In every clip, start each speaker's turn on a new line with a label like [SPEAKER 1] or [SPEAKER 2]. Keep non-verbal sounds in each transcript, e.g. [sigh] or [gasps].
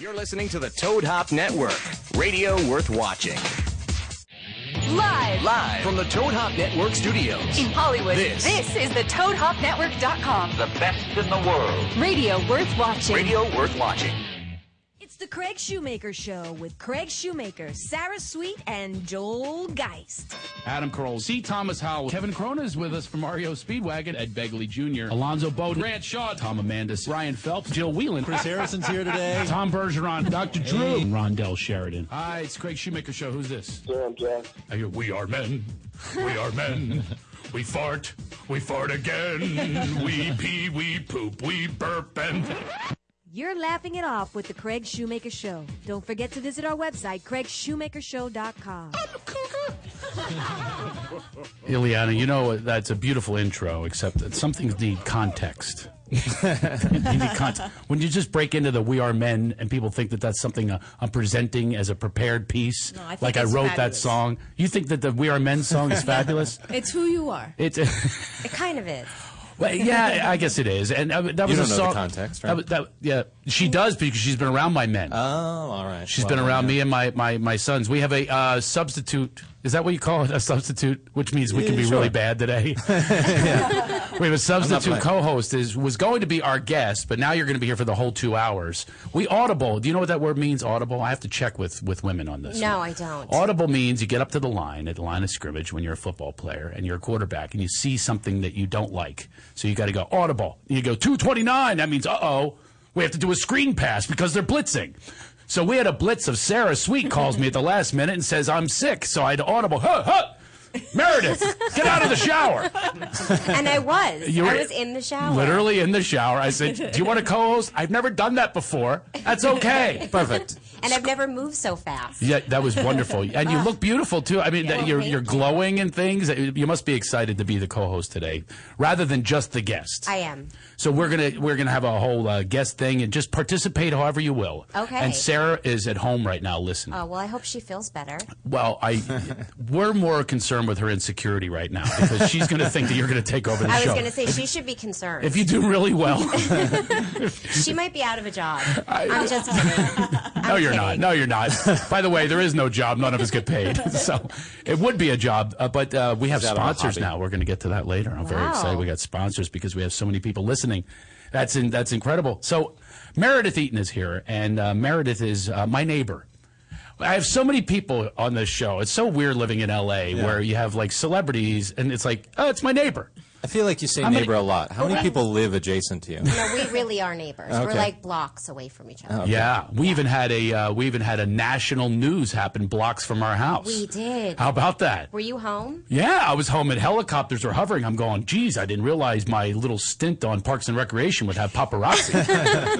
[SPEAKER 1] You're listening to the Toad Hop Network, radio worth watching.
[SPEAKER 2] Live,
[SPEAKER 1] Live from the Toad Hop Network studios.
[SPEAKER 2] in Hollywood.
[SPEAKER 1] This.
[SPEAKER 2] is the ToadHopNetwork.com.
[SPEAKER 1] The best in the world.
[SPEAKER 2] Radio worth watching.
[SPEAKER 1] Radio worth watching.
[SPEAKER 3] It's the Craig Shoemaker Show with Craig Shoemaker, Sarah Sweet, and Joel Geist.
[SPEAKER 4] Adam Carolla, C. Thomas Howell, Kevin Crona is with us from REO Speedwagon, Ed Begley Jr., Alonzo Bowden, Grant Shaw, Tom Amandis, Ryan Phelps, Jill Whelan, Chris
[SPEAKER 5] Harrison's here today.
[SPEAKER 4] [laughs] Tom Bergeron, Dr. Drew, and Rondell Sheridan. Hi, it's Craig Shoemaker Show. Who's this?
[SPEAKER 6] Sir, I'm Jack.
[SPEAKER 4] I hear, we are men. We are men. We fart. We fart again. We pee, we poop, we burp, and...
[SPEAKER 3] You're laughing it off with the Craig Shoemaker Show. Don't forget to visit our website, craigshoemakershow.com.
[SPEAKER 4] Ileana, you know that's a beautiful intro, except that some things need context. You need context. When you just break into the "We Are Men" and people think that that's something uh, I'm presenting as a prepared piece,
[SPEAKER 7] No, I think
[SPEAKER 4] like I
[SPEAKER 7] it's
[SPEAKER 4] wrote that
[SPEAKER 7] fabulous.
[SPEAKER 4] song. You think that the "We Are Men" song
[SPEAKER 7] [laughs]
[SPEAKER 4] is fabulous?
[SPEAKER 7] It's who you are.
[SPEAKER 4] It, [laughs]
[SPEAKER 7] It kind of is.
[SPEAKER 4] well, yeah, I guess it is. And uh, that was
[SPEAKER 5] don't know
[SPEAKER 4] a
[SPEAKER 5] the
[SPEAKER 4] song.
[SPEAKER 5] context,
[SPEAKER 4] that
[SPEAKER 5] right?
[SPEAKER 4] was- that- yeah, she does because she's been around my men.
[SPEAKER 5] Oh, all right.
[SPEAKER 4] She's been around me and my, my, my sons. We have a uh, substitute. Is that what you call it? A substitute, which means we can be really bad
[SPEAKER 5] [laughs]
[SPEAKER 4] today. We have a substitute
[SPEAKER 5] playing.
[SPEAKER 4] co-host is was going to be our guest, but now you're going to be here for the whole two hours. We audible. Do you know what that word means? Audible. I have to check with with women on this.
[SPEAKER 7] No,
[SPEAKER 4] one.
[SPEAKER 7] I don't.
[SPEAKER 4] Audible means you get up to the line at the line of scrimmage when you're a football player and you're a quarterback and you see something that you don't like, so you got to go audible. You go two twenty nine. That means uh oh, we have to do a screen pass because they're blitzing. So we had a blitz of Sarah Sweet calls me at the last minute and says I'm sick, so I had to audible. Huh, huh. Meredith,
[SPEAKER 7] [laughs]
[SPEAKER 4] get out of the shower.
[SPEAKER 7] And I was.
[SPEAKER 4] You
[SPEAKER 7] I
[SPEAKER 4] were-
[SPEAKER 7] was in the shower.
[SPEAKER 4] Literally in the shower. I said, Do you want to co host? I've never done that before. That's
[SPEAKER 7] [laughs]
[SPEAKER 4] okay.
[SPEAKER 5] Perfect.
[SPEAKER 7] And I've never moved so fast. Uh,
[SPEAKER 4] Yeah, that was wonderful.
[SPEAKER 7] [laughs]
[SPEAKER 4] And you look beautiful, too. I mean, that you're,
[SPEAKER 7] thank
[SPEAKER 4] you're glowing and things. You must be excited to be the co host today rather than just the guest.
[SPEAKER 7] I am.
[SPEAKER 4] So we're gonna we're gonna have a whole uh, guest thing and just participate however you will.
[SPEAKER 7] Okay.
[SPEAKER 4] And Sarah is at home right now listening.
[SPEAKER 7] Oh, well, I hope she feels better.
[SPEAKER 4] Well, I we're more concerned with her insecurity right now because she's gonna think that you're gonna take over the
[SPEAKER 7] I was
[SPEAKER 4] show.
[SPEAKER 7] going to say she should be concerned.
[SPEAKER 4] if you do really
[SPEAKER 7] [laughs]
[SPEAKER 4] well.
[SPEAKER 7] she might be out of
[SPEAKER 4] [laughs]
[SPEAKER 7] a job. I, am just kidding.
[SPEAKER 4] No, you're not. No, you're not. By the way, there is no job. None of us get
[SPEAKER 5] [laughs]
[SPEAKER 4] paid. So it would be a job. Uh, but uh, we have
[SPEAKER 5] Is that our
[SPEAKER 4] sponsors
[SPEAKER 5] hobby?
[SPEAKER 4] now. We're going to get to that later. I'm very
[SPEAKER 7] Wow.
[SPEAKER 4] excited. We got sponsors because we have so many people listening. That's in, that's incredible. So Meredith Eaton is here, and uh, Meredith is uh, my neighbor. I have so many people on this show. It's so weird living in LA where you have like celebrities, and it's like, oh, it's my neighbor.
[SPEAKER 5] I feel like you say
[SPEAKER 4] many-
[SPEAKER 5] neighbor a lot. How many people live adjacent to you?
[SPEAKER 7] No, we really are neighbors. We're
[SPEAKER 5] Okay.
[SPEAKER 7] like blocks away from each other.
[SPEAKER 4] Yeah, we even had a uh, we even had a national news happen blocks from our house.
[SPEAKER 7] We did.
[SPEAKER 4] How about that?
[SPEAKER 7] Were you home?
[SPEAKER 4] Yeah, I was home and helicopters were hovering. I'm going, geez, I didn't realize my little stint on Parks and Recreation would have
[SPEAKER 7] [laughs]
[SPEAKER 4] paparazzi.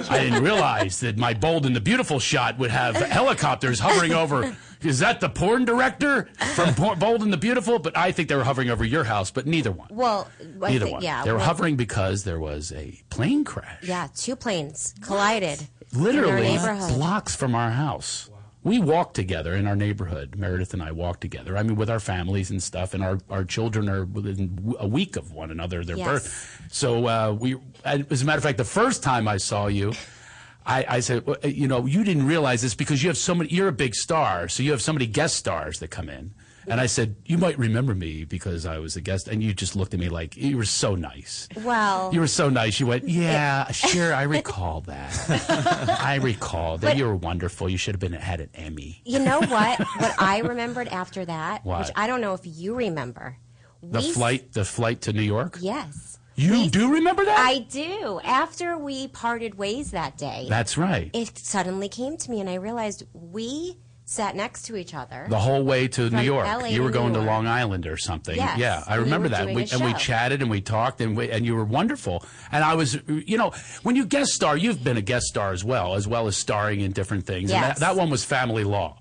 [SPEAKER 4] I didn't realize that my Bold and the Beautiful shot would have helicopters hovering over. Is that the porn director from por- Bold and the Beautiful? But I think they were hovering over your house, but neither one.
[SPEAKER 7] Well, I
[SPEAKER 4] neither
[SPEAKER 7] thi-
[SPEAKER 4] one.
[SPEAKER 7] Yeah.
[SPEAKER 4] they were
[SPEAKER 7] well,
[SPEAKER 4] hovering because there was a plane crash.
[SPEAKER 7] Yeah, two planes collided.
[SPEAKER 4] Literally
[SPEAKER 7] In our neighborhood.
[SPEAKER 4] blocks from our house. We walk together in our neighborhood. Meredith and I walk together. I mean, with our families and stuff, and our, our children are within w- a week of one another, their
[SPEAKER 7] Yes.
[SPEAKER 4] birth. So uh, we, and as a matter of fact, the first time I saw you, I, I said, well, uh, you know, you didn't realize this because you have so many. You're a big star, so you have so many guest stars that come in. And I said, you might remember me because I was a guest. And you just looked at me like you were so nice.
[SPEAKER 7] Well,
[SPEAKER 4] You were so nice. You went,
[SPEAKER 7] [laughs]
[SPEAKER 4] yeah, sure, I recall that. I recall that you were wonderful. You should have been had an Emmy.
[SPEAKER 7] You
[SPEAKER 4] [laughs]
[SPEAKER 7] know what? what I remembered after that,
[SPEAKER 4] What?
[SPEAKER 7] which I don't know if you remember.
[SPEAKER 4] The
[SPEAKER 7] we-
[SPEAKER 4] flight, the flight to New York.
[SPEAKER 7] Yes.
[SPEAKER 4] You
[SPEAKER 7] We-
[SPEAKER 4] do remember that?
[SPEAKER 7] I do. After we parted ways that day,
[SPEAKER 4] That's right.
[SPEAKER 7] it suddenly came to me, and I realized we sat next to each other.
[SPEAKER 4] the whole way to New York.
[SPEAKER 7] LA
[SPEAKER 4] you
[SPEAKER 7] to
[SPEAKER 4] were
[SPEAKER 7] New
[SPEAKER 4] going to
[SPEAKER 7] York.
[SPEAKER 4] Long Island or something.
[SPEAKER 7] Yes,
[SPEAKER 4] Yeah, I
[SPEAKER 7] we
[SPEAKER 4] remember
[SPEAKER 7] were
[SPEAKER 4] that.
[SPEAKER 7] doing
[SPEAKER 4] We,
[SPEAKER 7] a
[SPEAKER 4] and we
[SPEAKER 7] show.
[SPEAKER 4] chatted and we talked and we, and you were wonderful. And I was, you know, when you guest star, you've been a guest star as well, as well as starring in different things. And that,
[SPEAKER 7] Yes.
[SPEAKER 4] that one was Family Law.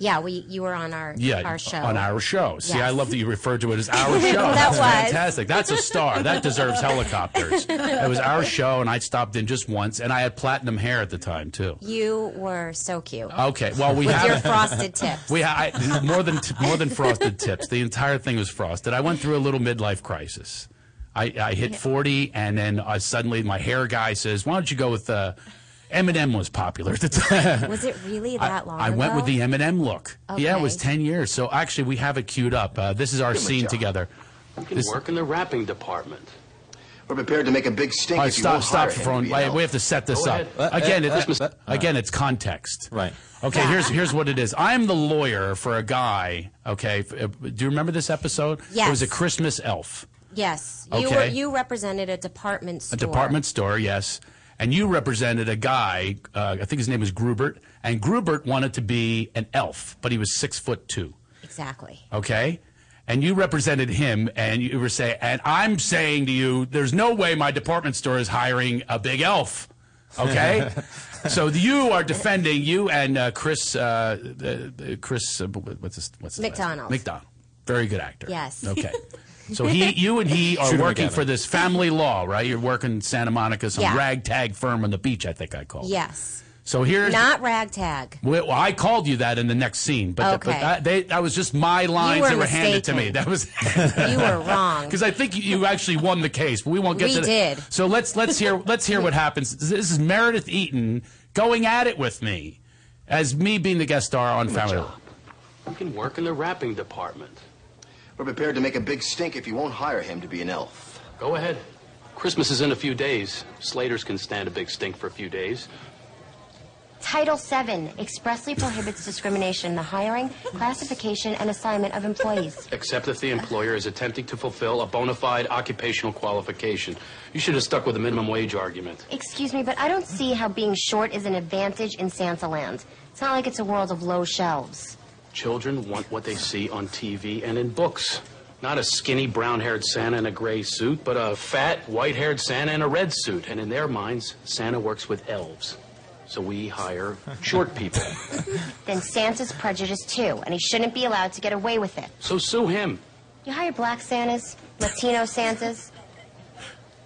[SPEAKER 7] yeah, we you were on our
[SPEAKER 4] Yeah,
[SPEAKER 7] our show
[SPEAKER 4] on
[SPEAKER 7] [laughs]
[SPEAKER 4] our show. See, I
[SPEAKER 7] Yes.
[SPEAKER 4] love that you referred to it as our show.
[SPEAKER 7] [laughs] That
[SPEAKER 4] That's
[SPEAKER 7] was.
[SPEAKER 4] fantastic. That's a star. That deserves helicopters. it was our show, and I stopped in just once, and I had platinum hair at the time too.
[SPEAKER 7] You were so cute
[SPEAKER 4] Okay, well we
[SPEAKER 7] with your
[SPEAKER 4] have. [laughs]
[SPEAKER 7] frosted tips.
[SPEAKER 4] We ha- I, more than t- more than frosted tips. The entire thing was frosted. I went through a little midlife crisis. I, I hit forty, and then I, suddenly my hair guy says, "Why don't you go with uh, Eminem was popular at the time.
[SPEAKER 7] Was it really that long
[SPEAKER 4] I went with
[SPEAKER 7] ago?
[SPEAKER 4] the Eminem look. Yeah, it was
[SPEAKER 7] Okay.
[SPEAKER 4] 10 years. So actually, we have it queued up. Uh, this is our scene
[SPEAKER 6] job.
[SPEAKER 4] together.
[SPEAKER 6] You can
[SPEAKER 4] This-
[SPEAKER 6] work in the rapping department.
[SPEAKER 8] We're prepared to make a big stink.
[SPEAKER 4] All right,
[SPEAKER 8] if you
[SPEAKER 4] stop,
[SPEAKER 8] won't
[SPEAKER 4] stop
[SPEAKER 8] hire
[SPEAKER 4] for
[SPEAKER 8] him,
[SPEAKER 4] throwing.
[SPEAKER 8] you
[SPEAKER 4] wait,
[SPEAKER 8] know.
[SPEAKER 4] we have to set this
[SPEAKER 6] Go
[SPEAKER 4] up
[SPEAKER 6] ahead.
[SPEAKER 4] again.
[SPEAKER 5] uh,
[SPEAKER 4] it's,
[SPEAKER 5] uh, uh,
[SPEAKER 4] again, it's context.
[SPEAKER 5] Right.
[SPEAKER 4] Okay. Here's here's what it is. I'm the lawyer for a guy. Okay. f- uh, Do you remember this episode? It was
[SPEAKER 7] Yes.
[SPEAKER 4] a Christmas elf,
[SPEAKER 7] Yes, you
[SPEAKER 4] Okay.
[SPEAKER 7] were you represented a department
[SPEAKER 4] a
[SPEAKER 7] store.
[SPEAKER 4] department store. Yes. And you represented a guy. Uh, I think his name was Grubert. And Grubert wanted to be an elf, but he was six foot two.
[SPEAKER 7] Exactly.
[SPEAKER 4] okay? And you represented him, and you were saying, and I'm saying to you, there's no way my department store is hiring a big elf,
[SPEAKER 5] [laughs]
[SPEAKER 4] okay? so you are defending you and uh, Chris, uh, the, the- Chris, uh, what's his, what's his last name?
[SPEAKER 7] McDonald.
[SPEAKER 4] McDonald, very good actor.
[SPEAKER 7] Yes. [laughs]
[SPEAKER 4] Okay. So he, you and he are
[SPEAKER 5] Shooter
[SPEAKER 4] working
[SPEAKER 5] McGavin.
[SPEAKER 4] for this family law, right? You're working Santa Monica, some
[SPEAKER 7] Yeah.
[SPEAKER 4] ragtag firm on the beach, I think I called. it.
[SPEAKER 7] Yes.
[SPEAKER 4] So here's
[SPEAKER 7] Not ragtag.
[SPEAKER 4] well, I called you that in the next scene, but,
[SPEAKER 7] Okay.
[SPEAKER 4] but that, they, that was just my lines
[SPEAKER 7] were
[SPEAKER 4] that were handed to me.
[SPEAKER 7] mistaken.
[SPEAKER 4] That was [laughs]
[SPEAKER 7] [laughs] You were wrong.
[SPEAKER 4] because I think you, you actually won the case, but we won't get
[SPEAKER 7] We
[SPEAKER 4] to that.
[SPEAKER 7] did.
[SPEAKER 4] So let's let's
[SPEAKER 7] [laughs]
[SPEAKER 4] hear let's hear what happens. This is Meredith Eaton going at it with me, as me being the guest star on Family. Law.
[SPEAKER 6] You can work in the rapping department.
[SPEAKER 8] We're prepared to make a big stink if you won't hire him to be an elf.
[SPEAKER 6] Go ahead. Christmas is in a few days. Slaters can stand a big stink for a few days.
[SPEAKER 7] Title VII expressly prohibits discrimination in the hiring, classification, and assignment of employees.
[SPEAKER 6] Except if the employer is attempting to fulfill a bona fide occupational qualification. You should have stuck with the minimum wage argument.
[SPEAKER 7] Excuse me, but I don't see how being short is an advantage in Santa Land. It's not like it's a world of low shelves.
[SPEAKER 6] Children want what they see on TV and in books. Not a skinny brown haired Santa in a gray suit, but a fat white haired Santa in a red suit. And in their minds, Santa works with elves. So we hire short people.
[SPEAKER 7] Then Santa's prejudiced too, and he shouldn't be allowed to get away with it.
[SPEAKER 6] So sue
[SPEAKER 4] [laughs]
[SPEAKER 6] him.
[SPEAKER 7] You hire black Santas, Latino Santas,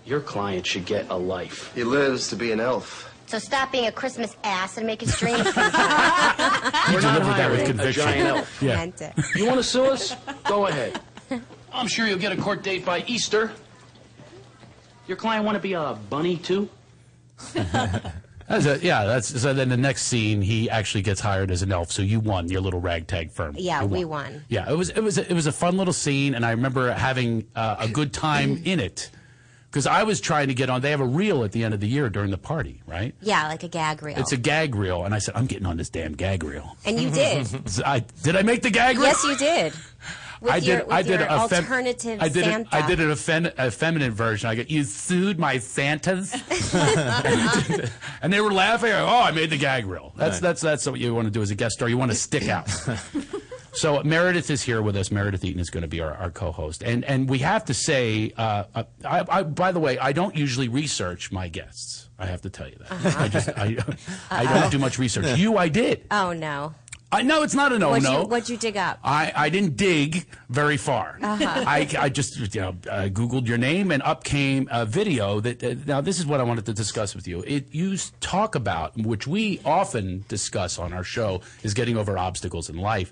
[SPEAKER 6] Your client should get a life.
[SPEAKER 8] He lives to be an elf.
[SPEAKER 7] so stop being a Christmas ass and make his dreams
[SPEAKER 4] [laughs]
[SPEAKER 7] come
[SPEAKER 6] We're not
[SPEAKER 4] delivered that with
[SPEAKER 6] hiring a
[SPEAKER 4] conviction.
[SPEAKER 6] giant elf.
[SPEAKER 4] [laughs] Yeah.
[SPEAKER 7] true.
[SPEAKER 6] You want to sue us? Go ahead. I'm sure you'll get a court date by Easter. Your client want to be a bunny too?
[SPEAKER 4] That's a, yeah, that's so. Then the next scene, he actually gets hired as an elf. So you won your little ragtag firm.
[SPEAKER 7] Yeah,
[SPEAKER 4] You
[SPEAKER 7] we won.
[SPEAKER 4] Yeah, it was it was it was a fun little scene, and I remember having uh, a good time in it because I was trying to get on. They have a reel at the end of the year during the party, right?
[SPEAKER 7] Yeah, like a gag reel.
[SPEAKER 4] It's a gag reel, and I said, I'm getting on this damn gag reel.
[SPEAKER 7] and you did.
[SPEAKER 4] So [laughs] I did I make the gag reel?
[SPEAKER 7] yes, you did. With
[SPEAKER 4] I
[SPEAKER 7] your,
[SPEAKER 4] did.
[SPEAKER 7] with
[SPEAKER 4] I did
[SPEAKER 7] your
[SPEAKER 4] a fem-
[SPEAKER 7] alternative
[SPEAKER 4] I did. a-
[SPEAKER 7] Santa.
[SPEAKER 4] I did an effem- effeminate version. I go, you sued my
[SPEAKER 7] [laughs]
[SPEAKER 4] Santas, [laughs] and they were laughing. I go, oh, I made the gag reel. That's
[SPEAKER 5] Right.
[SPEAKER 4] that's that's what you want to do as a guest star. You want to stick out. so Meredith is here with us. Meredith Eaton is going to be our, our co-host, and and we have to say, uh, uh, I, I, by the way, I don't usually research my guests. I have to tell you that. I just I, I don't do much research. You, I did.
[SPEAKER 7] oh no.
[SPEAKER 4] I no, it's not a no
[SPEAKER 7] What'd
[SPEAKER 4] no.
[SPEAKER 7] you- what'd you dig up? Uh-huh.
[SPEAKER 4] I, I didn't dig very far. I, I just you know uh, googled your name and up came a video that uh, now this is what I wanted to discuss with you. It you s- talk about which we often discuss on our show is getting over obstacles in life.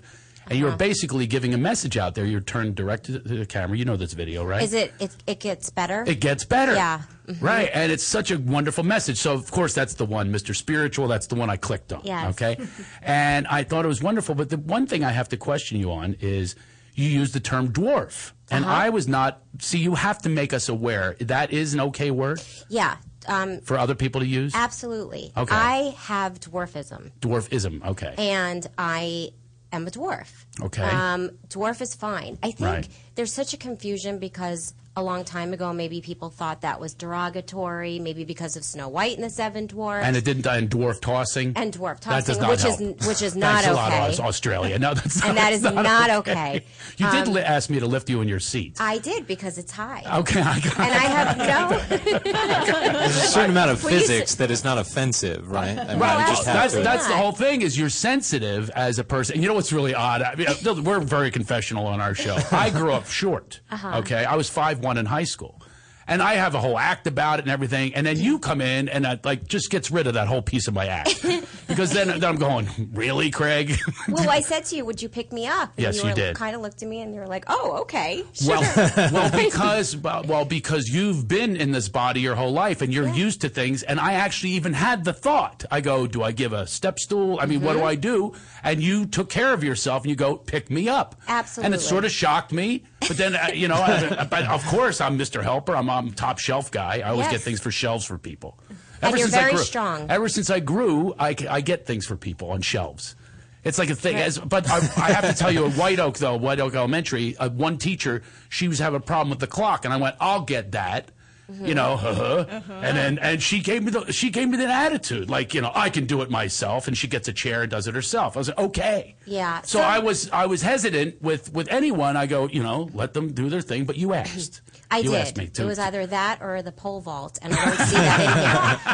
[SPEAKER 4] And
[SPEAKER 7] Uh-huh.
[SPEAKER 4] you're basically giving a message out there. You're turned direct to the camera. You know this video, right?
[SPEAKER 7] Is it? It, it gets better.
[SPEAKER 4] It gets better. Mm-hmm.
[SPEAKER 7] Yeah.
[SPEAKER 4] Right. And it's such a wonderful message. So, of course, that's the one, Mr. Spiritual. That's the one I clicked on.
[SPEAKER 7] Yes. [laughs]
[SPEAKER 4] Okay. and I thought it was wonderful. But the one thing I have to question you on is you use the term dwarf. And
[SPEAKER 7] Uh-huh.
[SPEAKER 4] I was not, see, you have to make us aware that is an okay word
[SPEAKER 7] yeah. Um,
[SPEAKER 4] for other people to use.
[SPEAKER 7] absolutely.
[SPEAKER 4] Okay.
[SPEAKER 7] I have dwarfism,
[SPEAKER 4] Dwarfism. Okay.
[SPEAKER 7] and I am a dwarf.
[SPEAKER 4] Okay.
[SPEAKER 7] Um, dwarf is fine. I think
[SPEAKER 4] Right.
[SPEAKER 7] there's such a confusion because a long time ago, maybe people thought that was derogatory, maybe because of Snow White and the Seven Dwarfs.
[SPEAKER 4] and it didn't die in dwarf tossing.
[SPEAKER 7] And dwarf
[SPEAKER 4] That does
[SPEAKER 7] tossing,
[SPEAKER 4] not
[SPEAKER 7] which is-
[SPEAKER 4] help. [laughs]
[SPEAKER 7] which is
[SPEAKER 4] Thanks
[SPEAKER 7] not
[SPEAKER 4] a lot,
[SPEAKER 7] okay.
[SPEAKER 4] Aus- Australia. No, that's not,
[SPEAKER 7] [laughs] And that
[SPEAKER 4] that's
[SPEAKER 7] is
[SPEAKER 4] not,
[SPEAKER 7] not okay. Um,
[SPEAKER 4] You did li- ask me to lift you in your seat.
[SPEAKER 7] I did because it's high.
[SPEAKER 4] okay, I got
[SPEAKER 7] And I have no.
[SPEAKER 4] [laughs]
[SPEAKER 5] There's a certain amount of
[SPEAKER 7] Please.
[SPEAKER 5] physics that is not offensive, right? I mean,
[SPEAKER 4] Right.
[SPEAKER 5] you just have
[SPEAKER 4] that's
[SPEAKER 5] to-
[SPEAKER 4] that's the
[SPEAKER 7] not.
[SPEAKER 4] whole thing is you're sensitive as a person. And you know what's really odd? I mean, uh, we're very confessional on our
[SPEAKER 5] [laughs]
[SPEAKER 4] show. I grew up short. Okay, I was five one in high school, and I have a whole act about it and everything. And then you come in and uh, like just gets rid of that whole piece of my act because then, then I'm going, really, Craig? [laughs]
[SPEAKER 7] Well, I said to you, would you pick me up? And
[SPEAKER 4] Yes, you
[SPEAKER 7] were,
[SPEAKER 4] did.
[SPEAKER 7] Kind of looked at me and you were like, oh, okay.
[SPEAKER 4] Well, [laughs] well, because well, because you've been in this body your whole life and you're used to things. And I actually even had the thought. I go, do I give a step stool? I mean, what do I do? And you took care of yourself, and you go, pick me up. And
[SPEAKER 7] Absolutely.
[SPEAKER 4] it sort of shocked me. But then, uh, you know, I, but of course, I'm Mr. Helper. I'm, I'm top shelf guy. I always
[SPEAKER 7] Yes.
[SPEAKER 4] get things for shelves for people.
[SPEAKER 7] And you're
[SPEAKER 4] since I
[SPEAKER 7] very
[SPEAKER 4] grew-
[SPEAKER 7] strong.
[SPEAKER 4] Ever since I grew, I, c- I get things for people on shelves. It's like a thing. As, but I, I have to tell you, at White Oak, though, White Oak Elementary, uh, one teacher, she was having a problem with the clock, and I went, "I'll get that."
[SPEAKER 7] Mm-hmm.
[SPEAKER 4] You know, huh and then and she gave me the she gave me that attitude, like you know, I can do it myself, and she gets a chair and does it herself. I was like, okay,
[SPEAKER 7] Yeah,
[SPEAKER 4] So,
[SPEAKER 7] so-
[SPEAKER 4] I was I was hesitant with with anyone. I go, you know, let them do their thing, but you asked.
[SPEAKER 7] [laughs] I
[SPEAKER 4] you
[SPEAKER 7] did.
[SPEAKER 4] Asked me to,
[SPEAKER 7] it was either that or the pole vault, and I don't see that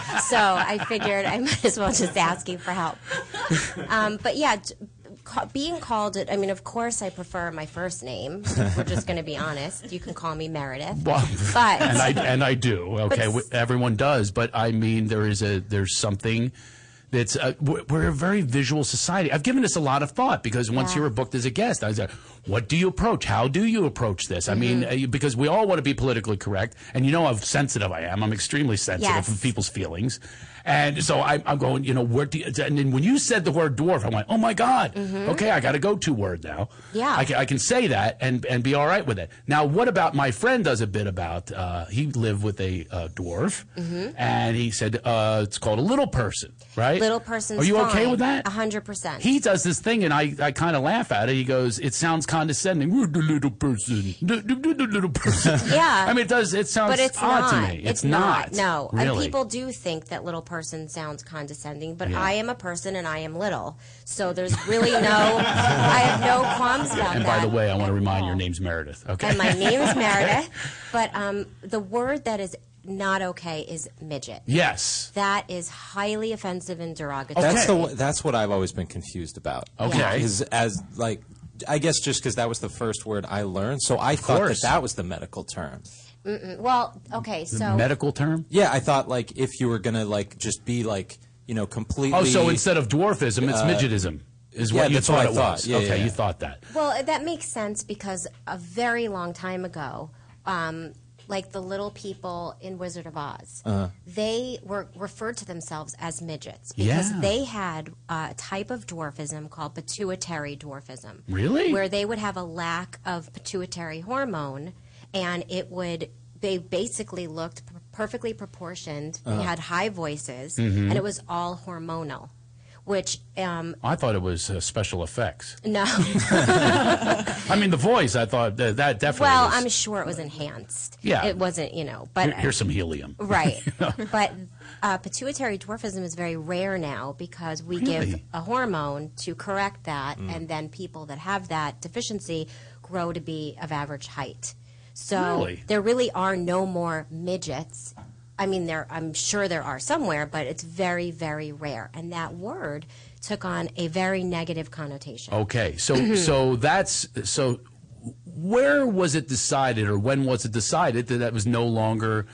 [SPEAKER 7] in
[SPEAKER 4] [laughs]
[SPEAKER 7] here. So I figured I might as well just ask you for help. Um, but yeah, t- ca- being called it, I mean, of course, I prefer my first name. If We're just going to be honest. You can call me
[SPEAKER 4] [laughs]
[SPEAKER 7] Meredith.
[SPEAKER 4] Well,
[SPEAKER 7] But-
[SPEAKER 4] and I and I do. Okay,
[SPEAKER 7] But-
[SPEAKER 4] w- everyone does, but I mean there is a there's something that's uh we're we're a very visual society. I've given this a lot of thought because once
[SPEAKER 7] Yeah.
[SPEAKER 4] you were booked as a guest, I was like, what do you approach? How do you approach this? I
[SPEAKER 7] Mm-hmm.
[SPEAKER 4] mean, uh, you- because we all want to be politically correct, and you know how sensitive I am. I'm extremely sensitive
[SPEAKER 7] Yes.
[SPEAKER 4] of people's feelings. And so I, I'm going, you know, where do you, and then when you said the word dwarf, I went, oh my God, okay, I got a go to word now.
[SPEAKER 7] Mm-hmm. Yeah.
[SPEAKER 4] I can, I can say that and, and be all right with it. Now, what about my friend does a bit about, uh, he lived with a uh, dwarf
[SPEAKER 7] Mm-hmm.
[SPEAKER 4] and he said, uh, it's called a little person, right?
[SPEAKER 7] Little person's
[SPEAKER 4] Are you okay
[SPEAKER 7] fine.
[SPEAKER 4] with that?
[SPEAKER 7] A hundred percent.
[SPEAKER 4] He does this thing and I, I kind of laugh at it. He goes, it sounds condescending. We're the little person. The, the- the- the little person.
[SPEAKER 7] Yeah.
[SPEAKER 4] [laughs] I mean, it does, it sounds
[SPEAKER 7] Uh, but it's
[SPEAKER 4] odd
[SPEAKER 7] not.
[SPEAKER 4] to me.
[SPEAKER 7] It's, not. No, and
[SPEAKER 4] Really.
[SPEAKER 7] people do think that little person sounds condescending, but
[SPEAKER 4] Yeah.
[SPEAKER 7] I am a person and I am little, so there's really no. [laughs] I have no qualms about
[SPEAKER 4] And
[SPEAKER 7] that.
[SPEAKER 4] by the way, I want to remind your name's Meredith. Okay.
[SPEAKER 7] and my name
[SPEAKER 4] [laughs]
[SPEAKER 7] is Meredith, but um, the word that is not okay is midget.
[SPEAKER 4] yes.
[SPEAKER 7] That is highly offensive and derogatory.
[SPEAKER 5] That's the w- that's what I've always been confused about.
[SPEAKER 4] Okay.
[SPEAKER 5] Is as like I guess just because that was the first word I learned, so I thought
[SPEAKER 4] course.
[SPEAKER 5] that that was the medical term.
[SPEAKER 7] well, okay, so
[SPEAKER 4] Medical term?
[SPEAKER 5] Yeah, I thought like if you were gonna like just be like you know completely. Uh,
[SPEAKER 4] Oh, so instead of dwarfism, it's midgetism, is
[SPEAKER 5] yeah,
[SPEAKER 4] what you
[SPEAKER 5] that's what
[SPEAKER 4] thought
[SPEAKER 5] I
[SPEAKER 4] it
[SPEAKER 5] thought.
[SPEAKER 4] was.
[SPEAKER 5] Yeah, yeah,
[SPEAKER 4] okay,
[SPEAKER 5] yeah.
[SPEAKER 4] you thought that.
[SPEAKER 7] Well, that makes sense because a very long time ago, um, like the little people in Wizard of Oz, they were referred to themselves as midgets because
[SPEAKER 4] Yeah.
[SPEAKER 7] they had a type of dwarfism called pituitary dwarfism.
[SPEAKER 4] Really?
[SPEAKER 7] Where they would have a lack of pituitary hormone and it would, they basically looked p- perfectly proportioned.
[SPEAKER 4] Uh-huh.
[SPEAKER 7] They had high voices
[SPEAKER 4] Mm-hmm.
[SPEAKER 7] and it was all hormonal. Which um, [laughs]
[SPEAKER 4] I thought it was uh, special effects.
[SPEAKER 7] no,
[SPEAKER 4] I mean, the voice. I thought that, that definitely.
[SPEAKER 7] Well,
[SPEAKER 4] was-
[SPEAKER 7] I'm sure it was enhanced.
[SPEAKER 4] Yeah.
[SPEAKER 7] It wasn't, you know, but
[SPEAKER 4] Here- here's some helium.
[SPEAKER 7] [laughs] right.
[SPEAKER 4] [laughs]
[SPEAKER 7] but uh, pituitary dwarfism is very rare now because we give
[SPEAKER 4] Really? Mm.
[SPEAKER 7] a hormone to correct that, and then people that have that deficiency grow to be of average height. So
[SPEAKER 4] Really?
[SPEAKER 7] there really are no more midgets. I mean, there. I'm sure there are somewhere, but it's very, very rare. And that word took on a very negative connotation.
[SPEAKER 4] Okay,
[SPEAKER 7] [laughs]
[SPEAKER 4] so so that's so. Where was it decided, or when was it decided that that was no longer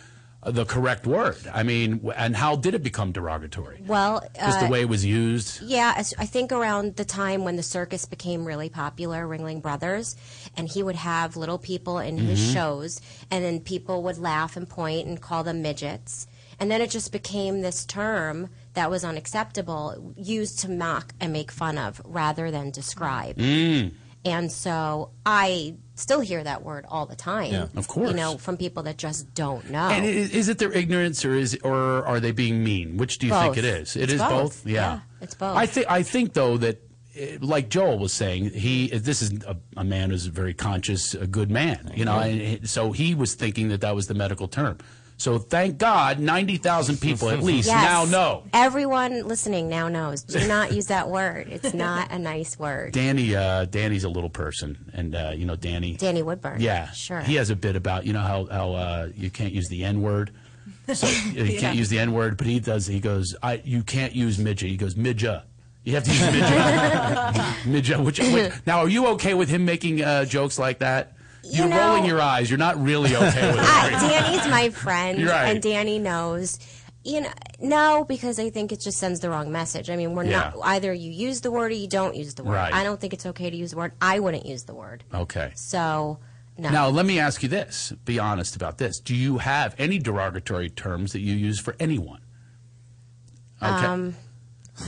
[SPEAKER 4] uh, the correct word? I mean, w- and how did it become derogatory?
[SPEAKER 7] Well, uh,
[SPEAKER 4] Just the way it was used.
[SPEAKER 7] Yeah, as- I think around the time when the circus became really popular, Ringling Brothers, and he would have little people in his
[SPEAKER 4] Mm-hmm.
[SPEAKER 7] shows, and then people would laugh and point and call them midgets. And then it just became this term that was unacceptable, used to mock and make fun of rather than describe. And so I still hear that word all the time.
[SPEAKER 5] Yeah,
[SPEAKER 4] of course.
[SPEAKER 7] You know, from people that just don't know.
[SPEAKER 4] And i- is it their ignorance, or is or are they being mean? Which do you think
[SPEAKER 7] Both.
[SPEAKER 4] it is? It
[SPEAKER 7] It's
[SPEAKER 4] is
[SPEAKER 7] both.
[SPEAKER 4] both. Yeah.
[SPEAKER 7] Yeah, it's both.
[SPEAKER 4] I think I think though that, eh, like Joel was saying, he this is a, a man who's a very conscious, a good man. You know, and he- so he was thinking that that was the medical term. So thank God, ninety thousand people
[SPEAKER 7] [laughs]
[SPEAKER 4] at least
[SPEAKER 7] Yes.
[SPEAKER 4] now know.
[SPEAKER 7] Everyone listening now knows. Do not use that word. It's not a nice word.
[SPEAKER 4] Danny, uh, Danny's a little person, and uh, you know Danny.
[SPEAKER 7] Danny Woodburn.
[SPEAKER 4] Yeah,
[SPEAKER 7] Sure.
[SPEAKER 4] He has a bit about you know how how uh, you can't use the N word.
[SPEAKER 7] [laughs]
[SPEAKER 4] So you can't use the N word, but he does. He goes, I you can't use midget. He goes midja. You have to use
[SPEAKER 7] [laughs]
[SPEAKER 4] midja. midja. Which, which now are you okay with him making uh, jokes like that?
[SPEAKER 7] You
[SPEAKER 4] are
[SPEAKER 7] know- [laughs]
[SPEAKER 4] rolling your eyes. You're not really okay with it.
[SPEAKER 7] Ah, Danny's my friend,
[SPEAKER 4] You're right.
[SPEAKER 7] and Danny knows. you know, no, because I think it just sends the wrong message. I mean, we're
[SPEAKER 4] Yeah.
[SPEAKER 7] not either you use the word or you don't use the word.
[SPEAKER 4] Right.
[SPEAKER 7] I don't think it's okay to use the word. I wouldn't use the word.
[SPEAKER 4] Okay.
[SPEAKER 7] So, no.
[SPEAKER 4] Now, let me ask you this. Be honest about this. Do you have any derogatory terms that you use for
[SPEAKER 7] [laughs]
[SPEAKER 4] anyone? Okay.
[SPEAKER 7] Um,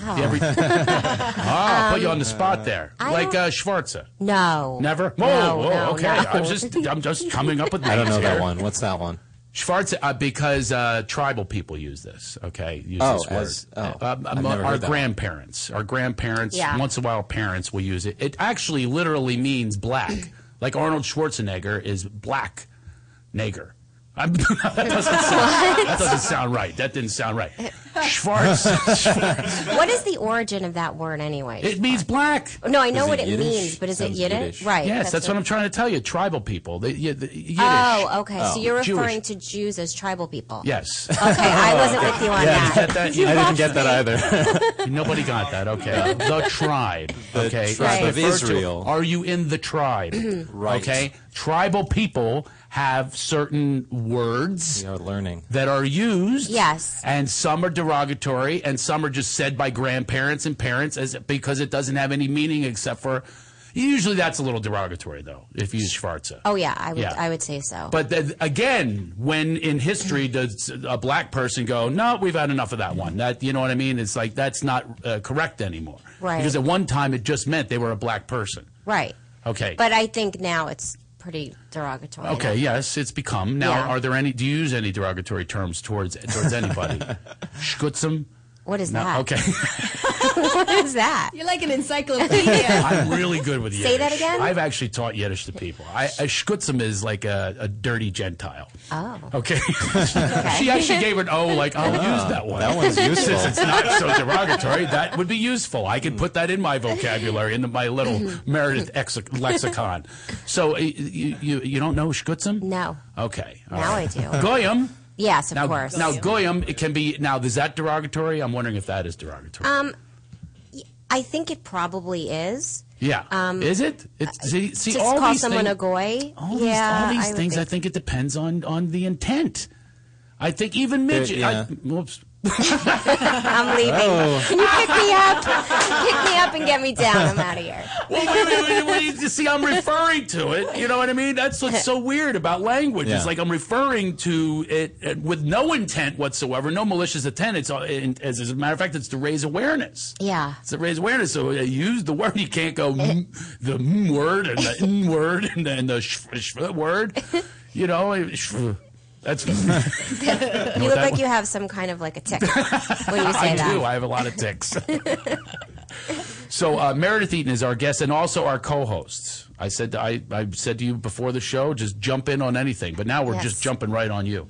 [SPEAKER 7] oh.
[SPEAKER 4] Do you ever- ah, put you on the spot there. like uh, Schwarza.
[SPEAKER 7] [laughs] No.
[SPEAKER 4] Never? Whoa,
[SPEAKER 7] No,
[SPEAKER 4] whoa,
[SPEAKER 7] no,
[SPEAKER 4] okay.
[SPEAKER 7] no.
[SPEAKER 4] I'm just I'm just coming up with names
[SPEAKER 5] I don't know that
[SPEAKER 4] here.
[SPEAKER 5] one. What's that one?
[SPEAKER 4] Schwarz, uh, because uh, tribal people use this. Okay, use
[SPEAKER 5] Oh,
[SPEAKER 4] this word.
[SPEAKER 5] as- oh,
[SPEAKER 4] Uh,
[SPEAKER 5] I've
[SPEAKER 4] um,
[SPEAKER 5] never heard
[SPEAKER 4] our
[SPEAKER 5] that.
[SPEAKER 4] grandparents, our grandparents.
[SPEAKER 7] Yeah.
[SPEAKER 4] Once in a while, parents will use it. It actually literally means black. [clears throat] like Arnold Schwarzenegger is black, nigger. I'm, [laughs] that, doesn't
[SPEAKER 7] [laughs]
[SPEAKER 4] sound, that doesn't sound right. That didn't sound right. Schwarz.
[SPEAKER 7] What is the origin of that word anyway?
[SPEAKER 4] it means black.
[SPEAKER 7] no, I know
[SPEAKER 5] Is
[SPEAKER 7] what
[SPEAKER 5] it
[SPEAKER 7] it
[SPEAKER 5] Yiddish?
[SPEAKER 7] means, but is it
[SPEAKER 5] Sounds
[SPEAKER 7] Yiddish?
[SPEAKER 5] Yiddish.
[SPEAKER 7] Right.
[SPEAKER 4] Yes, that's what I'm trying to tell you. Tribal people. They, yeah, the, Yiddish.
[SPEAKER 7] Oh, okay. So you're
[SPEAKER 4] Jewish.
[SPEAKER 7] referring to Jews as tribal people. [laughs] Oh,
[SPEAKER 4] Yes.
[SPEAKER 7] Okay, I wasn't with you on that.
[SPEAKER 4] Get that?
[SPEAKER 5] I didn't get that either.
[SPEAKER 7] [laughs]
[SPEAKER 4] Nobody got that. Okay. The tribe.
[SPEAKER 5] The
[SPEAKER 4] okay. It's
[SPEAKER 5] tribe of
[SPEAKER 4] referred to-
[SPEAKER 5] Israel.
[SPEAKER 4] Are you in the
[SPEAKER 7] [clears throat]
[SPEAKER 4] tribe?
[SPEAKER 5] Right.
[SPEAKER 4] Okay. Tribal people have certain words
[SPEAKER 5] We are learning.
[SPEAKER 4] that are used.
[SPEAKER 7] Yes.
[SPEAKER 4] And some are derogatory and some are just said by grandparents and parents as because it doesn't have any meaning except for usually that's a little derogatory though if you use schwarza.
[SPEAKER 7] Oh yeah, I would
[SPEAKER 4] Yeah.
[SPEAKER 7] I would say so.
[SPEAKER 4] But then, again, when in history does a black person go, no, we've had enough of that one? That you know what I mean? It's like that's not uh, correct anymore.
[SPEAKER 7] Right.
[SPEAKER 4] Because at one time it just meant they were a black person.
[SPEAKER 7] right.
[SPEAKER 4] Okay.
[SPEAKER 7] But I think now it's pretty derogatory.
[SPEAKER 4] okay. Yes, it's become now.
[SPEAKER 7] Yeah.
[SPEAKER 4] Are there any? Do you use any derogatory terms towards towards
[SPEAKER 7] [laughs]
[SPEAKER 4] anybody? Schutzum?
[SPEAKER 7] What is
[SPEAKER 4] No.
[SPEAKER 7] that?
[SPEAKER 4] Okay.
[SPEAKER 7] [laughs] what is that?
[SPEAKER 2] You're like an encyclopedia.
[SPEAKER 4] [laughs] I'm really good with Yiddish.
[SPEAKER 7] Say that again?
[SPEAKER 4] I've actually taught Yiddish to people. I, a schutzum is like a, a dirty Gentile.
[SPEAKER 7] Oh.
[SPEAKER 4] Okay. she actually gave an O, like, I'll use that one.
[SPEAKER 5] Ah, That one's useful.
[SPEAKER 4] Since it's not so derogatory, that would be useful. I could put that in my vocabulary, into my little
[SPEAKER 7] Mm-hmm.
[SPEAKER 4] Meredith ex- lexicon. So uh, you, you, you don't know schutzum?
[SPEAKER 7] No.
[SPEAKER 4] Okay. all
[SPEAKER 7] Now I do.
[SPEAKER 4] Goyim.
[SPEAKER 7] Yes, of
[SPEAKER 4] Now,
[SPEAKER 7] course.
[SPEAKER 4] now goyim it can be now is that derogatory? I'm wondering if that is derogatory.
[SPEAKER 7] Um, I think it probably is.
[SPEAKER 4] yeah, is it? It's, see, see,
[SPEAKER 7] To
[SPEAKER 4] all
[SPEAKER 7] Um, uh, call
[SPEAKER 4] these
[SPEAKER 7] someone
[SPEAKER 4] things,
[SPEAKER 7] a goy.
[SPEAKER 4] all these,
[SPEAKER 7] yeah,
[SPEAKER 4] all these
[SPEAKER 7] would
[SPEAKER 4] things, I
[SPEAKER 7] Think.
[SPEAKER 4] think it depends on on the intent. I think even midget.
[SPEAKER 5] yeah. Oh.
[SPEAKER 4] I, whoops.
[SPEAKER 7] I'm leaving. Can you pick me up? pick me up and get me down. I'm out of here.
[SPEAKER 4] Well, wait, wait, wait, wait, you see, I'm referring to it. You know what I mean? That's what's so weird about language.
[SPEAKER 5] Yeah.
[SPEAKER 4] It's like I'm referring to it, uh, with no intent whatsoever, no malicious intent. It's uh, in- as, as a matter of fact, it's to raise awareness.
[SPEAKER 7] Yeah.
[SPEAKER 4] It's to raise awareness. So uh, use the word. You can't go mm, the mm word and the mm word and then the sh- sh- word. You know, uh, sh- that's.
[SPEAKER 7] You look like you have some kind of like a tick when
[SPEAKER 4] [laughs]
[SPEAKER 7] you say
[SPEAKER 4] I
[SPEAKER 7] that.
[SPEAKER 4] do. I have a lot of ticks. [laughs] so uh, Meredith Eaton is our guest, and also our co-hosts. I said I, I said to you before the show, just jump in on anything. But now we're
[SPEAKER 7] Yes.
[SPEAKER 4] just jumping right on you.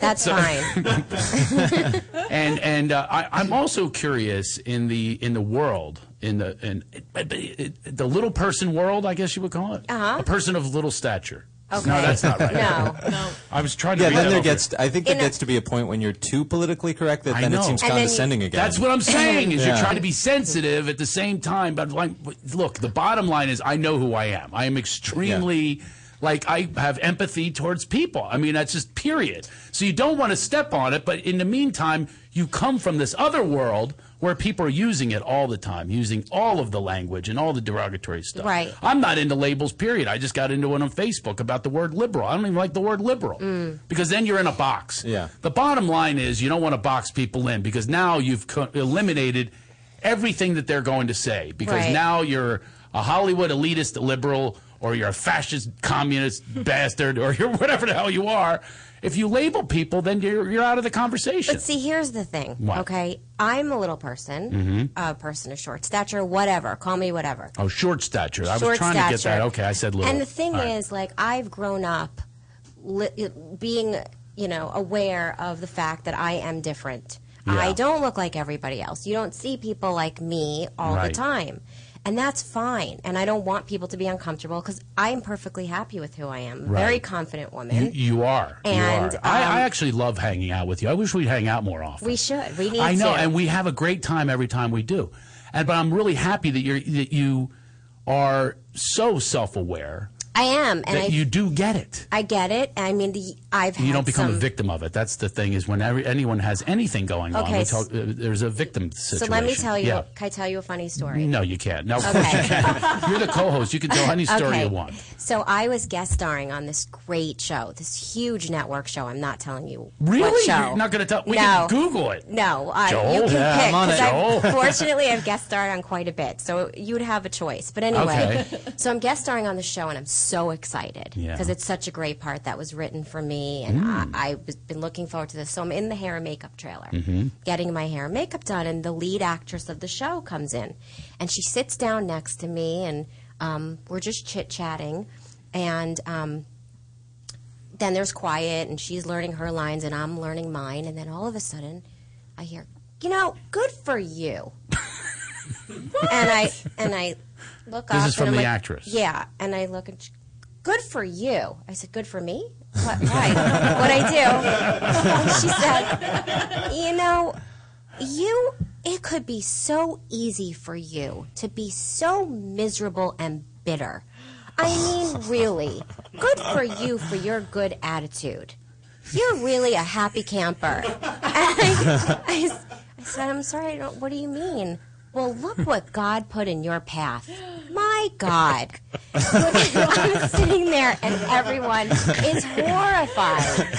[SPEAKER 7] That's fine.
[SPEAKER 4] [laughs] And and uh, I, I'm also curious in the in the world in the in it, it, it- the little person world, I guess you would call it, uh-huh. a person of little stature.
[SPEAKER 7] Okay.
[SPEAKER 4] No, that's not right.
[SPEAKER 7] [laughs] No.
[SPEAKER 4] [laughs] I was trying to.
[SPEAKER 5] Yeah,
[SPEAKER 4] read
[SPEAKER 5] then
[SPEAKER 4] that
[SPEAKER 5] there
[SPEAKER 4] off
[SPEAKER 5] gets. I think there
[SPEAKER 7] In a-
[SPEAKER 5] gets to be a point when you're too politically correct that
[SPEAKER 4] I
[SPEAKER 5] then
[SPEAKER 4] know.
[SPEAKER 5] it seems
[SPEAKER 7] And then you-
[SPEAKER 5] condescending again.
[SPEAKER 4] That's what I'm saying. Is you're
[SPEAKER 5] Yeah.
[SPEAKER 4] trying to be sensitive at the same time, but like, look, the bottom line is I know who I am. I am extremely. Like I have empathy towards people. I mean, that's just period. So you don't want to step on it, but in the meantime, you come from this other world where people are using it all the time, using all of the language and all the derogatory stuff.
[SPEAKER 7] Right.
[SPEAKER 4] I'm not into labels, period. I just got into one on Facebook about the word liberal. I don't even like the word liberal
[SPEAKER 7] Mm.
[SPEAKER 4] because then you're in a box.
[SPEAKER 5] Yeah.
[SPEAKER 4] The bottom line is you don't want to box people in because now you've co- eliminated everything that they're going to say because
[SPEAKER 7] Right.
[SPEAKER 4] now you're a Hollywood elitist liberal or you're a fascist communist [laughs] bastard or you're whatever the hell you are. If you label people, then you're, you're out of the conversation.
[SPEAKER 7] But see, here's the thing.
[SPEAKER 4] What? Mm-hmm.
[SPEAKER 7] Okay, I'm a little person, a person of short stature, whatever. Call me whatever.
[SPEAKER 4] oh, short stature. I
[SPEAKER 7] Short
[SPEAKER 4] was trying to get that.
[SPEAKER 7] stature.
[SPEAKER 4] Okay, I said little.
[SPEAKER 7] And the thing
[SPEAKER 4] All right.
[SPEAKER 7] is, like, I've grown up li- being, you know, aware of the fact that I am different. I don't look like everybody else. You don't see people like me all
[SPEAKER 4] Right.
[SPEAKER 7] the time. And that's fine. And I don't want people to be uncomfortable because I'm perfectly happy with who I am. Very
[SPEAKER 4] Right.
[SPEAKER 7] confident woman.
[SPEAKER 4] You, you are.
[SPEAKER 7] And,
[SPEAKER 4] you are. I, I
[SPEAKER 7] um,
[SPEAKER 4] actually love hanging out with you. I wish we'd hang out more often.
[SPEAKER 7] we should. We need
[SPEAKER 4] I know,
[SPEAKER 7] to.
[SPEAKER 4] and we have a great time every time we do. And but I'm really happy that you're that you are so self aware
[SPEAKER 7] I am, and
[SPEAKER 4] that
[SPEAKER 7] I,
[SPEAKER 4] you do get it.
[SPEAKER 7] I get it. I mean, the, I've
[SPEAKER 4] You
[SPEAKER 7] had
[SPEAKER 4] don't become
[SPEAKER 7] some-
[SPEAKER 4] a victim of it. That's the thing is when every, anyone has anything going on,
[SPEAKER 7] Okay,
[SPEAKER 4] we
[SPEAKER 7] s-
[SPEAKER 4] talk, uh, there's a victim
[SPEAKER 7] So
[SPEAKER 4] situation.
[SPEAKER 7] let me tell you.
[SPEAKER 4] Yeah.
[SPEAKER 7] Can I tell you a funny story?
[SPEAKER 4] No, [laughs] you can't. No,
[SPEAKER 7] Okay.
[SPEAKER 4] you're the co-host. You can tell
[SPEAKER 7] [laughs]
[SPEAKER 4] any story
[SPEAKER 7] okay.
[SPEAKER 4] you want.
[SPEAKER 7] So I was guest starring on this great show, this huge network show. I'm not telling you
[SPEAKER 4] Really?
[SPEAKER 7] what show.
[SPEAKER 4] You're not going to tell? We
[SPEAKER 7] no.
[SPEAKER 4] can Google it.
[SPEAKER 7] No, I, you
[SPEAKER 4] Joel?
[SPEAKER 7] can
[SPEAKER 4] Yeah,
[SPEAKER 7] pick.
[SPEAKER 4] I'm on
[SPEAKER 7] 'cause
[SPEAKER 4] it.
[SPEAKER 7] I've-
[SPEAKER 4] Joel. [laughs]
[SPEAKER 7] fortunately, I've guest starred on quite a bit, so you'd have a choice. But anyway, so I'm guest starring on the show, and I'm so excited
[SPEAKER 4] Yeah. Mm.
[SPEAKER 7] because it's such a great part that was written for me, and I, I've been looking forward to this. So I'm in the hair and makeup trailer, getting my hair and makeup done, and the lead actress of the show comes in, and she sits down next to me, and um, we're just chit chatting, and. Um, then there's quiet and she's learning her lines and I'm learning mine and then all of a sudden I hear, "You know, good for
[SPEAKER 4] [laughs]
[SPEAKER 7] you." and I and I look up
[SPEAKER 4] This is
[SPEAKER 7] and
[SPEAKER 4] from
[SPEAKER 7] I'm
[SPEAKER 4] the
[SPEAKER 7] like,
[SPEAKER 4] actress.
[SPEAKER 7] Yeah, and I look and she, "Good for you." I said, "Good for me?" What why? what I do? And she said, "You know, you it could be so easy for you to be so miserable and bitter. I mean, really. Good for you for your good attitude. You're really a happy camper. [laughs] And I, I s- I said, I'm sorry, I don't, what do you mean? Well, look what God put in your path. My God. I'm [laughs] sitting there and everyone is horrified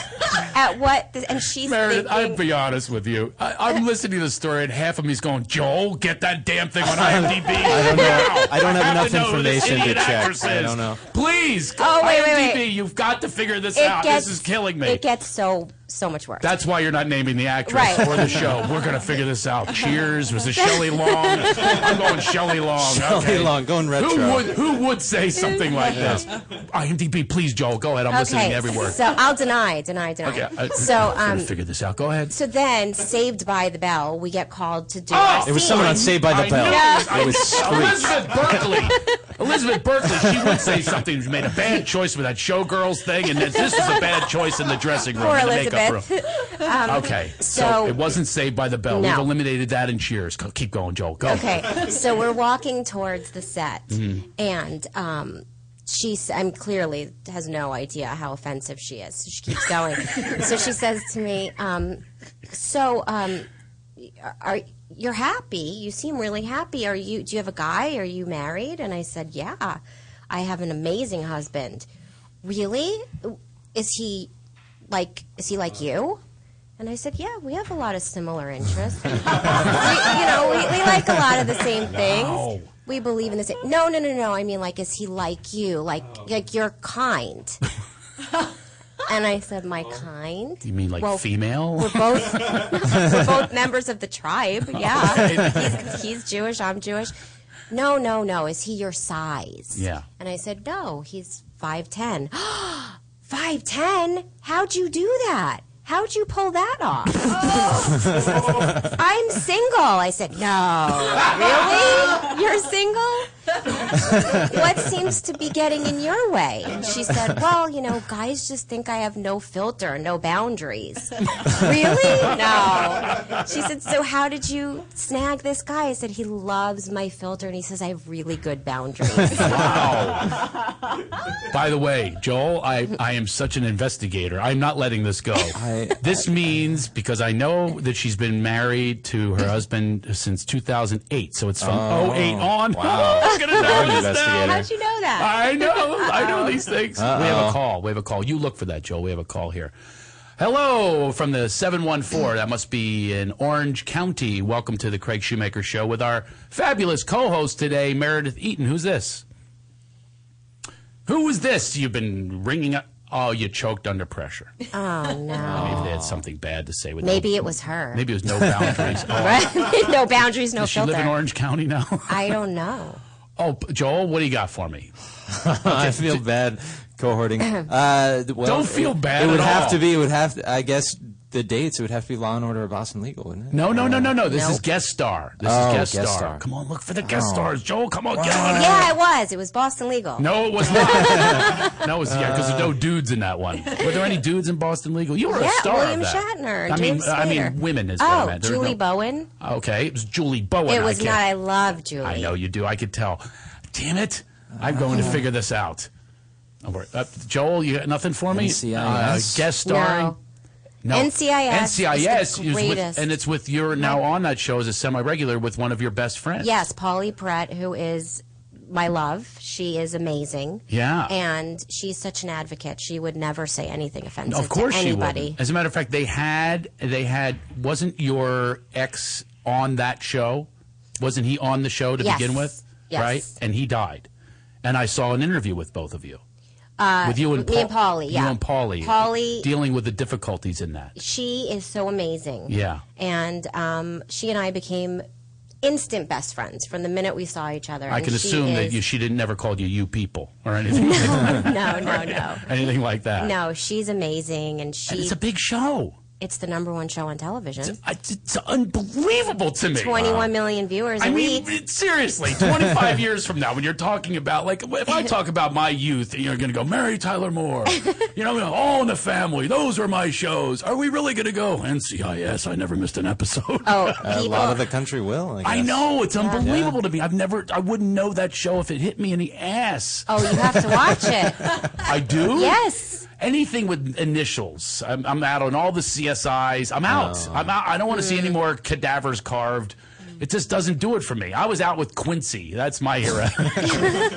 [SPEAKER 7] at what, this, and she's
[SPEAKER 4] Meredith,
[SPEAKER 7] thinking.
[SPEAKER 4] I'll be honest with you. I, I'm listening to the story, and half of me's going, "Joel, get that damn thing on
[SPEAKER 5] [laughs]
[SPEAKER 4] IMDb." I
[SPEAKER 5] don't know. I don't have
[SPEAKER 4] to
[SPEAKER 5] enough
[SPEAKER 4] know who this
[SPEAKER 5] information to
[SPEAKER 4] idiot
[SPEAKER 5] check.
[SPEAKER 4] actress
[SPEAKER 5] I
[SPEAKER 4] is.
[SPEAKER 5] don't know.
[SPEAKER 4] Please,
[SPEAKER 7] Oh, wait, wait,
[SPEAKER 4] IMDb,
[SPEAKER 7] wait.
[SPEAKER 4] you've got to figure this
[SPEAKER 7] It
[SPEAKER 4] out.
[SPEAKER 7] gets-
[SPEAKER 4] this is killing me.
[SPEAKER 7] It gets so so much worse.
[SPEAKER 4] That's why you're not naming the actress
[SPEAKER 7] Right.
[SPEAKER 4] or the show. We're gonna figure this out. Cheers.
[SPEAKER 5] [laughs]
[SPEAKER 4] Was it Shelley Long?
[SPEAKER 7] [laughs]
[SPEAKER 4] I'm going Shelley Long. okay.
[SPEAKER 5] Shelley Long, going retro.
[SPEAKER 4] Who would who would say something like this? IMDb, please, Joel, go ahead. I'm listening to every word.
[SPEAKER 7] So I'll deny, deny, deny.
[SPEAKER 4] okay. I-
[SPEAKER 7] so
[SPEAKER 4] I'm
[SPEAKER 7] um,
[SPEAKER 4] gonna figure this out. Go ahead.
[SPEAKER 7] so then Saved by the Bell, we get called to do. our
[SPEAKER 5] It was someone
[SPEAKER 7] scene.
[SPEAKER 5] on Saved by the
[SPEAKER 4] Oh! I
[SPEAKER 5] Bell.
[SPEAKER 4] knew it was-
[SPEAKER 5] It
[SPEAKER 7] [laughs]
[SPEAKER 5] was Screech.
[SPEAKER 4] Elizabeth [laughs] Berkley. Elizabeth Berkley, she would say something. She made a bad choice with that showgirls thing, and that this is a bad choice in the dressing room,
[SPEAKER 7] Poor
[SPEAKER 4] in the
[SPEAKER 7] Elizabeth. Um,
[SPEAKER 4] makeup room.
[SPEAKER 7] [laughs]
[SPEAKER 4] okay, so,
[SPEAKER 7] so-
[SPEAKER 4] it wasn't Saved by the Bell.
[SPEAKER 7] No.
[SPEAKER 4] We've eliminated that in Cheers. Go- Keep going, Joel. Go. Mm-hmm.
[SPEAKER 7] Okay, so we're walking towards the set, and um, she, s- I'm clearly has no idea how offensive she is. So she keeps going. so she says to me, um, "So, um, are you're happy? You seem really happy. Are you? Do you have a guy? Are you married?" And I said, "Yeah, I have an amazing husband. Really? Is he like? Is he like you?" And I said, "Yeah, we have a lot of similar interests." [laughs] we, you know, we, we like a lot of the same things. We believe in the same. No, no, no, no. I mean, like, is he like you? Like, like you're kind. and I said, my kind.
[SPEAKER 4] You mean like
[SPEAKER 7] Well,
[SPEAKER 4] female? [laughs]
[SPEAKER 7] We're both we're both members of the
[SPEAKER 4] Oh.
[SPEAKER 7] tribe.
[SPEAKER 4] [laughs]
[SPEAKER 7] Yeah, he's, he's Jewish. I'm Jewish. No, no, no. Is he your size?
[SPEAKER 4] Yeah.
[SPEAKER 7] And I said, no. He's five ten. [gasps] Five ten? How'd you do that? How'd you pull that
[SPEAKER 4] [laughs]
[SPEAKER 7] off? I'm single. I said, no. Really? You're single? what seems to be getting in your way? And she said, well, you know, guys just think I have no filter, no boundaries. really? No. She said, so how did you snag this guy? I said, he loves my filter and he says I have really good
[SPEAKER 4] [laughs]
[SPEAKER 7] boundaries.
[SPEAKER 4] By the way, Joel, I, I am such an investigator. I'm not letting this go.
[SPEAKER 5] [laughs] I-
[SPEAKER 4] this means because I know that she's been married to her husband since 2008, so it's from 08 on. [laughs] Wow. I'm gonna know
[SPEAKER 5] Oh, An
[SPEAKER 4] this now.
[SPEAKER 5] investigator.
[SPEAKER 7] How'd you know that?
[SPEAKER 4] I know. I know these things. We have a call. We have a call. You look for that, Joel. We have a call here. Hello from the 714. That must be in Orange County. Welcome to the Craig Shoemaker Show with our fabulous co host today, Meredith Eaton. Who's this? Who is this you've been ringing up? Oh, you choked under pressure. Maybe
[SPEAKER 7] Oh no.
[SPEAKER 4] they had something bad to say with no-
[SPEAKER 7] Maybe it was her.
[SPEAKER 4] Maybe it was no
[SPEAKER 7] [laughs]
[SPEAKER 4] boundaries. Oh,
[SPEAKER 7] no boundaries, no
[SPEAKER 4] does she
[SPEAKER 7] filter.
[SPEAKER 4] live in Orange County now? [laughs]
[SPEAKER 7] I don't know.
[SPEAKER 4] oh, Joel, what do you got for
[SPEAKER 7] [laughs]
[SPEAKER 4] me?
[SPEAKER 5] [laughs] I feel bad cohorting. Uh, well,
[SPEAKER 4] Don't feel
[SPEAKER 5] it-
[SPEAKER 4] bad
[SPEAKER 5] It would
[SPEAKER 4] at
[SPEAKER 5] have
[SPEAKER 4] all.
[SPEAKER 5] to be. It would have. To, I guess the dates. It would have to be Law and Order or Boston Legal, wouldn't it?
[SPEAKER 4] No, no, no, no, no. This
[SPEAKER 7] No.
[SPEAKER 4] is guest star. This
[SPEAKER 5] Oh,
[SPEAKER 4] is guest,
[SPEAKER 5] guest
[SPEAKER 4] star.
[SPEAKER 5] star. Oh.
[SPEAKER 4] Come on, look for the guest stars. Joel, come on, get on it.
[SPEAKER 7] Yeah, it was. It was Boston Legal.
[SPEAKER 4] Uh, No, it
[SPEAKER 5] [laughs]
[SPEAKER 4] was not. no, it was, yeah, because there no dudes in that one. Were there any dudes in Boston Legal? You were
[SPEAKER 7] Yeah,
[SPEAKER 4] a star
[SPEAKER 7] William
[SPEAKER 4] of that.
[SPEAKER 7] Shatner,
[SPEAKER 4] I mean,
[SPEAKER 7] James
[SPEAKER 4] I
[SPEAKER 7] Spader.
[SPEAKER 4] mean, women is what I
[SPEAKER 7] Oh,
[SPEAKER 4] meant. There were
[SPEAKER 7] Julie
[SPEAKER 4] no-
[SPEAKER 7] Bowen.
[SPEAKER 4] Okay, it was Julie Bowen.
[SPEAKER 7] It was
[SPEAKER 4] I
[SPEAKER 7] not.
[SPEAKER 4] can't-
[SPEAKER 7] I love Julie.
[SPEAKER 4] I know you do. I could tell. Damn it! I'm going to figure this out. Don't worry. Uh, Joel, you got nothing for me?
[SPEAKER 5] NCIS?
[SPEAKER 4] Uh, guest starring?
[SPEAKER 7] No. NCIS is the
[SPEAKER 4] NCIS is with-
[SPEAKER 7] greatest.
[SPEAKER 4] and it's with you're now on that show as a semi regular with one of your best friends.
[SPEAKER 7] Yes, Polly Pratt, who is my love. She is amazing.
[SPEAKER 4] Yeah.
[SPEAKER 7] And she's such an advocate. She would never say anything offensive
[SPEAKER 4] Of course
[SPEAKER 7] to
[SPEAKER 4] she
[SPEAKER 7] anybody.
[SPEAKER 4] would. As a matter of fact, they had they had wasn't your ex on that show? Wasn't he on the show to
[SPEAKER 7] Yes.
[SPEAKER 4] begin with?
[SPEAKER 7] Yes.
[SPEAKER 4] Right? And he died. And I saw an interview with both of you. with you and
[SPEAKER 7] Uh, me and Polly,
[SPEAKER 4] You
[SPEAKER 7] yeah.
[SPEAKER 4] and Polly.
[SPEAKER 7] Polly-
[SPEAKER 4] dealing with the difficulties in that.
[SPEAKER 7] She is so amazing.
[SPEAKER 4] Yeah.
[SPEAKER 7] And um, she and I became instant best friends from the minute we saw each other.
[SPEAKER 4] I
[SPEAKER 7] And
[SPEAKER 4] can
[SPEAKER 7] she
[SPEAKER 4] assume that
[SPEAKER 7] is-
[SPEAKER 4] you, she didn't never called you you people or anything [laughs]
[SPEAKER 7] [laughs] no, no, no.
[SPEAKER 4] anything like that.
[SPEAKER 7] No, she's amazing, and she
[SPEAKER 4] And it's
[SPEAKER 7] it's,
[SPEAKER 4] a big show.
[SPEAKER 7] the number one show on television.
[SPEAKER 4] I- It's unbelievable to me.
[SPEAKER 7] Twenty-one million viewers a
[SPEAKER 4] I mean,
[SPEAKER 7] week.
[SPEAKER 4] seriously, 25 years from now, when you're talking about, like, if I talk about my youth, you're going to go, Mary Tyler Moore, you know, All in the Family, those were my shows. Are we really going to go, NCIS, I never missed an episode? [laughs]
[SPEAKER 7] oh,
[SPEAKER 5] A
[SPEAKER 7] people.
[SPEAKER 5] lot of the country will. I, guess.
[SPEAKER 4] I know, it's unbelievable to me. I've never, I wouldn't know that show if it hit me in the ass.
[SPEAKER 7] oh, you have to watch it.
[SPEAKER 4] [laughs] I do?
[SPEAKER 7] yes.
[SPEAKER 4] Anything with initials. I'm, I'm out on all the CSIs. I'm out.
[SPEAKER 5] Oh.
[SPEAKER 4] I'm out. I don't want to see
[SPEAKER 7] Mm.
[SPEAKER 4] any more cadavers carved. It just doesn't do it for me. I was out with Quincy. That's my
[SPEAKER 7] [laughs]
[SPEAKER 4] era.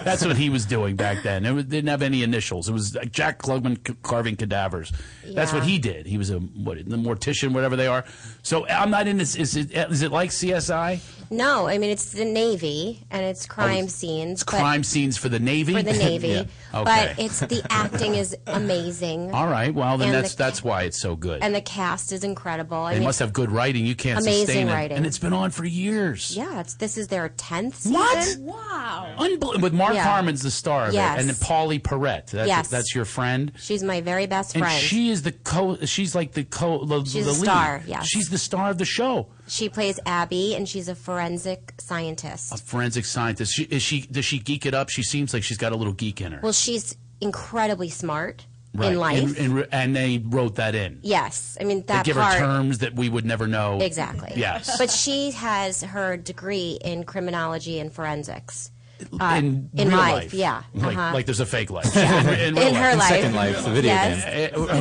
[SPEAKER 4] That's what he was doing back then. It was- didn't have any initials. It was like Jack Klugman c- carving cadavers. That's what
[SPEAKER 7] Yeah.
[SPEAKER 4] he did. He was a what, the mortician, whatever they are. So I'm not in this. Is it, is it like CSI?
[SPEAKER 7] No, I mean it's the Navy and it's crime scenes.
[SPEAKER 4] Oh, It's
[SPEAKER 7] but-
[SPEAKER 4] crime scenes for the Navy. [laughs]
[SPEAKER 7] for the Navy,
[SPEAKER 4] Okay.
[SPEAKER 7] but it's the acting is amazing.
[SPEAKER 4] [laughs] All right. Well, then
[SPEAKER 7] And the
[SPEAKER 4] that's that's why it's so good.
[SPEAKER 7] and the cast is incredible. I
[SPEAKER 4] They
[SPEAKER 7] mean,
[SPEAKER 4] must have good writing. You can't
[SPEAKER 7] Amazing
[SPEAKER 4] sustain it,
[SPEAKER 7] writing.
[SPEAKER 4] and it's been on for years.
[SPEAKER 7] yeah, it's, this is their tenth season.
[SPEAKER 4] What?
[SPEAKER 2] Wow.
[SPEAKER 4] Unbelievable. With Mark
[SPEAKER 7] Yeah.
[SPEAKER 4] Harmon's the star of
[SPEAKER 7] Yes.
[SPEAKER 4] it, and then Paulie Perrette. That's,
[SPEAKER 7] Yes.
[SPEAKER 4] that's your friend.
[SPEAKER 7] She's my very best
[SPEAKER 4] And
[SPEAKER 7] friend.
[SPEAKER 4] she is the co. She's like the co. The,
[SPEAKER 7] She's
[SPEAKER 4] the
[SPEAKER 7] a
[SPEAKER 4] lead.
[SPEAKER 7] star, yes.
[SPEAKER 4] She's the star of the show.
[SPEAKER 7] She plays Abby, and she's a forensic scientist.
[SPEAKER 4] A forensic scientist. She, is she? Does she geek it up? She seems like she's got a little geek in her.
[SPEAKER 7] Well, she's incredibly smart
[SPEAKER 4] Right.
[SPEAKER 7] in life.
[SPEAKER 4] And, and, and they wrote that in.
[SPEAKER 7] yes, I mean
[SPEAKER 4] They
[SPEAKER 7] that
[SPEAKER 4] give
[SPEAKER 7] part
[SPEAKER 4] her terms that we would never know.
[SPEAKER 7] exactly.
[SPEAKER 4] Oh, Yes.
[SPEAKER 7] but she has her degree in criminology and forensics. uh,
[SPEAKER 4] in
[SPEAKER 7] in
[SPEAKER 4] real
[SPEAKER 7] life,
[SPEAKER 4] life,
[SPEAKER 7] yeah,
[SPEAKER 4] Like,
[SPEAKER 7] uh-huh.
[SPEAKER 4] like there's a fake life. in real
[SPEAKER 7] in her
[SPEAKER 4] life.
[SPEAKER 7] life,
[SPEAKER 5] Second Life, the video
[SPEAKER 7] Yes.
[SPEAKER 5] game.
[SPEAKER 4] Eh,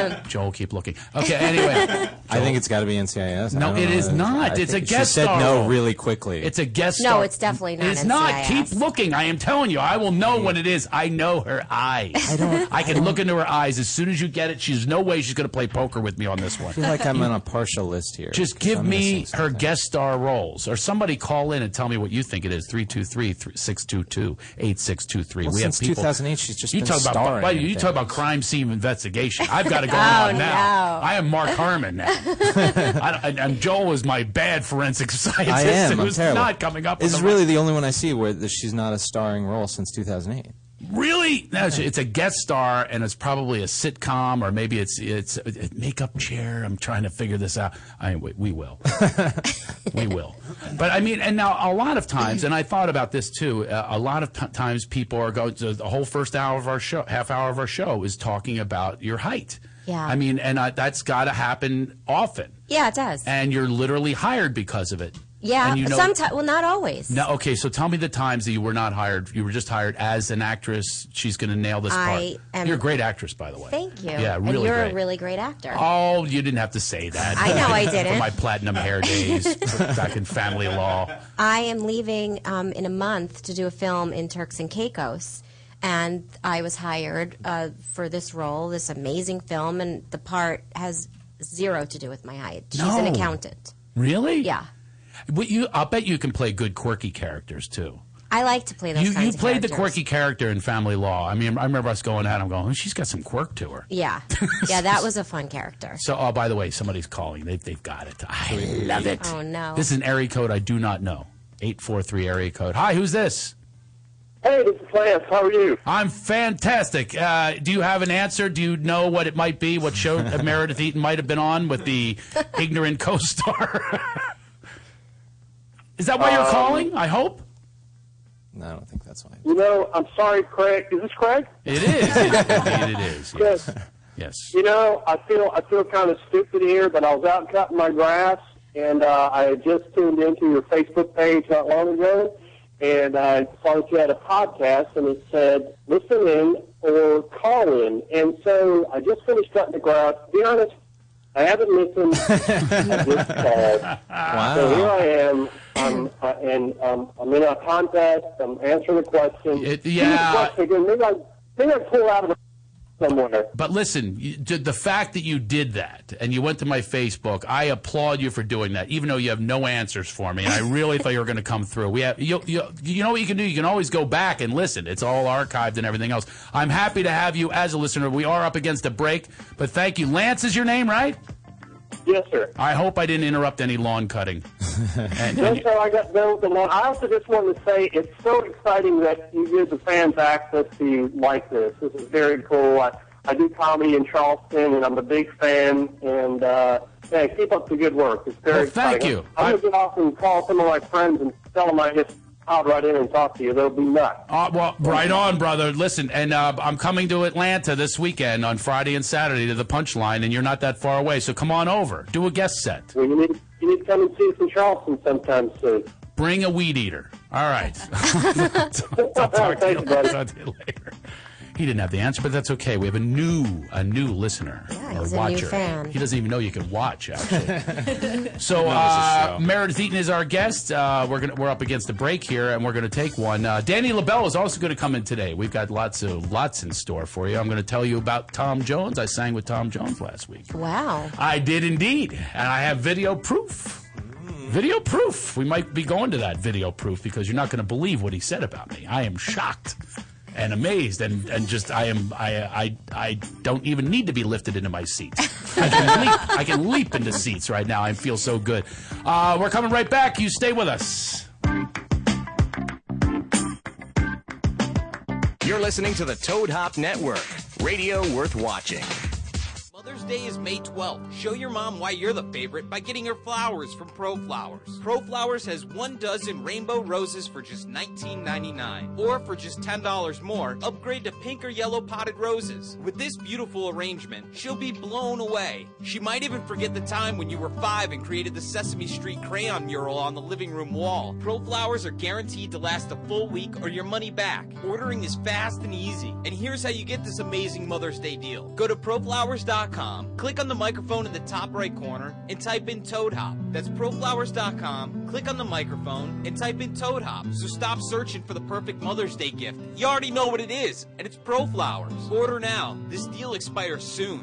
[SPEAKER 7] [laughs]
[SPEAKER 4] okay. Joel, keep looking. Okay, anyway.
[SPEAKER 5] [laughs] I think it's got to be NCIS. I
[SPEAKER 4] No,
[SPEAKER 5] don't
[SPEAKER 4] it
[SPEAKER 5] know.
[SPEAKER 4] is not.
[SPEAKER 5] I
[SPEAKER 4] It's
[SPEAKER 5] think
[SPEAKER 4] a guest
[SPEAKER 5] She said
[SPEAKER 4] star
[SPEAKER 5] no
[SPEAKER 4] role.
[SPEAKER 5] really quickly.
[SPEAKER 4] It's a guest
[SPEAKER 7] No,
[SPEAKER 4] star.
[SPEAKER 7] it's definitely not
[SPEAKER 4] It's not.
[SPEAKER 7] NCIS.
[SPEAKER 4] Keep looking. I am telling you. I will know when it is. I know her eyes. I don't. I can look into her eyes as soon as you get it. She's no way she's going to play poker with me on this one.
[SPEAKER 5] I feel like I'm on a partial list here.
[SPEAKER 4] Just
[SPEAKER 5] 'cause
[SPEAKER 4] give [laughs]
[SPEAKER 5] I'm
[SPEAKER 4] me
[SPEAKER 5] missing
[SPEAKER 4] her
[SPEAKER 5] something.
[SPEAKER 4] guest star roles, or somebody call in and tell me what you think it is. 323-622-8623.
[SPEAKER 5] Well,
[SPEAKER 4] we have
[SPEAKER 5] since
[SPEAKER 4] people.
[SPEAKER 5] 2008, she's just
[SPEAKER 4] you
[SPEAKER 5] been
[SPEAKER 4] talk about
[SPEAKER 5] starring
[SPEAKER 4] well,
[SPEAKER 5] in
[SPEAKER 4] you talk about
[SPEAKER 5] things. Oh,
[SPEAKER 4] crime scene investigation. I've
[SPEAKER 5] [laughs]
[SPEAKER 4] got to go on now.
[SPEAKER 7] no.
[SPEAKER 4] I am Mark Harmon now. I, don't- and, and Joel is my bad forensic [laughs] scientist
[SPEAKER 5] I am. I'm
[SPEAKER 4] who's
[SPEAKER 5] terrible.
[SPEAKER 4] not coming up.
[SPEAKER 5] This
[SPEAKER 4] with
[SPEAKER 5] is
[SPEAKER 4] the
[SPEAKER 5] really the only one I see where the, she's not a starring role since 2008.
[SPEAKER 4] Really? No, it's, it's a guest star, and it's probably a sitcom, or maybe it's it's a makeup chair. I'm trying to figure this out. I we, we
[SPEAKER 7] [laughs]
[SPEAKER 4] will, we will. But I mean, and now a lot of times, and I thought about this too. Uh, a lot of t- times, people are going. To, the whole first hour of our show, half hour of our show, is talking about your height.
[SPEAKER 7] Yeah.
[SPEAKER 4] I mean, and I, that's got to happen often,
[SPEAKER 7] Yeah, it does.
[SPEAKER 4] and you're literally hired because of it.
[SPEAKER 7] yeah,
[SPEAKER 4] And you know-
[SPEAKER 7] sometimes. Well, not always.
[SPEAKER 4] now, okay, so tell me the times that you were not hired. You were just hired as an actress. She's going to nail this
[SPEAKER 7] I
[SPEAKER 4] part.
[SPEAKER 7] am-
[SPEAKER 4] You're a great actress, by the way.
[SPEAKER 7] Thank you.
[SPEAKER 4] Yeah,
[SPEAKER 7] and
[SPEAKER 4] really
[SPEAKER 7] you're
[SPEAKER 4] great.
[SPEAKER 7] a really great actor.
[SPEAKER 4] Oh, you didn't have to say that.
[SPEAKER 7] I know
[SPEAKER 4] [laughs]
[SPEAKER 7] I
[SPEAKER 4] From
[SPEAKER 7] didn't.
[SPEAKER 4] my platinum hair days
[SPEAKER 7] [laughs]
[SPEAKER 4] back in family law.
[SPEAKER 7] I am leaving um, in a month to do a film in Turks and Caicos. And I was hired uh, for this role, this amazing film, and the part has zero to do with my height. She's an
[SPEAKER 4] No.
[SPEAKER 7] accountant.
[SPEAKER 4] Really?
[SPEAKER 7] Yeah.
[SPEAKER 4] But you, I'll bet you can play good quirky characters too.
[SPEAKER 7] I like to play those
[SPEAKER 4] You,
[SPEAKER 7] kinds
[SPEAKER 4] you
[SPEAKER 7] of
[SPEAKER 4] played the
[SPEAKER 7] characters.
[SPEAKER 4] quirky character in Family Law. I mean, I remember us going out. I'm going, oh, she's got some quirk to her. [laughs]
[SPEAKER 7] Yeah. Yeah, that was a fun character.
[SPEAKER 4] So, oh, by the way, somebody's calling. They've, they've got it. I love it.
[SPEAKER 7] Oh, no.
[SPEAKER 4] This is an area code I do not know. 843 area code. Hi, who's this?
[SPEAKER 9] Hey, this is Lance. How are you?
[SPEAKER 4] I'm fantastic. Uh, do you have an answer? Do you know what it might be? What show Meredith Eaton might have been on with
[SPEAKER 7] [laughs]
[SPEAKER 4] the ignorant co star? [laughs] Is that why
[SPEAKER 9] Um,
[SPEAKER 4] you're calling? I hope.
[SPEAKER 5] No, I don't think that's why.
[SPEAKER 9] You know, I'm sorry, Craig. Is this Craig?
[SPEAKER 4] It is. Indeed, it is. Yes.
[SPEAKER 7] [laughs]
[SPEAKER 4] Yes.
[SPEAKER 9] You know, I feel I feel kind of stupid here, but I was out cutting my grass, and uh, I had just tuned into your Facebook page not long ago, and I saw that you had a podcast, and it said, "Listen in or call in. And so I just finished cutting the grass. To be honest, I haven't listened. I
[SPEAKER 4] [laughs]
[SPEAKER 9] just called. So here I am. I'm, uh, and um, I'm in a contest. I'm answering a question.
[SPEAKER 4] yeah.
[SPEAKER 9] Again, maybe I, maybe I pull out of the somewhere.
[SPEAKER 4] But listen, you, d- the fact that you did that and you went to my Facebook, I applaud you for doing that, even though you have no answers for me. And I really thought you were going to come through. We have, you, you, you know what you can do? You can always go back and listen. It's all archived and everything else. I'm happy to have you as a listener. We are up against a break, but thank you. Lance is your name, right?
[SPEAKER 9] Yes, sir.
[SPEAKER 4] I hope I didn't interrupt any lawn
[SPEAKER 9] [laughs]
[SPEAKER 4] cutting. And-
[SPEAKER 9] Just so I got done with the lawn. I also just wanted to say it's so exciting that you give the fans access to like this. This is very cool. I, I do comedy in Charleston, and I'm a big fan. And uh, yeah, keep up the good work. It's very
[SPEAKER 4] Well, thank
[SPEAKER 9] exciting.
[SPEAKER 4] you.
[SPEAKER 9] I'm gonna get off and call some of my friends and tell them I just called right in and talked to you. They'll be nuts.
[SPEAKER 4] Uh, well, right on, brother. Listen, and uh, I'm coming to Atlanta this weekend on Friday and Saturday to the Punchline, and you're not that far away, so come on over. Do a guest set.
[SPEAKER 9] Well, you need you need to come and see us in Charleston sometime soon.
[SPEAKER 4] Bring a weed
[SPEAKER 9] [laughs]
[SPEAKER 4] eater. All right.
[SPEAKER 9] Thank you, buddy.
[SPEAKER 4] Talk to you later. He didn't have the answer, but that's okay. We have a new, a new listener or
[SPEAKER 7] he's a new
[SPEAKER 4] watcher.
[SPEAKER 7] fan.
[SPEAKER 4] He doesn't even know you can watch. Actually,
[SPEAKER 7] [laughs]
[SPEAKER 4] so uh, Meredith Eaton is our guest. Uh, we're gonna, we're up against the break here, and we're going to take one. Uh, Danny LaBelle is also going to come in today. We've got lots of lots in store for you. I'm going to tell you about Tom Jones. I sang with Tom Jones last week.
[SPEAKER 7] Wow.
[SPEAKER 4] I did indeed, and I have video proof. Video proof. We might be going to that video proof because you're not going to believe what he said about me. I am shocked and amazed, and, and just I am I, I I don't even need to be lifted into my seat. I can leap. I can leap into seats right now. I feel so good. Uh, we're coming right back. You stay with us.
[SPEAKER 1] You're listening to the Toad Hop Network, radio worth watching.
[SPEAKER 10] Mother's Day is May 12th. Show your mom why you're the favorite by getting her flowers from Pro Flowers. Pro Flowers has one dozen rainbow roses for just $19.99. Or for just $10 more, upgrade to pink or yellow potted roses. With this beautiful arrangement, she'll be blown away. She might even forget the time when you were five and created the Sesame Street crayon mural on the living room wall. Pro Flowers are guaranteed to last a full week or your money back. Ordering is fast and easy. And here's how you get this amazing Mother's Day deal. Go to proflowers.com, click on the microphone in the top right corner, and type in Toad Hop. That's proflowers.com, click on the microphone, and type in Toad Hop. So stop searching for the perfect Mother's Day gift. You already know what it is, and it's Pro Flowers. Order now. This deal expires soon.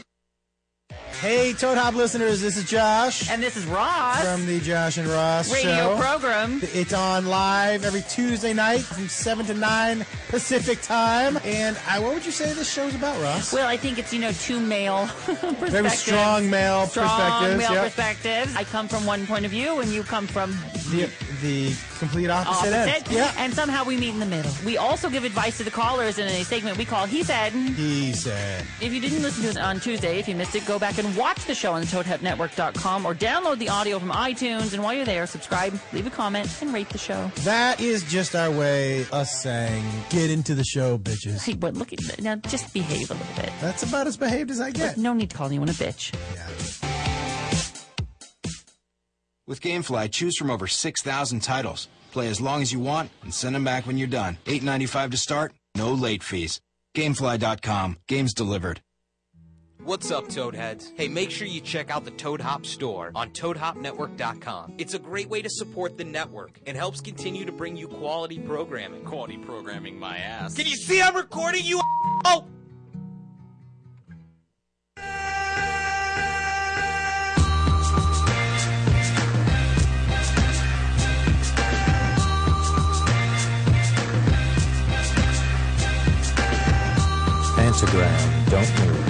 [SPEAKER 11] Hey, Toad Hop listeners, this is Josh. And this is Ross. From the Josh and Ross
[SPEAKER 12] Radio
[SPEAKER 11] show. program. It's on live every Tuesday night from 7 to 9 Pacific time. And I, what would you say this show's about, Ross?
[SPEAKER 12] Well, I think it's, you know, two male [laughs] perspectives.
[SPEAKER 11] Very strong male
[SPEAKER 12] Strong
[SPEAKER 11] perspectives,
[SPEAKER 12] male
[SPEAKER 11] yep.
[SPEAKER 12] perspectives. I come from one point of view, and you come from
[SPEAKER 11] The, the complete opposite, end. Yeah.
[SPEAKER 12] And somehow we meet in the middle. We also give advice to the callers in a segment we call He Said.
[SPEAKER 11] He said.
[SPEAKER 12] If you didn't listen to it on Tuesday, if you missed it, go back and watch the show on toadhepnetwork.com or download the audio from iTunes. And while you're there, subscribe, leave a comment, and rate the show.
[SPEAKER 11] That is just our way, us saying, get into the show, bitches.
[SPEAKER 12] Hey, but look at that. Now just behave a little bit.
[SPEAKER 11] That's about as behaved as I get.
[SPEAKER 12] no need to call anyone a bitch.
[SPEAKER 13] With GameFly, choose from over 6,000 titles. Play as long as you want and send them back when you're done. $8.95 to start, no late fees. GameFly.com, games delivered.
[SPEAKER 10] What's up, Toadheads? Hey, make sure you check out the Toad Hop store on ToadHopNetwork.com. It's a great way to support the network and helps continue to bring you quality programming. Quality programming, my ass. Can you see I'm recording you? Oh!
[SPEAKER 5] Pentagram, don't move.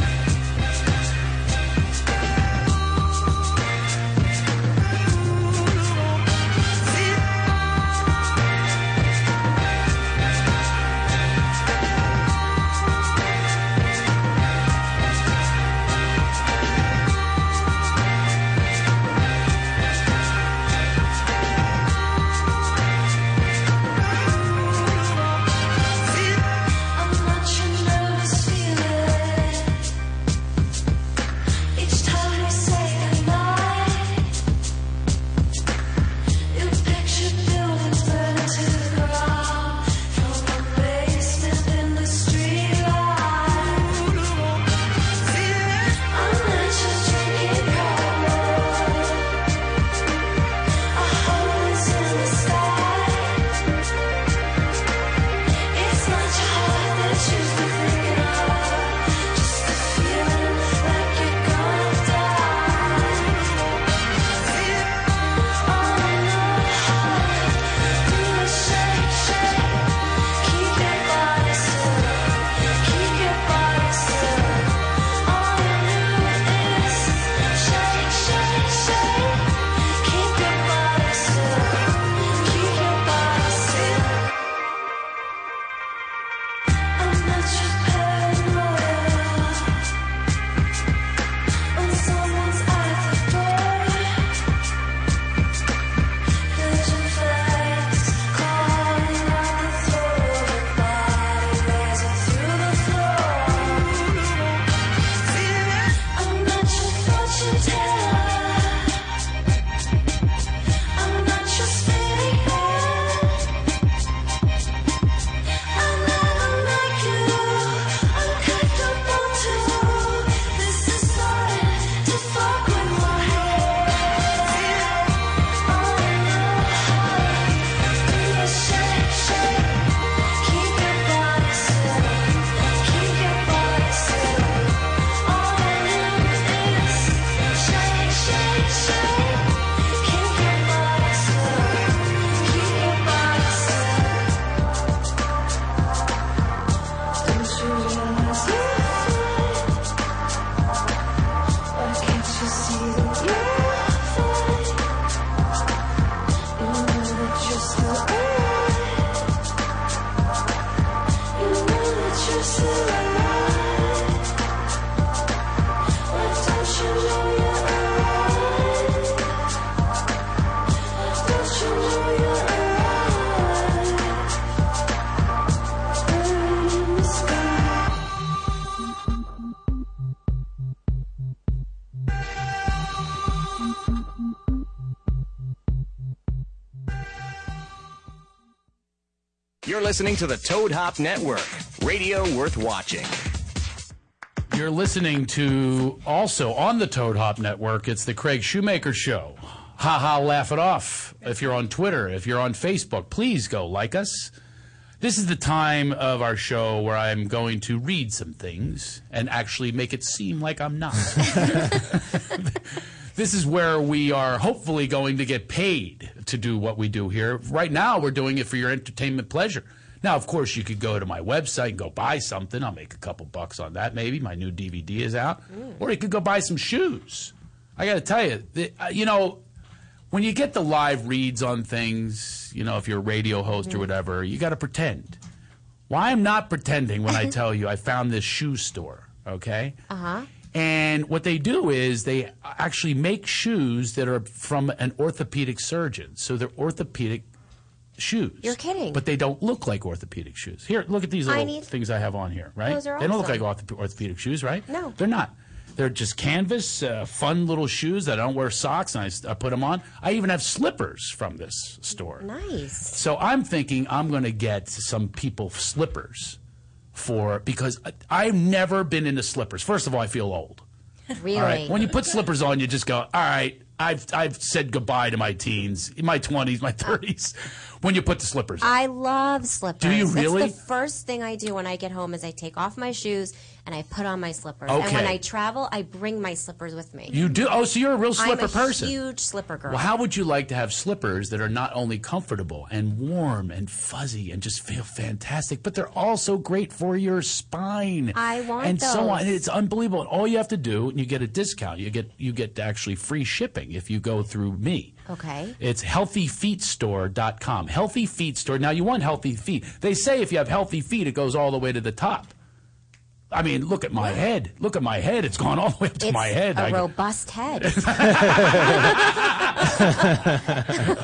[SPEAKER 1] You're listening to the Toad Hop Network, radio worth watching.
[SPEAKER 4] You're listening to also on the Toad Hop Network. It's the Craig Shoemaker Show. Ha ha, laugh it off. If you're on Twitter, if you're on Facebook, please go like us. This is the time of our show where I'm going to read some things and actually make it seem like I'm not. this is where we are hopefully going to get paid to do what we do here. Right now, we're doing it for your entertainment pleasure. Now, of course, you could go to my website and go buy something. I'll make a couple bucks on that, maybe. My new DVD is out. Or you could go buy some shoes. I got to tell you, the, uh, you know, when you get the live reads on things, you know, if you're a radio host or whatever, you got to pretend. Why I'm not pretending when I tell you I found this shoe store, okay?
[SPEAKER 7] Uh huh.
[SPEAKER 4] And what they do is they actually make shoes that are from an orthopedic surgeon. So they're orthopedic shoes.
[SPEAKER 7] You're kidding.
[SPEAKER 4] But they don't look like orthopedic shoes. Here, look at these
[SPEAKER 7] I
[SPEAKER 4] little
[SPEAKER 7] need-
[SPEAKER 4] things I have on here, right?
[SPEAKER 7] Those are
[SPEAKER 4] they don't look like
[SPEAKER 7] awesome.
[SPEAKER 4] ortho- orthopedic shoes, right?
[SPEAKER 7] No.
[SPEAKER 4] They're not. They're just canvas, uh, fun little shoes that I don't wear socks and I s- I, put them on. I even have slippers from this store.
[SPEAKER 7] Nice.
[SPEAKER 4] So I'm thinking I'm going to get some people slippers for because I, I've never been into slippers. First of all, I feel old.
[SPEAKER 7] Really?
[SPEAKER 4] All right. When you put slippers on, you just go, all right, I've, I've said goodbye to my teens, my 20s, my 30s, when you put the slippers on.
[SPEAKER 7] I love slippers.
[SPEAKER 4] Do you really?
[SPEAKER 7] It's the first thing I do when I get home is I take off my shoes and I put on my slippers. And
[SPEAKER 4] Okay.
[SPEAKER 7] when I travel, I bring my slippers with me.
[SPEAKER 4] You do? Oh, so you're a real slipper
[SPEAKER 7] I'm a
[SPEAKER 4] person.
[SPEAKER 7] Huge slipper girl.
[SPEAKER 4] Well, how would you like to have slippers that are not only comfortable and warm and fuzzy and just feel fantastic, but they're also great for your spine?
[SPEAKER 7] I want
[SPEAKER 4] and so on.
[SPEAKER 7] those.
[SPEAKER 4] It's unbelievable. And all you have to do, and you get a discount. You get you get actually free shipping if you go through me.
[SPEAKER 7] Okay.
[SPEAKER 4] It's healthyfeetstore.com. Healthy Feet Store. Now, you want healthy feet. They say if you have healthy feet, it goes all the way to the top. I mean, look at my head. Look at my head. It's gone all the way up to
[SPEAKER 7] It's
[SPEAKER 4] my head.
[SPEAKER 7] a
[SPEAKER 4] I-
[SPEAKER 7] robust head.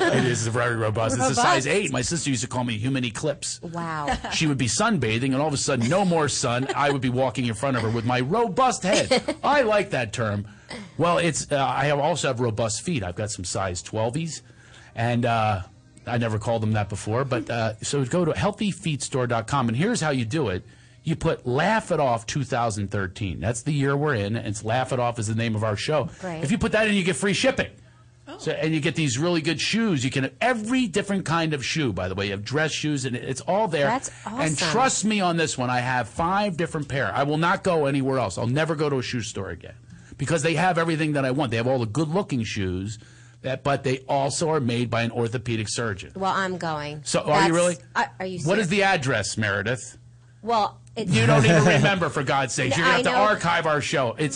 [SPEAKER 4] [laughs] it is very robust. It's a size
[SPEAKER 7] Robust.
[SPEAKER 4] eight. My sister used to call me human eclipse.
[SPEAKER 7] wow.
[SPEAKER 4] [laughs] She would be sunbathing, and all of a sudden, no more sun. I would be walking in front of her with my robust head. I like that term. Well, it's uh, I have also have robust feet. I've got some size 12s, and uh, I never called them that before. But uh, so go to healthyfeetstore.com, and here's how you do it. You put Laugh It Off 2013. That's the year we're in. and It's Laugh It Off is the name of our show.
[SPEAKER 14] Great.
[SPEAKER 4] If you put that in, you get free shipping. So, and you get these really good shoes. You can have every different kind of shoe, by the way. You have dress shoes, and it's all there.
[SPEAKER 14] That's
[SPEAKER 4] And
[SPEAKER 14] awesome.
[SPEAKER 4] trust me on this one. I have five different pair. I will not go anywhere else. I'll never go to a shoe store again because they have everything that I want. They have all the good-looking shoes, that, but they also are made by an orthopedic surgeon.
[SPEAKER 7] Well, I'm going.
[SPEAKER 4] So, are you
[SPEAKER 7] That's-
[SPEAKER 4] really?
[SPEAKER 7] I- are you?
[SPEAKER 4] What is
[SPEAKER 7] serious?
[SPEAKER 4] the address, Meredith?
[SPEAKER 7] Well, it,
[SPEAKER 4] You don't
[SPEAKER 7] [laughs]
[SPEAKER 4] even remember, for God's sake. You're
[SPEAKER 7] I
[SPEAKER 4] going to have
[SPEAKER 7] know.
[SPEAKER 4] to archive our show. It's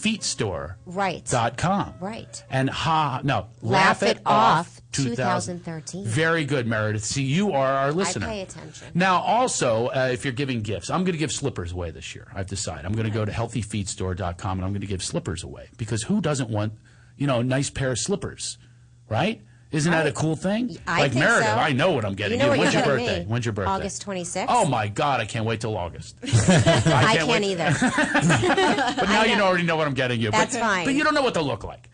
[SPEAKER 4] healthyfeetstore.com.
[SPEAKER 7] Right. Right.
[SPEAKER 4] And ha, no,
[SPEAKER 7] Laugh It Off
[SPEAKER 4] 2000.
[SPEAKER 7] 2013.
[SPEAKER 4] Very good, Meredith. See, you are our listener.
[SPEAKER 7] I pay attention.
[SPEAKER 4] Now, also, uh, if you're giving gifts, I'm going to give slippers away this year. I've decided. I'm going to go to healthyfeedstore.com and I'm going to give slippers away because who doesn't want, you know, a nice pair of slippers, right? Isn't that a cool thing?
[SPEAKER 7] I
[SPEAKER 4] like
[SPEAKER 7] think
[SPEAKER 4] Meredith,
[SPEAKER 7] so.
[SPEAKER 4] I know what I'm getting
[SPEAKER 7] You know what
[SPEAKER 4] When's
[SPEAKER 7] you're
[SPEAKER 4] your
[SPEAKER 7] getting
[SPEAKER 4] birthday?
[SPEAKER 7] me.
[SPEAKER 4] When's your birthday?
[SPEAKER 7] August 26th.
[SPEAKER 4] Oh my God, I can't wait till
[SPEAKER 7] [laughs]
[SPEAKER 4] August.
[SPEAKER 7] I
[SPEAKER 4] can't
[SPEAKER 7] can't,
[SPEAKER 4] wait.
[SPEAKER 7] either.
[SPEAKER 4] [laughs] But now you already know what I'm getting you.
[SPEAKER 7] That's
[SPEAKER 4] but,
[SPEAKER 7] fine.
[SPEAKER 4] But you don't know what they'll look like.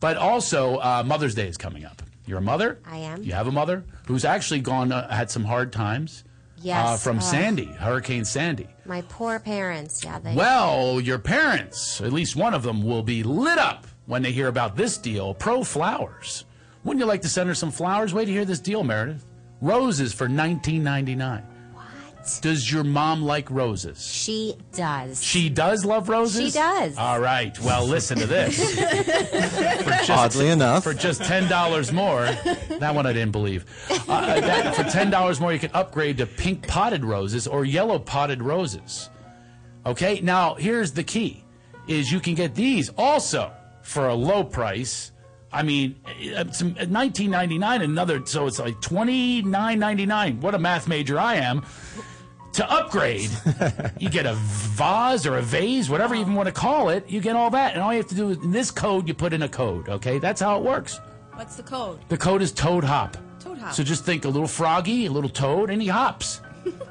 [SPEAKER 4] But also, uh, Mother's Day is coming up. You're a mother.
[SPEAKER 7] I am.
[SPEAKER 4] You have a mother who's actually gone uh, had some hard times. Uh,
[SPEAKER 7] Yes.
[SPEAKER 4] from
[SPEAKER 7] Oh.
[SPEAKER 4] Sandy, Hurricane Sandy.
[SPEAKER 7] My poor parents. Yeah. They,
[SPEAKER 4] Well, your parents, at least one of them, will be lit up when they hear about this deal. Pro flowers. Wouldn't you like to send her some flowers? Wait to hear this deal, Meredith. Roses for 19.99. What? Does your mom like roses?
[SPEAKER 7] She does.
[SPEAKER 4] She does love roses?
[SPEAKER 7] She does.
[SPEAKER 4] All right. Well, listen to [laughs]
[SPEAKER 7] [laughs]
[SPEAKER 4] this. For just-
[SPEAKER 5] Oddly enough.
[SPEAKER 4] For just $10 more. That one I didn't believe. Uh, that- for $10 more, you can upgrade to pink potted roses or yellow potted roses. Okay? Now, here's the key is you can get these also for a low price. I mean, uh, it's 19.99 another so it's like 29.99. What a math major I am to upgrade, you get a vase or a vase, whatever you even want to call it. You get all that, and all you have to do is in this code you put in a code. Okay, that's how it works.
[SPEAKER 2] What's the code?
[SPEAKER 4] The code is toad hop.
[SPEAKER 2] Toad hop.
[SPEAKER 4] So just think a little froggy, a little toad, and he
[SPEAKER 2] [laughs]
[SPEAKER 4] hops.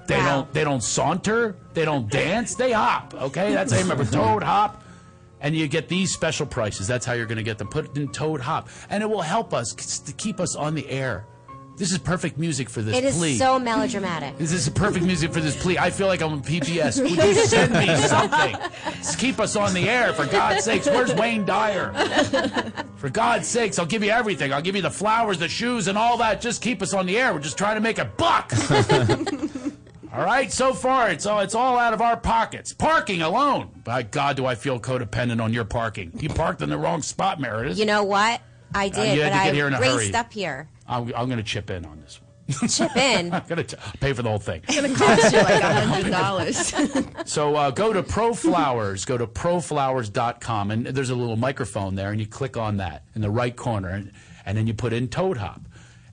[SPEAKER 4] They don't they don't saunter, they don't dance, they hop. Okay, that's how you remember toad hop. And you get these special prices. That's how you're going to get them. Put it in Toad Hop, and it will help us k- to keep us on the air This is perfect music for this
[SPEAKER 7] It is
[SPEAKER 4] plea.
[SPEAKER 7] so melodramatic.
[SPEAKER 4] This is perfect music for this plea. I feel like I'm on PBS. Would you send me something? Just keep us on the air, for God's sakes. Where's Wayne Dyer? For God's sakes, I'll give you everything. I'll give you the flowers, the shoes, and all that. Just keep us on the air. We're just trying to make a buck. all right, so far it's all, it's all out of our pockets. Parking alone. By God, do I feel codependent on your parking. You parked in the wrong spot, Meredith.
[SPEAKER 7] You know what? I
[SPEAKER 4] Uh,
[SPEAKER 7] did,
[SPEAKER 4] you had
[SPEAKER 7] but
[SPEAKER 4] to
[SPEAKER 7] I
[SPEAKER 4] get here in a
[SPEAKER 7] raced
[SPEAKER 4] hurry.
[SPEAKER 7] up here.
[SPEAKER 4] I'm, I'm going to chip in on this
[SPEAKER 7] Chip in.
[SPEAKER 4] [laughs] I'm going to pay for the whole thing.
[SPEAKER 2] It's going to cost you like $100.
[SPEAKER 4] So uh, go to ProFlowers, go to proflowers.com, and there's a little microphone there, and you click on that in the right corner, and, and then you put in Toad Hop.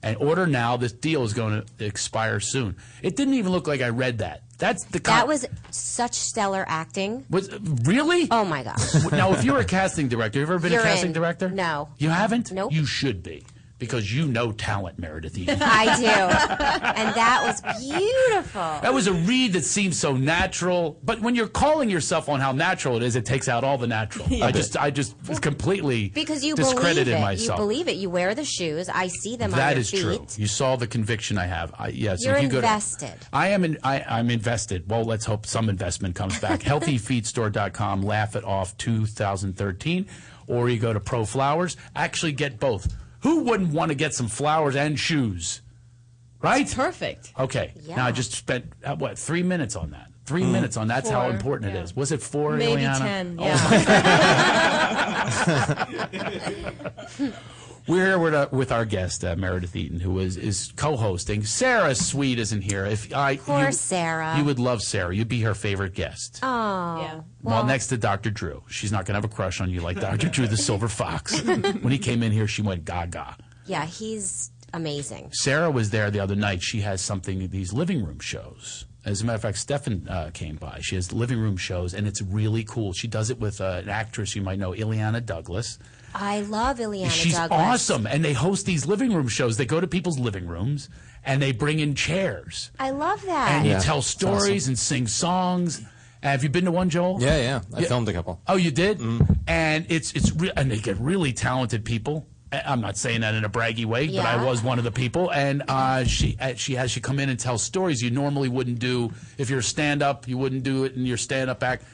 [SPEAKER 4] And order now. This deal is going to expire soon. It didn't even look like I read that. That's the con-
[SPEAKER 7] That was such stellar acting.
[SPEAKER 4] was really.
[SPEAKER 7] Oh my gosh!
[SPEAKER 4] now, if you were a casting director, have you ever [laughs] been
[SPEAKER 7] You're
[SPEAKER 4] a casting
[SPEAKER 7] in.
[SPEAKER 4] director? [laughs]
[SPEAKER 7] No,
[SPEAKER 4] You haven't? Nope. You should be because you know talent, Meredith.
[SPEAKER 7] [laughs]
[SPEAKER 4] Egan.
[SPEAKER 7] I do, and that was beautiful.
[SPEAKER 4] That was a read that seems so natural, but when you're calling yourself on how natural it is, it takes out all the natural.
[SPEAKER 7] Yeah.
[SPEAKER 4] I just, I just completely
[SPEAKER 7] Because you believe
[SPEAKER 4] discredited
[SPEAKER 7] it.
[SPEAKER 4] myself.
[SPEAKER 7] You believe it. You wear the shoes. I see them on
[SPEAKER 4] that
[SPEAKER 7] your
[SPEAKER 4] is
[SPEAKER 7] feet.
[SPEAKER 4] true. You saw the conviction I have. I, yes,
[SPEAKER 7] You're
[SPEAKER 4] if you
[SPEAKER 7] invested.
[SPEAKER 4] Go to, I am. In, I, I'm invested. Well, let's hope some investment comes
[SPEAKER 7] [laughs]
[SPEAKER 4] back. HealthyFeedStore.com. Laugh it off 2013, or you go to Pro Flowers. Actually, get both. Who wouldn't want to get some flowers and shoes? Right. perfect. Okay. Now I just spent uh, what three minutes on that. Three
[SPEAKER 14] Mm.
[SPEAKER 4] minutes on that's how
[SPEAKER 14] Four,
[SPEAKER 4] important it is. Was it four?
[SPEAKER 14] Maybe
[SPEAKER 4] Ileana?
[SPEAKER 14] 10,
[SPEAKER 4] Oh,
[SPEAKER 14] yeah.
[SPEAKER 4] my We're here with, uh, with our guest uh, Meredith Eaton, who is, is co-hosting. Sarah Sweet isn't here. If I
[SPEAKER 7] Poor
[SPEAKER 4] you,
[SPEAKER 7] Sarah.
[SPEAKER 4] you would love Sarah. You'd be her favorite guest.
[SPEAKER 7] Oh.
[SPEAKER 4] well, next to Dr. Drew, she's not gonna have a crush on you like Dr. Drew the Silver Fox. when he came in here, she went gaga.
[SPEAKER 7] Yeah, he's amazing.
[SPEAKER 4] Sarah was there the other night. She has something these living room shows. As a matter of fact, Stefan uh, came by. She has living room shows, and it's really cool. She does it with uh, an actress you might know, Ileana Douglas.
[SPEAKER 7] I love Ileana
[SPEAKER 4] She's
[SPEAKER 7] Douglas.
[SPEAKER 4] awesome. And they host these living room shows. They go to people's living rooms and they bring in chairs
[SPEAKER 7] I love that.
[SPEAKER 4] and you tell stories and sing songs. Have you been to one, Joel?
[SPEAKER 5] Yeah, yeah. I filmed a couple. Mm-hmm.
[SPEAKER 4] Oh, you did? And it's it's re- and they get really talented people. I- I'm not saying that in a braggy way, but I
[SPEAKER 5] Yeah.
[SPEAKER 4] was one of the people. And uh, she uh, she has you come in and tell stories you normally wouldn't do if you're stand up. You wouldn't do it in your stand up act.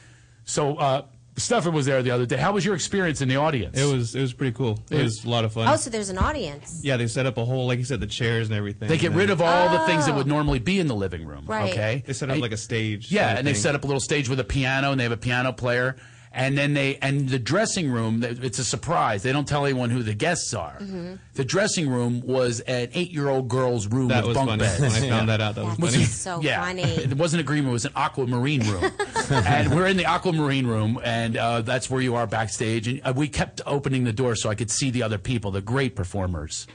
[SPEAKER 4] So uh, Stefan was there the other day. How was your experience in the audience?
[SPEAKER 15] It was it was pretty cool. It was a lot of fun.
[SPEAKER 7] Oh, so there's an audience.
[SPEAKER 15] yeah, they set up a whole like you said the chairs and everything.
[SPEAKER 4] They get
[SPEAKER 15] and
[SPEAKER 4] rid
[SPEAKER 15] then-
[SPEAKER 4] of all the things that would normally be in the living room.
[SPEAKER 15] Right.
[SPEAKER 4] Okay.
[SPEAKER 15] They set up
[SPEAKER 4] And-
[SPEAKER 15] like a stage
[SPEAKER 4] Yeah,
[SPEAKER 15] kinda
[SPEAKER 4] and they
[SPEAKER 15] thing.
[SPEAKER 4] set up a little stage with a piano, and they have a piano player, and then they and the dressing room. th- It's a surprise. They don't tell anyone who the guests are.
[SPEAKER 7] Mm-hmm.
[SPEAKER 14] Mhm.
[SPEAKER 4] The dressing room was an eight-year-old girl's room
[SPEAKER 15] That
[SPEAKER 4] with
[SPEAKER 15] was
[SPEAKER 4] bunk
[SPEAKER 15] funny.
[SPEAKER 4] beds.
[SPEAKER 15] When I found that out, that was
[SPEAKER 4] Which
[SPEAKER 15] funny.
[SPEAKER 4] is-
[SPEAKER 7] So
[SPEAKER 4] yeah,
[SPEAKER 7] funny.
[SPEAKER 4] It wasn't a green room. It was an aquamarine room, and we're in the aquamarine room, and uh, that's where you are backstage. And uh, we kept opening the door so I could see the other people, the great performers.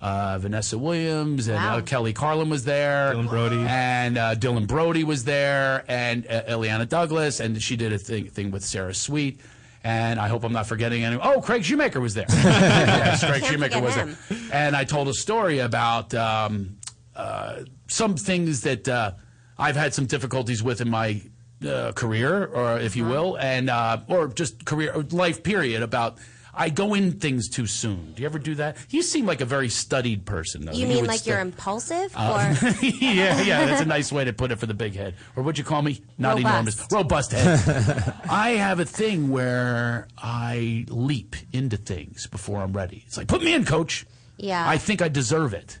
[SPEAKER 4] Uh, Vanessa Williams and
[SPEAKER 14] Wow.
[SPEAKER 4] uh, Kelly Carlin was there. Dylan Brody and uh, Dylan Brody was there, and uh, Ileana Douglas, and she did a thing, thing with Sarah Sweet. And I hope I'm not forgetting anyone. Oh, Craig Shoemaker was there. yes, Craig Shoemaker was there. And I told a story about um, uh, some things that uh, I've had some difficulties with in my uh, career, or if you
[SPEAKER 7] Uh-huh.
[SPEAKER 4] will, and uh, or just career or life period about. I go in things too soon. Do you ever do that? You seem like a very studied person. Though.
[SPEAKER 7] You mean
[SPEAKER 4] would
[SPEAKER 7] like
[SPEAKER 4] stu-
[SPEAKER 7] you're impulsive?
[SPEAKER 4] Uh, [laughs]
[SPEAKER 7] or
[SPEAKER 4] yeah, yeah,
[SPEAKER 7] [laughs]
[SPEAKER 4] that's a nice way to put it for the big head. Or what'd you call me? Not
[SPEAKER 7] Robust.
[SPEAKER 4] enormous. Robust head. [laughs] I have a thing where I leap into things before I'm ready. It's like, put me in, coach.
[SPEAKER 7] yeah.
[SPEAKER 4] I think I deserve it.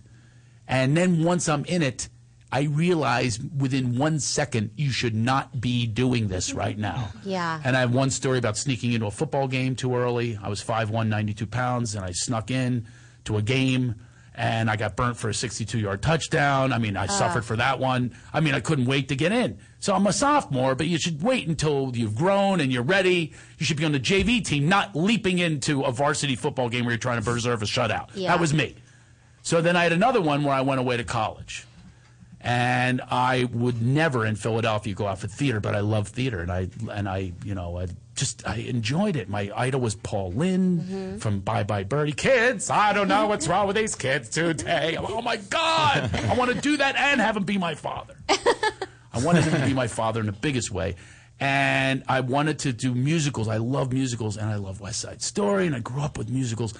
[SPEAKER 4] And then once I'm in it, I realize within one second, you should not be doing this right now.
[SPEAKER 7] yeah.
[SPEAKER 4] And I have one story about sneaking into a football game too early. I was 5'1, 92 pounds, and I snuck in to a game, and I got burnt for a 62 yard touchdown. I mean, I
[SPEAKER 14] Ugh.
[SPEAKER 4] suffered for that one. I mean, I couldn't wait to get in. So I'm a sophomore, but you should wait until you've grown and you're ready. You should be on the JV team, not leaping into a varsity football game where you're trying to preserve a shutout.
[SPEAKER 14] Yeah.
[SPEAKER 4] That was me. So then I had another one where I went away to college. And I would never in Philadelphia go out for theater, but I love theater, and I and I you know I just I enjoyed it. My idol was Paul Lynn
[SPEAKER 7] Mm-hmm.
[SPEAKER 4] from Bye Bye Birdie. Kids, I don't know what's wrong with these kids today. Oh my God, I want to do that and have him be my
[SPEAKER 15] [laughs]
[SPEAKER 4] father. [laughs] I wanted him to be my father in the biggest way. And I wanted to do musicals. I love musicals and I love West Side Story and I grew up with musicals.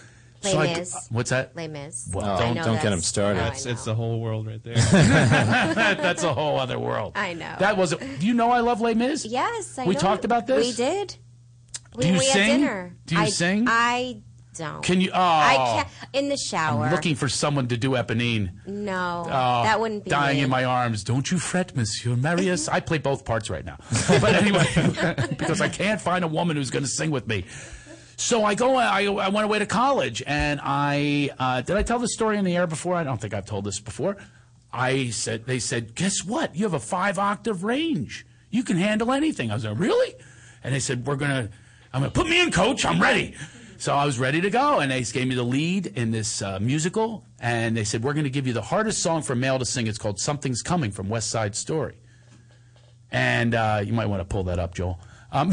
[SPEAKER 7] Les
[SPEAKER 4] So I-
[SPEAKER 7] Mis.
[SPEAKER 4] what's that?
[SPEAKER 7] Les Mis.
[SPEAKER 4] Well,
[SPEAKER 7] I
[SPEAKER 4] don't-
[SPEAKER 7] know
[SPEAKER 4] don't get
[SPEAKER 7] that's-
[SPEAKER 4] him started.
[SPEAKER 7] Oh, I
[SPEAKER 15] That's it's the whole world right there.
[SPEAKER 4] [laughs] That's a whole other world.
[SPEAKER 7] I know.
[SPEAKER 4] That was. Do you know I love Les Mis?
[SPEAKER 7] Yes, I
[SPEAKER 4] We
[SPEAKER 7] know.
[SPEAKER 4] talked about this?
[SPEAKER 7] We did. We,
[SPEAKER 4] you
[SPEAKER 7] we
[SPEAKER 4] sing?
[SPEAKER 7] Had dinner.
[SPEAKER 4] Do you
[SPEAKER 7] I,
[SPEAKER 4] sing?
[SPEAKER 7] I don't.
[SPEAKER 4] Can you-
[SPEAKER 7] I
[SPEAKER 4] Oh.
[SPEAKER 7] can't. In the shower.
[SPEAKER 4] I'm looking for someone to do Eponine.
[SPEAKER 7] No,
[SPEAKER 4] Oh,
[SPEAKER 7] that wouldn't be
[SPEAKER 4] dying
[SPEAKER 7] me.
[SPEAKER 4] in my arms. Don't you fret, Monsieur Marius. I play both parts right now, [laughs] but anyway, because I can't find a woman who's going to sing with me. So I go. I, I went away to college, and I uh, did I tell this story in the air before? I don't think I've told this before. I said they said, guess what? You have a five octave range. You can handle anything. I was like, really? And they said, we're gonna. I'm gonna put me in, coach. I'm ready. So I was ready to go, and they gave me the lead in this uh, musical, and they said, "We're going to give you the hardest song for a male to sing. It's called Something's Coming from West Side Story." And uh, you might want to pull that up, Joel. Um,
[SPEAKER 5] [laughs]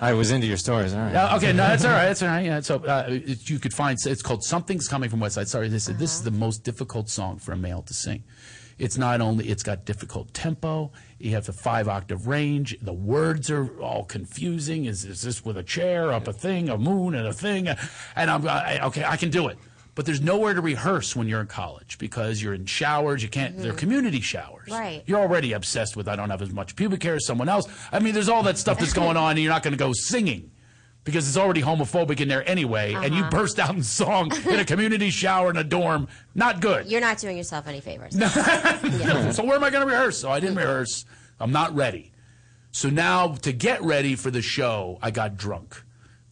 [SPEAKER 5] I was into your stories. All right.
[SPEAKER 4] Uh, okay, no, that's all right. That's all right. Yeah, so uh, it, you could find it's called "Something's Coming from West Side." Sorry, they said this is the most difficult song for a male to sing. It's not only it's got difficult tempo. You have the five octave range. The words are all confusing. Is, is this with a chair up a thing, a moon, and a thing? And I'm I, okay. I can do it. But there's nowhere to rehearse when you're in college because you're in showers. You can't. They're
[SPEAKER 7] Mhm.
[SPEAKER 4] community showers.
[SPEAKER 7] Right.
[SPEAKER 4] You're already obsessed with I don't have as much pubic hair as someone else. I mean, there's all that stuff that's going on, and you're not going to go singing because it's already homophobic in there anyway. And you
[SPEAKER 7] Uh-huh.
[SPEAKER 4] burst out in song in a community shower in a dorm. Not good.
[SPEAKER 7] You're not doing yourself any favors.
[SPEAKER 4] [laughs] so where am I going to rehearse? So I didn't rehearse. I'm not ready. So now to get ready for the show, I got drunk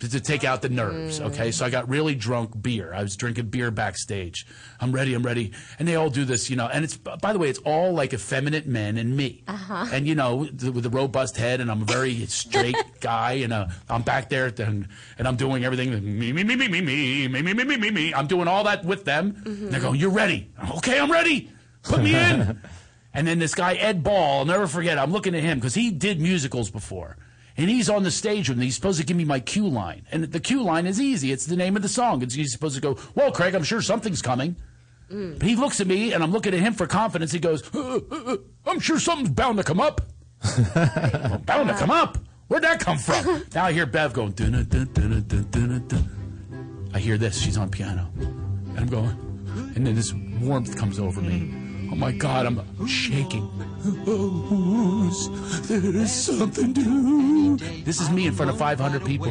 [SPEAKER 4] to, to take out the nerves. Okay, so I got really drunk beer. I was drinking beer backstage. I'm ready. I'm ready. And they all do this, you know. And it's by the way, it's all like effeminate men and me.
[SPEAKER 14] Uh-huh.
[SPEAKER 4] And you know, th- with the robust head, and I'm a very straight guy, and uh, I'm back there, and and I'm doing everything me me me me me me me me me me me me. I'm doing all that with them. And they're going, "You're ready? Okay, I'm ready. Put me in." And then this guy Ed Ball, I'll never forget. I'm looking at him because he did musicals before, and he's on the stage with me. He's supposed to give me my cue line, and the cue line is easy. It's the name of the song. It's he's supposed to go, "Well, Craig, I'm sure something's coming."
[SPEAKER 7] Mm.
[SPEAKER 4] But he looks at me, and I'm looking at him for confidence. He goes, "Uh, uh, uh, "I'm sure something's bound to come up. Well, bound to come up. Where'd that come from?" now I hear Bev going, "Dunna, dun, dunna, dun, dunna, dun." I hear this. She's on piano, and I'm going, and then this warmth comes over me. Oh my God, I'm shaking. Oh, There is something to. This is me in front of 500 people.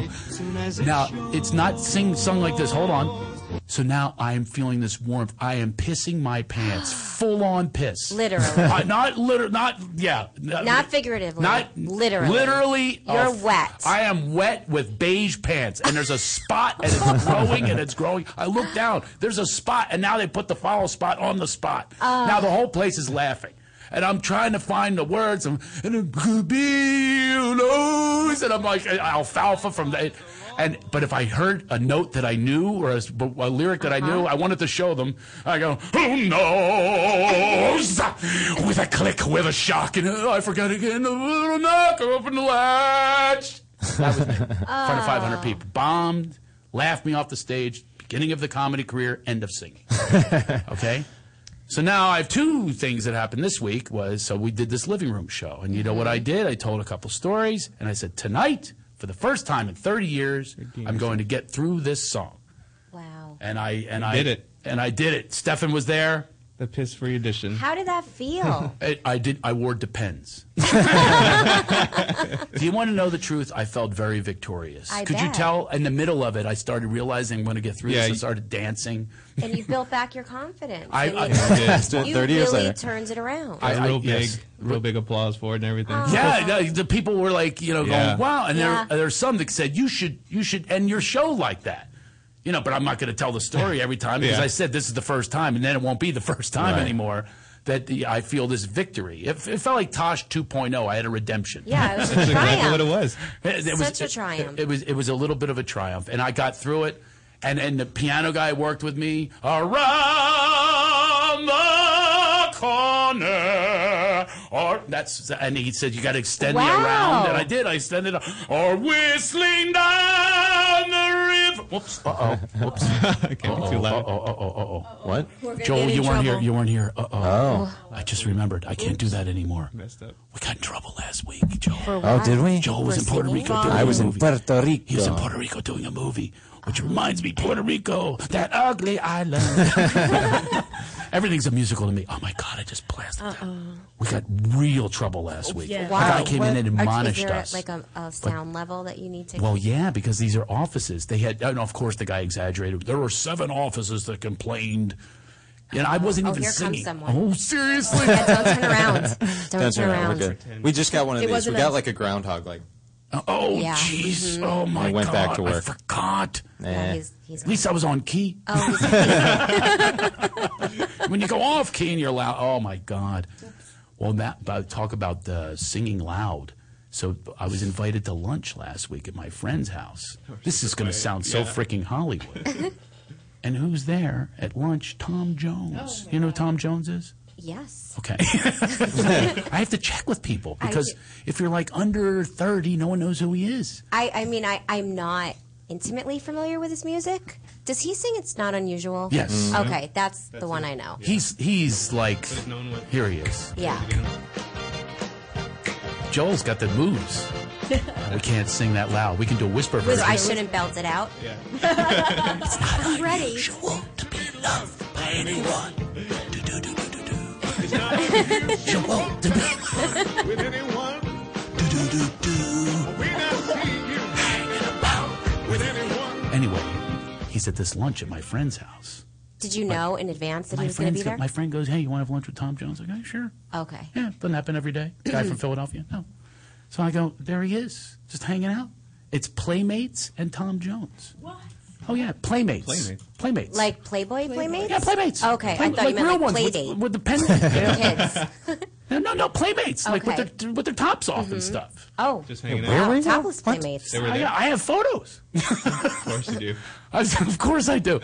[SPEAKER 4] Now, it's not sing sung like this. Hold on. So now I am feeling this warmth. I am pissing my pants, full on piss.
[SPEAKER 7] Literally.
[SPEAKER 4] Uh, not literally. Not yeah.
[SPEAKER 7] Not figuratively.
[SPEAKER 4] Uh, Not
[SPEAKER 7] literally.
[SPEAKER 4] Literally,
[SPEAKER 7] You're
[SPEAKER 4] oh,
[SPEAKER 7] wet.
[SPEAKER 4] I am wet with beige pants, and there's a spot, and
[SPEAKER 7] [laughs]
[SPEAKER 4] it's growing, and it's growing. I look down. There's a spot, and now they put the follow spot on the spot.
[SPEAKER 14] Oh.
[SPEAKER 4] Now the whole place is laughing. And I'm trying to find the words, and, and it could be you knows, and I'm like uh, alfalfa from that. And but if I heard a note that I knew or a, s- a lyric that I
[SPEAKER 7] Uh-huh.
[SPEAKER 4] knew, I wanted to show them. I go, who knows? With a click, with a shock, and oh, I forgot again. A little knock, open the latch. That
[SPEAKER 15] [laughs]
[SPEAKER 4] was me in front of 500 people. Bombed, laughed me off the stage. Beginning of the comedy career, end of
[SPEAKER 15] [laughs]
[SPEAKER 4] singing. okay. So now I have two things that happened this week was so we did this living room show and you know what I
[SPEAKER 15] Mm-hmm.
[SPEAKER 4] did? I told a couple stories and I said tonight for the first time in 30 years I'm going to get through this song. Wow. And I and
[SPEAKER 15] You
[SPEAKER 4] I
[SPEAKER 15] did it.
[SPEAKER 4] And I did it. Stefan was there.
[SPEAKER 15] The piss free edition.
[SPEAKER 7] How did that feel?
[SPEAKER 4] [laughs] I, I did I wore
[SPEAKER 7] [laughs]
[SPEAKER 4] depends. Do you want to know the truth? I felt very victorious.
[SPEAKER 7] I
[SPEAKER 4] Could you
[SPEAKER 7] bet.
[SPEAKER 4] tell in the middle of it I started realizing I'm going to get through
[SPEAKER 15] Yeah,
[SPEAKER 4] this. I
[SPEAKER 15] you-
[SPEAKER 4] started dancing.
[SPEAKER 7] and you built back your confidence.
[SPEAKER 4] I-
[SPEAKER 7] and
[SPEAKER 4] I-
[SPEAKER 7] you-
[SPEAKER 4] I
[SPEAKER 7] [laughs]
[SPEAKER 4] did. Still
[SPEAKER 7] you
[SPEAKER 4] 30 years
[SPEAKER 7] really
[SPEAKER 4] later.
[SPEAKER 7] turns it around.
[SPEAKER 15] Got
[SPEAKER 4] I- I-
[SPEAKER 15] real big,
[SPEAKER 4] yes.
[SPEAKER 15] real big applause for it and everything.
[SPEAKER 4] Yeah, no, the people were like, you know,
[SPEAKER 15] Yeah.
[SPEAKER 4] going, "Wow!" And
[SPEAKER 15] Yeah.
[SPEAKER 4] there, there's some that said, "You should, you should end your show like that," you know. But I'm not going to tell the story every time because
[SPEAKER 15] Yeah.
[SPEAKER 4] I said this is the first time, and then it won't be the first time
[SPEAKER 15] Right.
[SPEAKER 4] anymore that the, I feel this victory. It, it felt like Tosh 2.0. I had a redemption.
[SPEAKER 7] Yeah, it was a That's exactly triumph. what it
[SPEAKER 4] was.
[SPEAKER 7] Such a triumph.
[SPEAKER 4] It, it was. It was a little bit of a triumph, and I got through it. And and the piano guy worked with me. Around the corner, or that's and he said you got to extend me
[SPEAKER 14] Wow.
[SPEAKER 4] around, and I did. I extended it. Or whistling down the river. Whoops. Uh oh. [laughs] Whoops. Can't be too loud. Uh oh. Uh oh. Uh oh.
[SPEAKER 14] We're
[SPEAKER 4] What?
[SPEAKER 14] gonna
[SPEAKER 4] Joel,
[SPEAKER 14] get in
[SPEAKER 4] you weren't here.
[SPEAKER 14] trouble.
[SPEAKER 4] You weren't here. Uh oh. I just remembered. I can't do that anymore.
[SPEAKER 15] Messed up.
[SPEAKER 4] We got in trouble last week, Joel.
[SPEAKER 14] For Oh, what? did we?
[SPEAKER 4] Joel was
[SPEAKER 14] For
[SPEAKER 4] in Puerto
[SPEAKER 14] singing?
[SPEAKER 4] Rico. Doing
[SPEAKER 14] I was
[SPEAKER 4] a
[SPEAKER 14] in
[SPEAKER 4] movie.
[SPEAKER 14] Puerto
[SPEAKER 4] He was in
[SPEAKER 14] Rico.
[SPEAKER 4] Puerto Rico doing a movie. Which reminds me, Puerto Rico, that ugly island. [laughs] Everything's a musical to me. Oh my God, I just blasted.
[SPEAKER 7] Uh-oh.
[SPEAKER 4] We got real trouble last week.
[SPEAKER 7] Yeah.
[SPEAKER 4] A guy came in and admonished
[SPEAKER 7] Is there
[SPEAKER 4] us.
[SPEAKER 7] like a, a sound level that you need to?
[SPEAKER 4] Well, yeah, because these are offices. They had, and of course, the guy exaggerated. There were seven offices that complained. And I wasn't
[SPEAKER 7] Oh,
[SPEAKER 4] even
[SPEAKER 7] here comes
[SPEAKER 4] singing.
[SPEAKER 7] someone.
[SPEAKER 4] Oh, seriously?
[SPEAKER 7] Yeah, don't
[SPEAKER 4] [laughs]
[SPEAKER 7] turn around. Don't
[SPEAKER 5] That's
[SPEAKER 7] turn
[SPEAKER 5] all right,
[SPEAKER 7] around.
[SPEAKER 5] We're good. We just got one of
[SPEAKER 7] It
[SPEAKER 5] these. We
[SPEAKER 7] wasn't
[SPEAKER 5] got
[SPEAKER 7] us.
[SPEAKER 5] like a groundhog. Like,
[SPEAKER 4] oh,
[SPEAKER 7] Yeah.
[SPEAKER 4] jeez.
[SPEAKER 7] Mhm.
[SPEAKER 4] Oh,
[SPEAKER 5] And
[SPEAKER 4] my
[SPEAKER 5] we went
[SPEAKER 4] God.
[SPEAKER 5] back to
[SPEAKER 4] I
[SPEAKER 5] work.
[SPEAKER 4] forgot.
[SPEAKER 5] Nah.
[SPEAKER 7] he's- he's Oh,
[SPEAKER 4] At least I was on key. [laughs] when you go off key and you're loud, oh, my God. Well, that, about, talk about uh, singing loud. So I was invited to lunch last week at my friend's house. This is going to sound so
[SPEAKER 14] Yeah.
[SPEAKER 4] freaking Hollywood. and who's there at lunch? Tom Jones. you know who Tom Jones is?
[SPEAKER 7] Oh, Yes. [laughs]
[SPEAKER 4] Okay. [laughs] I have to check with people
[SPEAKER 7] I
[SPEAKER 4] because
[SPEAKER 7] do-
[SPEAKER 4] if you're like under 30, no one knows who he is.
[SPEAKER 7] I, I mean, I, I'm not intimately familiar with his music. Does he sing It's Not Unusual?
[SPEAKER 4] Yes. Mhm.
[SPEAKER 7] Okay, that's, the one I know.
[SPEAKER 4] He's he's like here he is.
[SPEAKER 7] Yeah.
[SPEAKER 4] Joel's got the
[SPEAKER 7] [laughs]
[SPEAKER 4] moves. we can't sing that loud. We can do a whisper
[SPEAKER 7] So
[SPEAKER 4] version.
[SPEAKER 7] I shouldn't belt it out.
[SPEAKER 4] Yeah.
[SPEAKER 7] [laughs] I'm ready.
[SPEAKER 14] You want to be with anyone? We're not seeing you hanging about with anyone.
[SPEAKER 4] Anyway, he's at this lunch at my friend's house.
[SPEAKER 7] Did you know in advance that
[SPEAKER 4] My
[SPEAKER 7] he was going to
[SPEAKER 4] friend's
[SPEAKER 7] be
[SPEAKER 4] got-
[SPEAKER 7] there?
[SPEAKER 4] my friend goes, "Hey, you want to have lunch with Tom Jones?" I go, "Sure."
[SPEAKER 7] Okay.
[SPEAKER 4] Yeah, doesn't happen every day. Guy
[SPEAKER 7] [clears throat]
[SPEAKER 4] from Philadelphia. No. So I go, there he is, just hanging out. It's Playmates and Tom Jones. What? Oh yeah, Playmates. Playmates. Playmates.
[SPEAKER 7] Like Playboy Playmates?
[SPEAKER 4] Yeah, Playmates.
[SPEAKER 7] Okay, I
[SPEAKER 4] Play-
[SPEAKER 7] thought you
[SPEAKER 4] real
[SPEAKER 7] meant like
[SPEAKER 4] ones
[SPEAKER 7] Play
[SPEAKER 4] with-
[SPEAKER 7] Date.
[SPEAKER 4] With, the pendant. No, no, no, Playmates. Like
[SPEAKER 7] Okay.
[SPEAKER 4] with their with their tops off and
[SPEAKER 7] Mhm.
[SPEAKER 4] stuff.
[SPEAKER 7] Oh.
[SPEAKER 15] Just
[SPEAKER 4] hanging
[SPEAKER 7] Wow,
[SPEAKER 4] out. Really?
[SPEAKER 7] Topless Playmates.
[SPEAKER 4] They were I- there? I have photos.
[SPEAKER 15] Of course you do.
[SPEAKER 4] [laughs] I was- of course I do.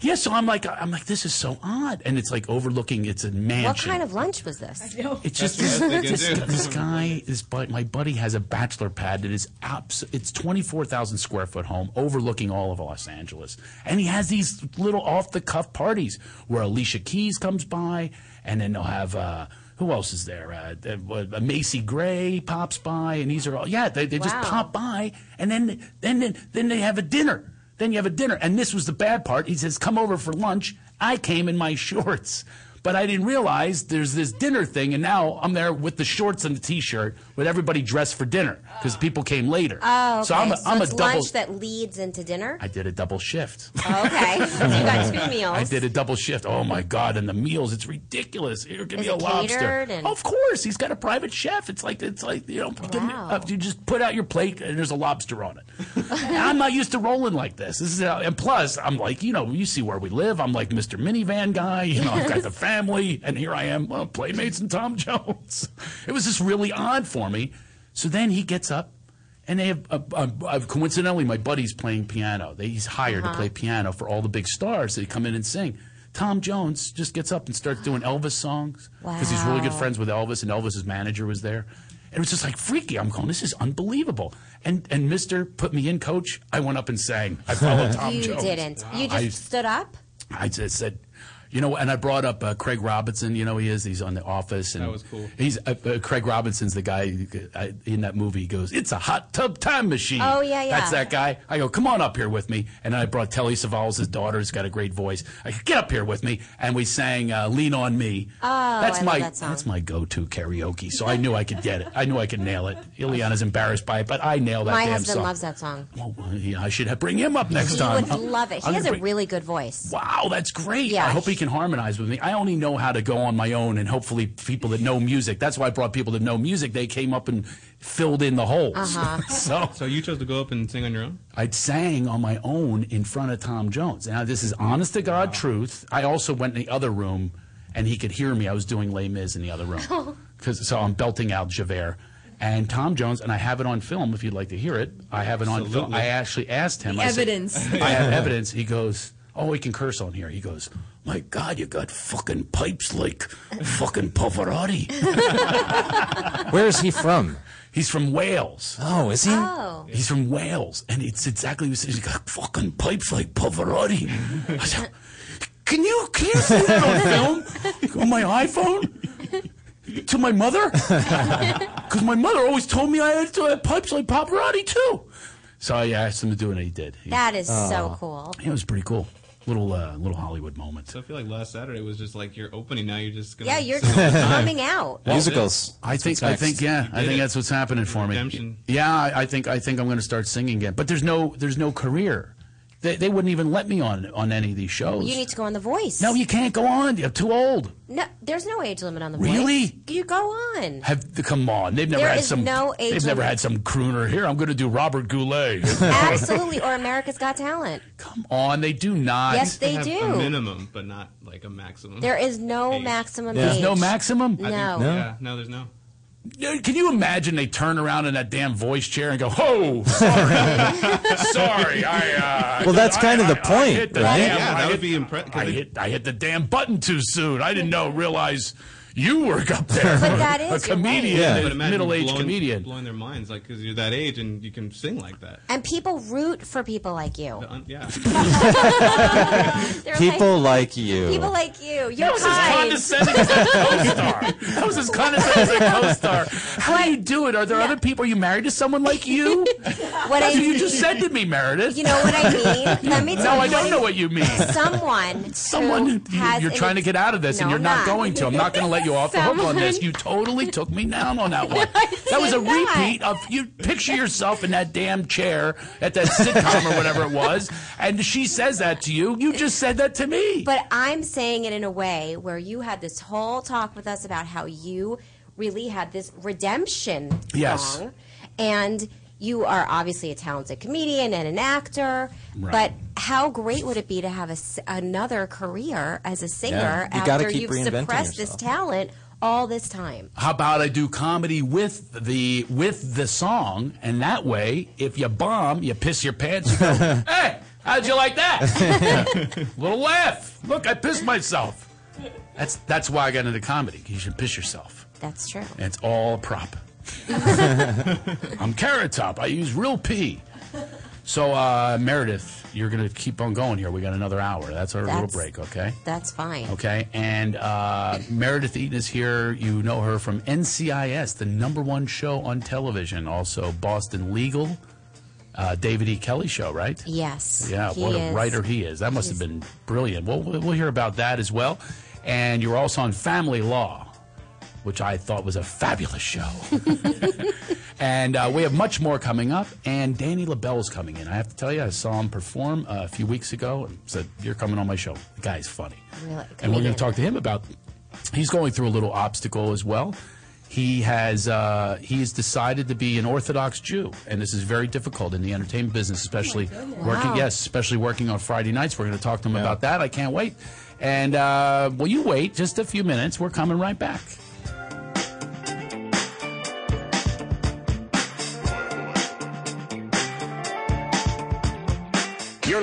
[SPEAKER 4] yeah, so I'm like, I'm like, this is so odd, and it's like overlooking. It's a mansion.
[SPEAKER 7] What kind of lunch was this?
[SPEAKER 4] It's just this, this, this guy, this bu- my buddy has a bachelor pad that is abs- it's 24,000 square foot home overlooking all of Los Angeles. And he has these little off the cuff parties where Alicia Keys comes by and then they'll have uh, who else is there? Uh, uh, uh, Macy Gray pops by and these are all yeah, they, they just
[SPEAKER 14] Wow.
[SPEAKER 4] pop by and then then then, then they have a dinner. Then you have a dinner. And this was the bad part. He says, Come over for lunch. I came in my [laughs] shorts. But I didn't realize there's this dinner thing, and now I'm there with the shorts and the t shirt with everybody dressed for dinner because people came later.
[SPEAKER 7] Oh, okay.
[SPEAKER 4] So I'm a, I'm a
[SPEAKER 7] it's
[SPEAKER 4] double.
[SPEAKER 7] lunch that leads into dinner?
[SPEAKER 4] I did a double shift.
[SPEAKER 7] Okay.
[SPEAKER 4] [laughs]
[SPEAKER 7] [laughs] you got two meals.
[SPEAKER 4] I did a double shift. Oh my God. And the meals, it's ridiculous. Here, give
[SPEAKER 7] Is
[SPEAKER 4] me a
[SPEAKER 7] it
[SPEAKER 4] lobster.
[SPEAKER 7] catered and-
[SPEAKER 4] Of course. He's got a private chef. It's like, it's like, you know, give me- uh, you just put out your plate and there's a lobster on it. And I'm not used to rolling like this. This is how, and plus, I'm like, you know, you see where we live. I'm like Mr. Minivan guy. You know, I've got the family, and here I am, well, Playmates and Tom Jones. It was just really odd for me. So then he gets up, and they have, uh, uh, uh, coincidentally, my buddy's playing piano. They, he's hired
[SPEAKER 14] Uh-huh.
[SPEAKER 4] to play piano for all the big stars that come in and sing. Tom Jones just gets up and starts doing Elvis songs because he's really good
[SPEAKER 14] Wow.
[SPEAKER 4] friends with Elvis, and Elvis's manager was there. And it was just like freaky. I'm going, this is unbelievable. And and Mister put me in, coach. I went up and sang. I followed Tom
[SPEAKER 7] you
[SPEAKER 4] Jones.
[SPEAKER 7] didn't. You just stood up?
[SPEAKER 4] I, I just said, you know, and I brought up uh, Craig Robinson. You know, he is. He's on The Office. And
[SPEAKER 15] That was cool.
[SPEAKER 4] He's uh, uh, Craig Robinson's the guy who, uh, in that movie. He goes, "It's a hot tub time machine."
[SPEAKER 14] Oh, yeah, yeah.
[SPEAKER 4] That's that guy. I go, "Come on up here with me." And I brought Telly Savalas, his daughter, who's got a great voice. I go, "Get up here with me," and we sang uh, "Lean on Me."
[SPEAKER 14] Oh,
[SPEAKER 4] that's
[SPEAKER 14] I love
[SPEAKER 4] my
[SPEAKER 14] that song.
[SPEAKER 4] that's my go-to karaoke. So I knew I could get it. I knew I could nail it. Ileana's embarrassed by it, but I nail that
[SPEAKER 7] My
[SPEAKER 4] damn
[SPEAKER 7] husband
[SPEAKER 4] song.
[SPEAKER 7] loves that song.
[SPEAKER 4] Well, yeah, I should have bring him up next
[SPEAKER 7] he
[SPEAKER 4] time.
[SPEAKER 7] would love it. He
[SPEAKER 4] I'm
[SPEAKER 7] has
[SPEAKER 4] gonna
[SPEAKER 7] a
[SPEAKER 4] bring-
[SPEAKER 7] really good voice.
[SPEAKER 4] Wow, that's great.
[SPEAKER 7] Yeah.
[SPEAKER 4] I hope he can harmonize with me. I only know how to go on my own and hopefully people that know music. That's why I brought people that know music. They came up and filled in the holes.
[SPEAKER 15] Uh-huh.
[SPEAKER 7] Uh-huh.
[SPEAKER 4] [laughs] so,
[SPEAKER 15] so you chose to go up and sing on your own?
[SPEAKER 4] I sang on my own in front of Tom Jones. Now, this is honest to God truth. I also went in the other room and he could hear me. I was doing Les Mis in the other
[SPEAKER 14] [laughs]
[SPEAKER 4] room. 'Cause- so I'm belting out Javert. And Tom Jones, and I have it on film if you'd like to hear it. I have it on film.
[SPEAKER 14] Absolutely.
[SPEAKER 4] I actually asked him.
[SPEAKER 14] The
[SPEAKER 4] I said-
[SPEAKER 14] evidence.
[SPEAKER 4] I have evidence. He goes, Oh, we can curse on here. He goes, My God, you got fucking pipes like fucking Pavarotti. Where is he from? He's from Wales.
[SPEAKER 5] Oh, is he?
[SPEAKER 7] Oh.
[SPEAKER 4] He's from Wales, and it's exactly what he says. He's got fucking pipes like Pavarotti. I said, can you can you see that on film on my iPhone to my
[SPEAKER 7] [laughs]
[SPEAKER 4] uh, mother? Because my mother always told me I had to have pipes like Pavarotti too. So I asked him to do it, and he did. He-
[SPEAKER 7] That is so cool.
[SPEAKER 4] It was pretty cool. Little uh, little Hollywood moment.
[SPEAKER 15] So I feel like last Saturday was just like your opening. Now you're just gonna
[SPEAKER 7] Yeah, you're
[SPEAKER 15] sit
[SPEAKER 4] [laughs]
[SPEAKER 15] all
[SPEAKER 7] [laughs]
[SPEAKER 15] the time.
[SPEAKER 7] coming out.
[SPEAKER 4] I
[SPEAKER 15] Well, That's
[SPEAKER 4] think.
[SPEAKER 15] what's
[SPEAKER 4] I think.
[SPEAKER 15] next.
[SPEAKER 4] Yeah.
[SPEAKER 15] You
[SPEAKER 4] I
[SPEAKER 15] did
[SPEAKER 4] think
[SPEAKER 15] it.
[SPEAKER 4] that's what's happening for me.
[SPEAKER 15] Redemption.
[SPEAKER 4] Yeah. I, I think. I think I'm going to start singing again. But there's no. There's no career. They, they wouldn't even let me on on any of these shows.
[SPEAKER 7] You need to go on The Voice.
[SPEAKER 4] no, you can't go on. You're too old.
[SPEAKER 7] No, there's no age limit on The
[SPEAKER 4] Really?
[SPEAKER 7] Voice. You go on.
[SPEAKER 4] Have come on. They've never
[SPEAKER 7] There
[SPEAKER 4] had
[SPEAKER 7] is
[SPEAKER 4] some.
[SPEAKER 7] no age
[SPEAKER 4] they've never
[SPEAKER 7] limit.
[SPEAKER 4] had some crooner here. I'm going to do Robert
[SPEAKER 7] [laughs]
[SPEAKER 4] Goulet.
[SPEAKER 7] Absolutely, or America's Got Talent.
[SPEAKER 4] on. They do not.
[SPEAKER 7] Yes, they They have a do.
[SPEAKER 15] minimum, but not like a maximum.
[SPEAKER 7] There is no maximum
[SPEAKER 4] There's
[SPEAKER 7] age.
[SPEAKER 4] no maximum.
[SPEAKER 7] No. I think- No.
[SPEAKER 15] Yeah, no, there's no.
[SPEAKER 4] Dude, Can you imagine they turn around in that damn voice chair and go,
[SPEAKER 7] [laughs]
[SPEAKER 4] "Ho, sorry, sorry, I." Uh,
[SPEAKER 5] Well, that's
[SPEAKER 4] I-
[SPEAKER 5] kind of
[SPEAKER 4] I-
[SPEAKER 5] the
[SPEAKER 4] I
[SPEAKER 5] point,
[SPEAKER 4] hit the
[SPEAKER 5] right?
[SPEAKER 4] damn- I
[SPEAKER 5] Yeah, that
[SPEAKER 4] hit-
[SPEAKER 5] would
[SPEAKER 15] be impressive.
[SPEAKER 4] I hit, I hit the damn button too soon. I didn't know realize you were
[SPEAKER 7] [laughs]
[SPEAKER 4] up there.
[SPEAKER 15] But
[SPEAKER 4] [laughs]
[SPEAKER 15] that
[SPEAKER 4] a
[SPEAKER 15] is, you're
[SPEAKER 4] comedian,
[SPEAKER 15] But
[SPEAKER 4] a
[SPEAKER 15] imagine
[SPEAKER 4] middle-aged
[SPEAKER 15] blowing,
[SPEAKER 4] comedian.
[SPEAKER 15] blowing their minds, like because you're that age and you can sing like that.
[SPEAKER 7] And people root for people like you.
[SPEAKER 15] Yeah.
[SPEAKER 7] [laughs] They're
[SPEAKER 5] People like you.
[SPEAKER 4] [laughs]
[SPEAKER 7] People like you. You're
[SPEAKER 4] That was as
[SPEAKER 7] kind.
[SPEAKER 4] condescending as a co-star. That was as condescending as a co-star. How do you do it? Are there other people? Are you married to someone like you?
[SPEAKER 7] [laughs] What
[SPEAKER 4] That's
[SPEAKER 7] I-
[SPEAKER 4] what you just said to me, Meredith.
[SPEAKER 7] You know what I
[SPEAKER 4] [laughs]
[SPEAKER 7] mean? Let me tell
[SPEAKER 4] no,
[SPEAKER 7] you
[SPEAKER 4] I don't
[SPEAKER 7] what I-
[SPEAKER 4] know what you mean.
[SPEAKER 7] Someone.
[SPEAKER 4] Someone,
[SPEAKER 7] who
[SPEAKER 4] you,
[SPEAKER 7] has
[SPEAKER 4] you're
[SPEAKER 7] an
[SPEAKER 4] trying to
[SPEAKER 7] ex-
[SPEAKER 4] get out of this, and
[SPEAKER 7] No,
[SPEAKER 4] you're
[SPEAKER 7] I'm
[SPEAKER 4] not, going to. I'm not going to let you off the hook on this.
[SPEAKER 7] Someone-
[SPEAKER 4] You totally took me down on
[SPEAKER 7] [laughs]
[SPEAKER 4] that one. That was a repeat of you. Picture yourself in that damn chair at that sitcom or whatever it was, and she says that to you. You just said that to me.
[SPEAKER 7] But I'm saying it in a way where you had this whole talk with us about how you really had this redemption
[SPEAKER 4] Yes.
[SPEAKER 7] song, and you are obviously a talented comedian and an actor.
[SPEAKER 5] Right.
[SPEAKER 7] But how great would it be to have a s another career as a singer
[SPEAKER 5] Yeah. You gotta
[SPEAKER 7] after
[SPEAKER 5] keep
[SPEAKER 7] you've
[SPEAKER 5] reinventing
[SPEAKER 7] suppressed this talent all this time?
[SPEAKER 4] How about I do comedy with the with the song, and that way, if you bomb, you piss your pants. You
[SPEAKER 7] [laughs]
[SPEAKER 4] go, hey, how'd you like that? [laughs] Little laugh. Look, I pissed myself. That's that's why I got into comedy. You should piss yourself.
[SPEAKER 7] That's true.
[SPEAKER 4] And it's all a prop. I'm carrot top. I use real pee. So uh, Meredith, you're gonna keep on going here. We got another hour. That's our
[SPEAKER 7] That's-
[SPEAKER 4] little break. Okay.
[SPEAKER 7] That's fine.
[SPEAKER 4] Okay, and uh, Meredith Eaton is here. You know her from NCIS, the number one show on television. Also, Boston Legal, uh, David E. Kelly show, right?
[SPEAKER 7] Yes.
[SPEAKER 4] Yeah,
[SPEAKER 7] he
[SPEAKER 4] what a
[SPEAKER 7] is.
[SPEAKER 4] writer he is. That must have been brilliant. Well, we'll we'll hear about that as well. And you're also on Family Law, which I thought was a fabulous show. [laughs] and uh, we have much more coming up. And Danny LaBelle's coming in. I have to tell you, I saw him perform uh, a few weeks ago and said, You're coming on my show. The guy's funny.
[SPEAKER 7] Really,
[SPEAKER 4] And we're going
[SPEAKER 7] comedian.
[SPEAKER 4] to talk to him about. He's going through a little obstacle as well. He has uh, he's decided to be an Orthodox Jew, and this is very difficult in the entertainment business, especially working.
[SPEAKER 16] Wow.
[SPEAKER 4] Yes, especially working on Friday nights. We're going to talk to him about that. I can't wait. And uh, will you wait just a few minutes? We're coming right back.
[SPEAKER 1] You're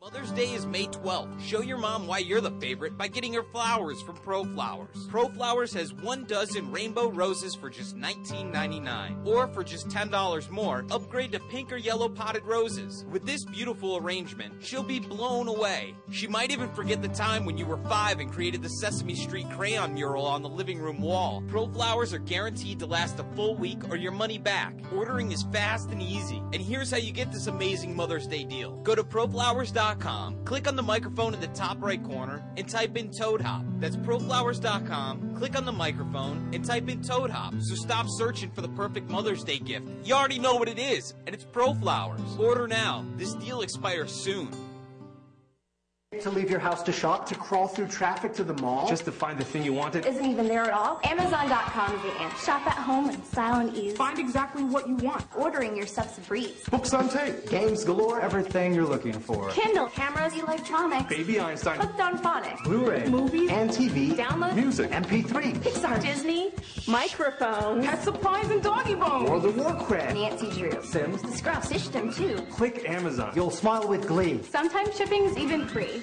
[SPEAKER 10] Mother's Day is May 12th. Show your mom why you're the favorite by getting her flowers from Pro Flowers. Pro Flowers has one dozen rainbow roses for just $19.99. Or for just $10 more, upgrade to pink or yellow potted roses. With this beautiful arrangement, she'll be blown away. She might even forget the time when you were five and created the Sesame Street crayon mural on the living room wall. Pro Flowers are guaranteed to last a full week or your money back. Ordering is fast and easy. And here's how you get this amazing Mother's Day deal. Go to proflowers.com, click on the microphone in the top right corner, and type in Toad Hop. That's proflowers.com, click on the microphone, and type in Toad Hop. So stop searching for the perfect Mother's Day gift. You already know what it is, and it's Pro Flowers. Order now. This deal expires soon.
[SPEAKER 17] To leave your house to shop, to crawl through traffic to the mall, just to find the thing you wanted.
[SPEAKER 18] Isn't even there at all. Amazon.com is the answer. Shop at home in style and ease. Find exactly what you want. Ordering your stuff's a breeze.
[SPEAKER 17] Books on tape, games galore, everything you're looking for.
[SPEAKER 18] Kindle, cameras, electronics.
[SPEAKER 17] Baby Einstein.
[SPEAKER 18] Hooked on phonics.
[SPEAKER 17] Blu-ray,
[SPEAKER 18] Movies.
[SPEAKER 17] and TV,
[SPEAKER 18] Download.
[SPEAKER 17] music, MP3,
[SPEAKER 18] Pixar. Disney. Microphone. Pet supplies and doggy bones.
[SPEAKER 17] World of Warcraft.
[SPEAKER 18] Nancy Drew.
[SPEAKER 17] Sims.
[SPEAKER 18] The Scrub System too.
[SPEAKER 17] click Amazon. You'll smile with glee.
[SPEAKER 18] Sometimes shipping is even free.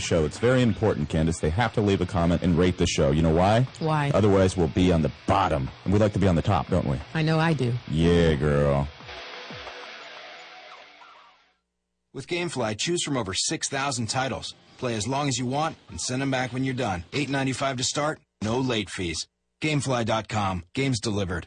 [SPEAKER 16] show. It's very important, Candace. They have to leave a comment and rate the show. You know why?
[SPEAKER 19] Why?
[SPEAKER 16] Otherwise, we'll be on the bottom. And we like to be on the top, don't we?
[SPEAKER 19] I know I do.
[SPEAKER 16] Yeah, girl.
[SPEAKER 13] With GameFly, choose from over 6,000 titles. Play as long as you want and send them back when you're done. $8.95 to start, no late fees. Gamefly.com, games delivered.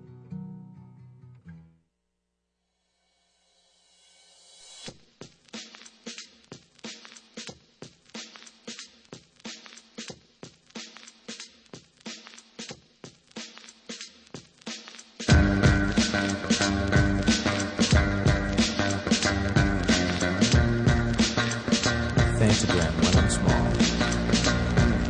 [SPEAKER 5] Fantagram when I'm small.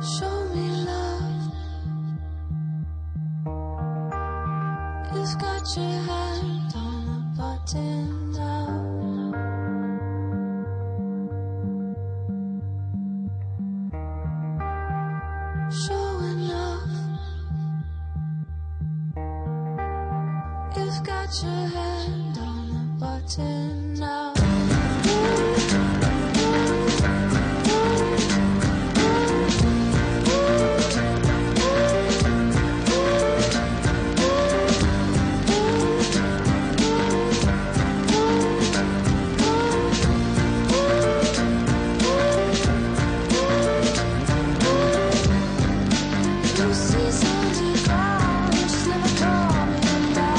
[SPEAKER 14] Show me love. You've got your hand on the button down. Showing love. You've got your hand on the button now. Never coming back.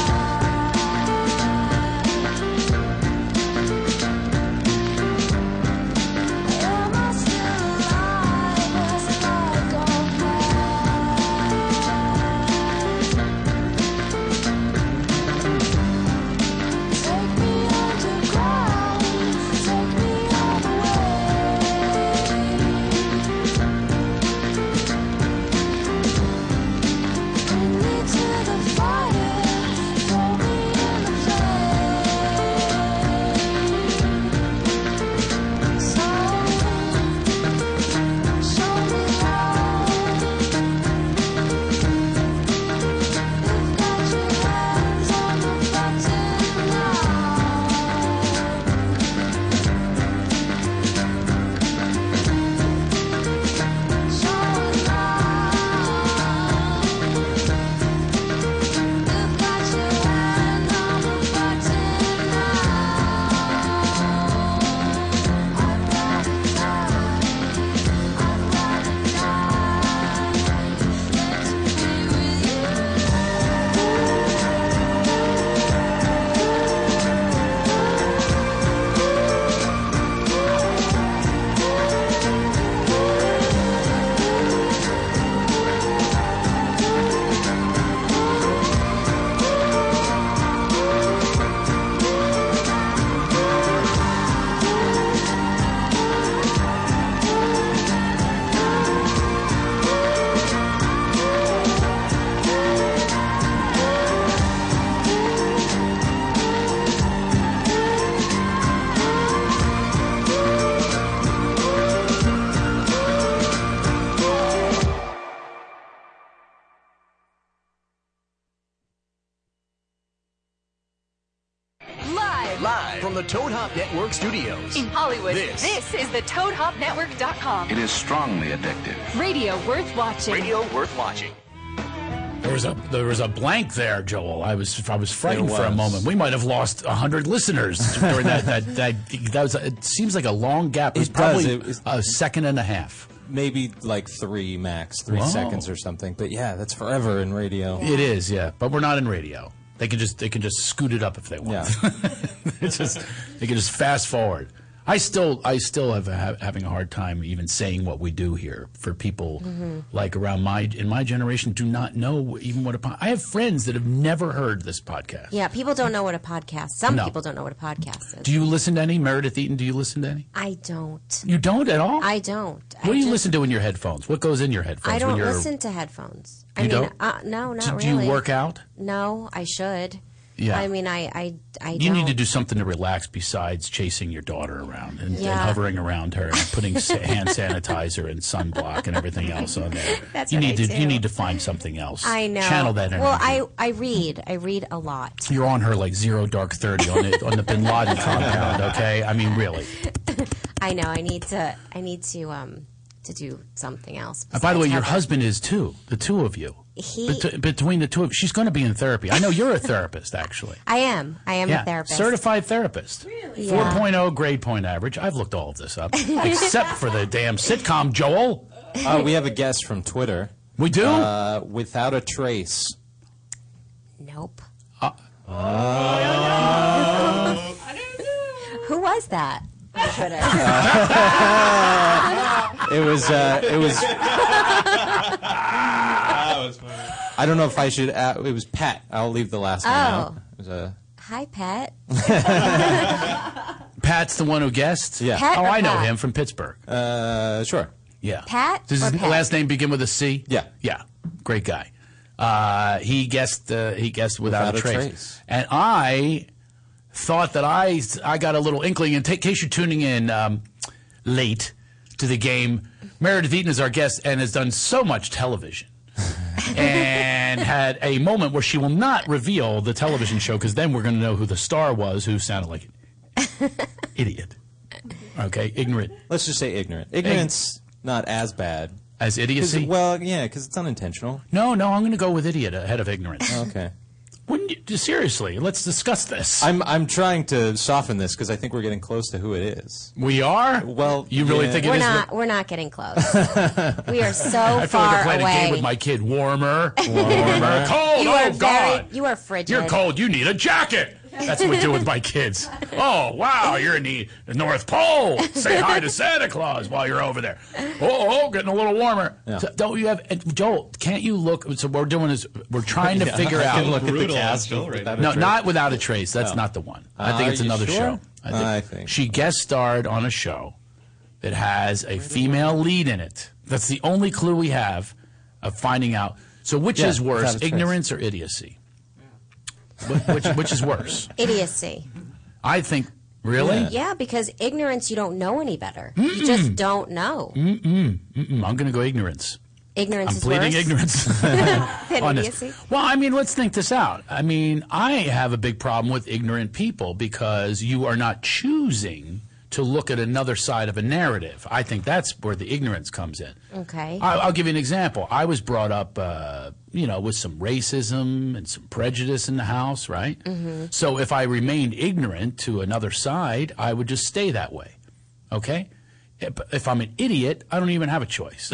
[SPEAKER 1] the Toad Hop Network studios.
[SPEAKER 19] In Hollywood,
[SPEAKER 1] This.
[SPEAKER 19] is the ToadHopNetwork.com.
[SPEAKER 1] is strongly addictive.
[SPEAKER 19] Radio worth watching.
[SPEAKER 1] Radio worth watching.
[SPEAKER 4] There was a there was a blank there, Joel. I was I was frightened
[SPEAKER 1] There
[SPEAKER 4] for a
[SPEAKER 1] was.
[SPEAKER 4] moment. We might have lost hundred listeners during that that, that that was it seems like a long gap. It was
[SPEAKER 5] It does.
[SPEAKER 4] probably
[SPEAKER 5] It was-
[SPEAKER 4] a second and a half.
[SPEAKER 5] [laughs] Maybe like three max, three
[SPEAKER 4] Wow.
[SPEAKER 5] seconds or something. But yeah, that's forever in radio.
[SPEAKER 4] It is, yeah. But we're not in radio. They can just they can just scoot it up if they want. it's just [laughs] they can just fast forward. I still I still have a, having a hard time even saying what we do here for people
[SPEAKER 1] Mhm.
[SPEAKER 7] Mm-hmm.
[SPEAKER 4] like around my in my generation do not know even what a pod. I have friends that have never heard this podcast.
[SPEAKER 7] Yeah, people don't know what a podcast. Some
[SPEAKER 4] No.
[SPEAKER 7] people don't know what a podcast is.
[SPEAKER 4] Do you listen to any Meredith Eaton? Do you listen to any?
[SPEAKER 7] I don't.
[SPEAKER 4] You don't at all.
[SPEAKER 7] I don't.
[SPEAKER 4] What do you listen to in your headphones? What goes in your headphones?
[SPEAKER 7] I
[SPEAKER 4] when
[SPEAKER 7] don't
[SPEAKER 4] you're,
[SPEAKER 7] listen to headphones. I
[SPEAKER 4] You
[SPEAKER 7] mean,
[SPEAKER 4] don't?
[SPEAKER 7] Uh, no,
[SPEAKER 4] Do-
[SPEAKER 7] not
[SPEAKER 4] do
[SPEAKER 7] really.
[SPEAKER 4] you work out?
[SPEAKER 7] No, I should.
[SPEAKER 4] Yeah.
[SPEAKER 7] I mean, I, I, I
[SPEAKER 4] You
[SPEAKER 7] don't.
[SPEAKER 4] need to do something to relax besides chasing your daughter around and, and
[SPEAKER 7] Yeah.
[SPEAKER 4] hovering around her and putting
[SPEAKER 7] [laughs]
[SPEAKER 4] sa- hand sanitizer and sunblock and everything else on there.
[SPEAKER 7] That's
[SPEAKER 4] you
[SPEAKER 7] what I
[SPEAKER 4] need to
[SPEAKER 7] do.
[SPEAKER 4] you need to find something else.
[SPEAKER 7] I know.
[SPEAKER 4] Channel that energy.
[SPEAKER 7] Well, I, I read. I read a lot.
[SPEAKER 4] You're on her like zero dark thirty on it on the Bin
[SPEAKER 7] [laughs]
[SPEAKER 4] Laden compound. Okay, I mean really.
[SPEAKER 7] I know. I need to. I need to. Um, to do something else.
[SPEAKER 4] Uh, by the way, your uh,
[SPEAKER 7] besides
[SPEAKER 4] husband is too. The two of you.
[SPEAKER 7] He-
[SPEAKER 4] Bet- between the two of she's going to be in therapy. I know you're a therapist actually.
[SPEAKER 7] headphones. I am. I am
[SPEAKER 4] yeah,
[SPEAKER 7] a therapist.
[SPEAKER 4] Certified therapist. Really?
[SPEAKER 7] Yeah.
[SPEAKER 4] 4.0 grade point average. I've looked all of this up, except for the damn sitcom, Joel.
[SPEAKER 5] Uh, we have a guest from Twitter.
[SPEAKER 4] We do?
[SPEAKER 5] Uh, without a trace. [laughs]
[SPEAKER 7] Nope.
[SPEAKER 5] Uh,
[SPEAKER 7] Who was that? On Twitter.
[SPEAKER 5] [laughs]
[SPEAKER 4] [laughs]
[SPEAKER 5] it was. Uh, it was. I don't know if I should. Uh, it was Pat. I'll leave the last
[SPEAKER 7] Oh.
[SPEAKER 5] name out. It was, uh,
[SPEAKER 7] Hi, Pet.
[SPEAKER 4] Pat's the one who guessed. Yeah.
[SPEAKER 7] Pat
[SPEAKER 4] oh,
[SPEAKER 7] or
[SPEAKER 4] I know
[SPEAKER 7] Pat?
[SPEAKER 4] him from Pittsburgh.
[SPEAKER 5] Uh, sure.
[SPEAKER 4] Yeah.
[SPEAKER 7] Pat
[SPEAKER 4] Does
[SPEAKER 7] or
[SPEAKER 4] his
[SPEAKER 7] Pat?
[SPEAKER 4] last name begin with a C?
[SPEAKER 5] Yeah.
[SPEAKER 4] Yeah. Great guy. Uh, he guessed. Uh, he guessed without,
[SPEAKER 5] Without a
[SPEAKER 4] trace.
[SPEAKER 5] trace.
[SPEAKER 4] And I thought that I I got a little inkling. In ta- case you're tuning in um, late to the game, Meredith Eaton is our guest and has done so much television. and had a moment where she will not reveal the television show because then we're going to know who the star was who sounded like an idiot. Okay, ignorant.
[SPEAKER 5] Let's just say ignorant. Ignorance not as bad
[SPEAKER 4] as idiocy.
[SPEAKER 5] Well, yeah, because it's unintentional. Oh,
[SPEAKER 4] No, no, I'm going to go with idiot ahead of ignorance.
[SPEAKER 5] Okay.
[SPEAKER 4] Wouldn't you, seriously? Let's discuss this.
[SPEAKER 5] I'm I'm trying to soften this because I think we're getting close to who it is.
[SPEAKER 4] We are.
[SPEAKER 5] Well,
[SPEAKER 4] You really
[SPEAKER 5] yeah.
[SPEAKER 4] think it
[SPEAKER 7] we're
[SPEAKER 4] is?
[SPEAKER 7] not. We're not
[SPEAKER 4] [laughs]
[SPEAKER 7] getting close. we are so
[SPEAKER 4] I feel like
[SPEAKER 7] far
[SPEAKER 4] I'm playing
[SPEAKER 7] away.
[SPEAKER 4] a game with my kid.
[SPEAKER 7] [laughs]
[SPEAKER 4] Warmer, warmer, cold.
[SPEAKER 7] You
[SPEAKER 4] oh
[SPEAKER 7] are very-
[SPEAKER 4] God,
[SPEAKER 7] you are frigid.
[SPEAKER 4] you're cold. You need a jacket. That's what we do with my
[SPEAKER 7] [laughs]
[SPEAKER 4] kids. Oh wow, you're in the North Pole. Say hi to Santa Claus while you're over there. Oh, oh getting a little warmer. So don't you have and Joel? Can't you look? So what we're doing is we're trying to
[SPEAKER 5] [laughs] Yeah,
[SPEAKER 4] figure
[SPEAKER 5] I
[SPEAKER 4] out.
[SPEAKER 5] can look at the Brutal cast on Joel right without now. a
[SPEAKER 4] no,
[SPEAKER 5] trace.
[SPEAKER 4] not without a trace. That's
[SPEAKER 5] Oh.
[SPEAKER 4] not the one. I think
[SPEAKER 5] Are
[SPEAKER 4] it's
[SPEAKER 5] you
[SPEAKER 4] another
[SPEAKER 5] sure?
[SPEAKER 4] show.
[SPEAKER 5] I
[SPEAKER 4] think she guest starred on a show that has a female lead in it. That's the only clue we have of finding out. So which
[SPEAKER 5] Yeah,
[SPEAKER 4] is worse,
[SPEAKER 5] without a trace.
[SPEAKER 4] ignorance or idiocy? Wh- Which, which is worse?
[SPEAKER 7] Idiocy.
[SPEAKER 4] I think. Really?
[SPEAKER 7] Yeah, because ignorance, you don't know any better. You just don't know.
[SPEAKER 4] Mm-mm, mm-mm. I'm going to go ignorance.
[SPEAKER 7] Ignorance
[SPEAKER 4] I'm
[SPEAKER 7] is
[SPEAKER 4] pleading
[SPEAKER 7] worse. [laughs]
[SPEAKER 4] ignorance. [laughs]
[SPEAKER 7] Than
[SPEAKER 4] Honest.
[SPEAKER 7] idiocy.
[SPEAKER 4] Well, I mean, let's think this out. I mean, I have a big problem with ignorant people because you are not choosing to look at another side of a narrative. I think that's where the ignorance comes in.
[SPEAKER 7] Okay.
[SPEAKER 4] I, I'll give you an example. I was brought up, uh, you know, with some racism and some prejudice in the house, right?
[SPEAKER 7] Mm-hmm.
[SPEAKER 14] Mhm.
[SPEAKER 4] So if I remained ignorant to another side, I would just stay that way. Okay? If if I'm an idiot, I don't even have a
[SPEAKER 7] [laughs]
[SPEAKER 4] choice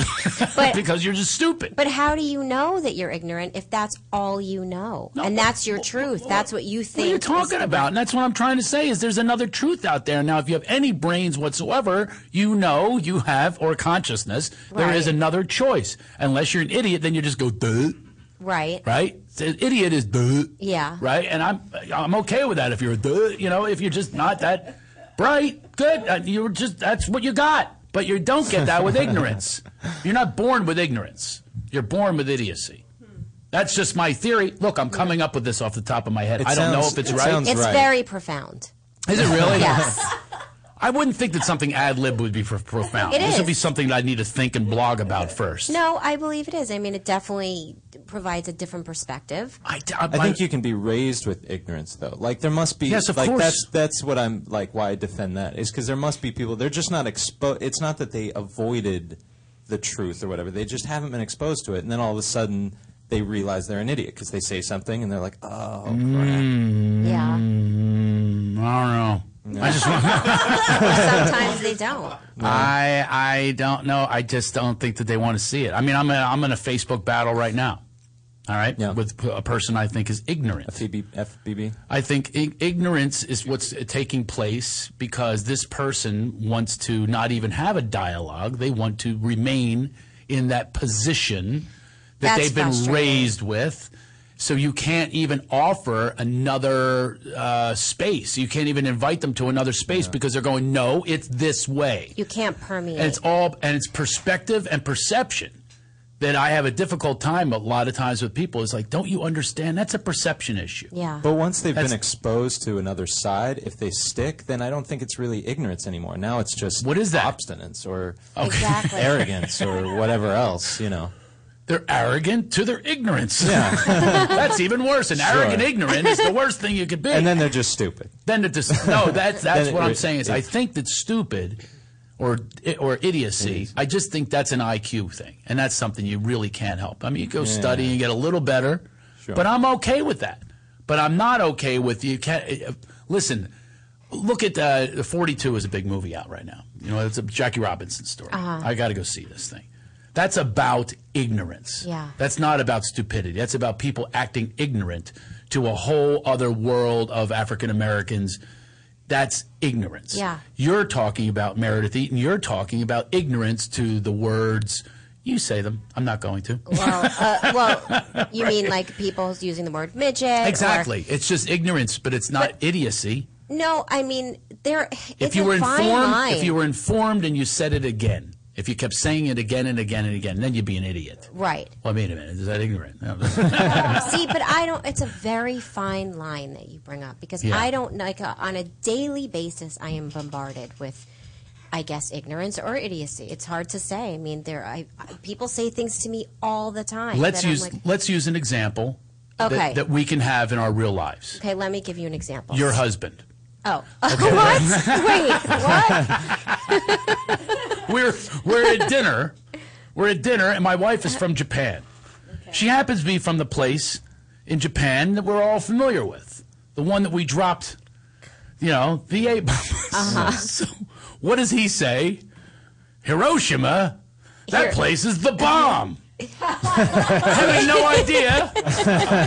[SPEAKER 4] [laughs] because you're just stupid.
[SPEAKER 7] But how do you know that you're ignorant if that's all you know? and that's your truth. that's what you think.
[SPEAKER 4] What are you
[SPEAKER 7] is
[SPEAKER 4] talking
[SPEAKER 7] the-
[SPEAKER 4] about? And that's what I'm trying to say is there's another truth out there. Now, if you have any brains whatsoever, you know you have or consciousness there is
[SPEAKER 7] Right.
[SPEAKER 4] another choice. Unless you're an idiot, then you just go duh,
[SPEAKER 7] Right.
[SPEAKER 4] right? So idiot is duh,
[SPEAKER 7] Yeah.
[SPEAKER 4] right? And I'm I'm okay with that if you're a duh, you know, if you're just not that bright, good. Uh, You're just that's what you got. But you don't get that with ignorance. You're not born with ignorance. You're born with idiocy. That's just my theory. Look, I'm coming up with this off the top of my head.
[SPEAKER 5] It
[SPEAKER 4] I don't know
[SPEAKER 5] sounds-
[SPEAKER 4] if it's
[SPEAKER 5] it
[SPEAKER 4] right.
[SPEAKER 5] sounds
[SPEAKER 7] It's very profound.
[SPEAKER 4] Is it really?
[SPEAKER 7] Yes.
[SPEAKER 4] [laughs] I wouldn't think that something ad lib would be pro- profound.
[SPEAKER 7] It
[SPEAKER 4] this
[SPEAKER 7] is.
[SPEAKER 4] would be something that I need to think and blog about first.
[SPEAKER 7] No, I believe it is. I mean, it definitely provides a different perspective.
[SPEAKER 4] I,
[SPEAKER 5] I think you can be raised with ignorance, though. Like there must be.
[SPEAKER 7] Yes, of
[SPEAKER 5] like,
[SPEAKER 7] course.
[SPEAKER 5] That's that's what I'm like. Why I defend that is because there must be people. They're just not exposed. It's not that they avoided the truth or whatever. They just haven't been exposed to it, and then all of a sudden they realize they're an idiot because they say something and they're like, oh crap.
[SPEAKER 7] Yeah.
[SPEAKER 4] Mm, I don't know. [laughs] I
[SPEAKER 7] [laughs]
[SPEAKER 4] just want.
[SPEAKER 7] Sometimes they don't.
[SPEAKER 4] I I don't know. I just don't think that they want to see it. I mean, I'm in, I'm in a Facebook battle right now. All right, with p- a person I think is ignorant.
[SPEAKER 5] FBB, FBB.
[SPEAKER 4] I think ig- ignorance is what's taking place because this person wants to not even have a dialogue. They want to remain in that position that
[SPEAKER 20] That's
[SPEAKER 4] they've been
[SPEAKER 20] frustrating.
[SPEAKER 4] raised with. So you can't even offer another uh, space. You can't even invite them to another space because they're going, no, it's this way.
[SPEAKER 7] You can't permeate.
[SPEAKER 4] And it's all and it's perspective and perception that I have a difficult time a lot of times with people. It's like, don't you understand? That's a perception issue.
[SPEAKER 7] yeah.
[SPEAKER 5] But once they've
[SPEAKER 4] That's-
[SPEAKER 5] been exposed to another side, if they stick, then I don't think it's really ignorance anymore. Now it's just what is that obstinance or
[SPEAKER 4] Exactly.
[SPEAKER 5] [laughs] arrogance or whatever else, you know.
[SPEAKER 4] They're arrogant to their ignorance.
[SPEAKER 5] Yeah.
[SPEAKER 4] [laughs] that's even worse. An arrogant
[SPEAKER 5] Sure.
[SPEAKER 4] ignorant is the worst thing you could be.
[SPEAKER 5] And then they're just stupid.
[SPEAKER 4] Then it just
[SPEAKER 5] [laughs]
[SPEAKER 4] no. That's that's
[SPEAKER 5] Then it
[SPEAKER 4] what I'm
[SPEAKER 5] re-
[SPEAKER 4] saying is I
[SPEAKER 5] it-
[SPEAKER 4] think that's stupid, or or idiocy. I just think that's an IQ thing, and that's something you really can't help. I mean, you go
[SPEAKER 20] Yeah.
[SPEAKER 4] study and get a little better, but I'm okay with that. But I'm not okay with you. Can't uh, listen. Look at uh, 42 is a big movie out right now. You know, it's a Jackie Robinson story.
[SPEAKER 20] Uh-huh.
[SPEAKER 4] I got to go see this thing. That's about ignorance.
[SPEAKER 20] Yeah.
[SPEAKER 4] That's not about stupidity. That's about people acting ignorant to a whole other world of African Americans. That's ignorance.
[SPEAKER 20] Yeah.
[SPEAKER 4] You're talking about Meredith Eaton. You're talking about ignorance to the words. You say them. I'm not going to.
[SPEAKER 7] Well, uh,
[SPEAKER 4] [laughs]
[SPEAKER 7] well, you mean like people using the word midget? or-
[SPEAKER 4] exactly. It's just ignorance, but it's not idiocy.
[SPEAKER 7] no, I mean there.
[SPEAKER 4] If
[SPEAKER 7] it's
[SPEAKER 4] you
[SPEAKER 7] a
[SPEAKER 4] were
[SPEAKER 7] fine
[SPEAKER 4] informed,
[SPEAKER 7] line.
[SPEAKER 4] if you were informed and you said it again, if you kept saying it again and again and again, then you'd be an idiot. [laughs]
[SPEAKER 7] right.
[SPEAKER 4] Well, wait a minute. Is that ignorant? No. [laughs]
[SPEAKER 7] See, but I don't. It's a very fine line that you bring up because
[SPEAKER 4] Yeah.
[SPEAKER 7] I don't like uh, on a daily basis. I am bombarded with, I guess, ignorance or idiocy. It's hard to say. I mean, there. I people say things to me all the time.
[SPEAKER 4] let's
[SPEAKER 7] that I'm
[SPEAKER 4] use
[SPEAKER 7] like-
[SPEAKER 4] let's use an example
[SPEAKER 7] Okay.
[SPEAKER 4] that, that we can have in our real lives.
[SPEAKER 7] okay, let me give you an example.
[SPEAKER 4] Your husband.
[SPEAKER 7] Oh, [laughs]
[SPEAKER 4] [laughs]
[SPEAKER 7] what? Wait, what?
[SPEAKER 4] We're we're at dinner. We're at dinner, and my wife is from Japan. She happens to be from the place in Japan that we're all familiar with, the one that we dropped. You know, the A bomb.
[SPEAKER 20] Uh-huh.
[SPEAKER 4] [laughs] So, what does he say? Hiroshima. That
[SPEAKER 20] Here-
[SPEAKER 4] place is the
[SPEAKER 7] [laughs]
[SPEAKER 4] bomb. Having no idea,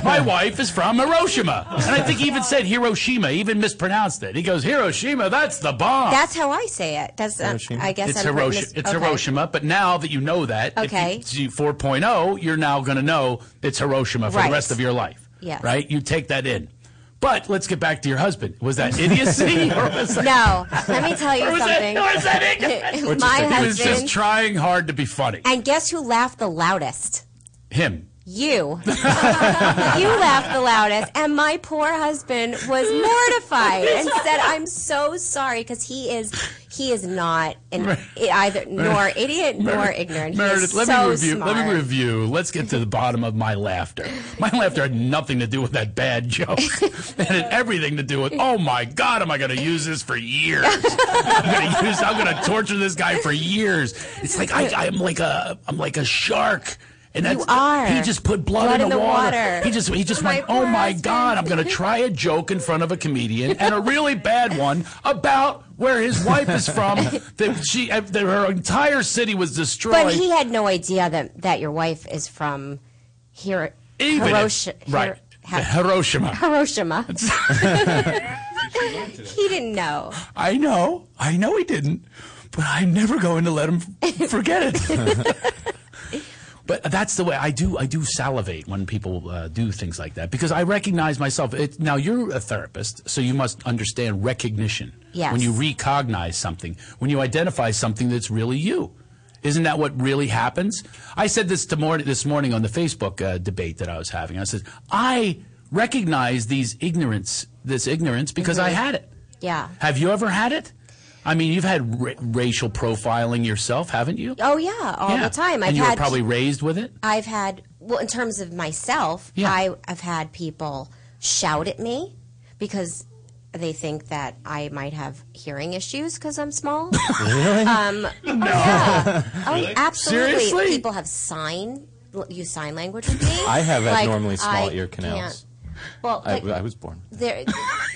[SPEAKER 4] my wife is from Hiroshima, and I think he even said Hiroshima, even mispronounced it. He goes Hiroshima. That's the bomb.
[SPEAKER 7] That's how I say it. That's uh, I guess
[SPEAKER 4] it's
[SPEAKER 7] I'm
[SPEAKER 4] Hiroshima.
[SPEAKER 7] mis-
[SPEAKER 4] It's
[SPEAKER 7] okay.
[SPEAKER 4] Hiroshima. But now that you know that, if
[SPEAKER 7] Okay.
[SPEAKER 4] you see 4.0, oh, you're now going to know it's Hiroshima for
[SPEAKER 7] Right.
[SPEAKER 4] the rest of your life.
[SPEAKER 7] Yes.
[SPEAKER 4] Right? You take that in. But let's get back to your husband. Was that
[SPEAKER 7] [laughs]
[SPEAKER 4] idiocy? or was that,
[SPEAKER 7] no, let me tell you
[SPEAKER 20] Or was that-
[SPEAKER 4] [laughs]
[SPEAKER 7] something.
[SPEAKER 20] or was that
[SPEAKER 4] Or just-
[SPEAKER 7] My
[SPEAKER 4] he
[SPEAKER 7] husband.
[SPEAKER 4] was just trying hard to be funny.
[SPEAKER 7] and guess who laughed the loudest?
[SPEAKER 4] Him.
[SPEAKER 7] You. [laughs] you laughed the loudest, and my poor husband was mortified and said, "I'm so sorry," because he is he is not an i- either nor idiot nor
[SPEAKER 4] Meredith-
[SPEAKER 7] ignorant. He
[SPEAKER 4] Meredith,
[SPEAKER 7] is
[SPEAKER 4] let
[SPEAKER 7] so
[SPEAKER 4] me review.
[SPEAKER 7] smart.
[SPEAKER 4] Let me review. Let's get to the bottom of my laughter. My laughter had nothing to do with that bad joke. [laughs] it had everything to do with. Oh my God, am I going to use this for years? [laughs] I'm going to use. I'm going to torture this guy for years. It's like I, I'm like a. I'm like a shark. And
[SPEAKER 20] You
[SPEAKER 4] that's,
[SPEAKER 20] are.
[SPEAKER 4] He just put blood,
[SPEAKER 20] Blood in the
[SPEAKER 4] water.
[SPEAKER 20] water.
[SPEAKER 4] He just he just went. Oh my God, I'm going to try a joke in front of a comedian and a really bad one about where his wife is from. [laughs] That she that her entire city was destroyed.
[SPEAKER 7] But he had no idea that that your wife is from here,
[SPEAKER 4] Even if-
[SPEAKER 7] Hiroshi-
[SPEAKER 4] right.
[SPEAKER 7] Hi-
[SPEAKER 4] Hiroshima. [laughs]
[SPEAKER 7] Hiroshima. he didn't know.
[SPEAKER 4] I know. I know he didn't. But I'm never going to let him f- forget it. but that's the way I do. I do salivate when people uh, do things like that because I recognize myself. It, now you're a therapist, so you must understand recognition.
[SPEAKER 20] Yes.
[SPEAKER 4] When you recognize something, when you identify something that's really you, isn't that what really happens? I said this to mor- this morning on the Facebook uh, debate that I was having. I said I recognize these ignorance, this ignorance because I
[SPEAKER 7] Mhm.
[SPEAKER 4] had it.
[SPEAKER 7] Yeah.
[SPEAKER 4] Have you ever had it? I mean, you've had ra- racial profiling yourself, haven't you?
[SPEAKER 7] Oh yeah, all
[SPEAKER 4] Yeah.
[SPEAKER 7] the time. I've
[SPEAKER 4] and you
[SPEAKER 7] had
[SPEAKER 4] were probably raised with it.
[SPEAKER 7] I've had, well, in terms of myself, I, I've had people shout at me because they think that I might have hearing issues because
[SPEAKER 5] [laughs]
[SPEAKER 7] I'm small.
[SPEAKER 14] Really?
[SPEAKER 7] Um, oh, yeah. Oh,
[SPEAKER 14] Really?
[SPEAKER 7] absolutely.
[SPEAKER 14] Seriously?
[SPEAKER 7] People have sign, use sign language with me.
[SPEAKER 5] I have
[SPEAKER 7] Like,
[SPEAKER 5] abnormally small
[SPEAKER 7] I
[SPEAKER 5] ear canals.
[SPEAKER 7] can't- Well,
[SPEAKER 5] I,
[SPEAKER 7] like,
[SPEAKER 5] I was born.
[SPEAKER 7] there,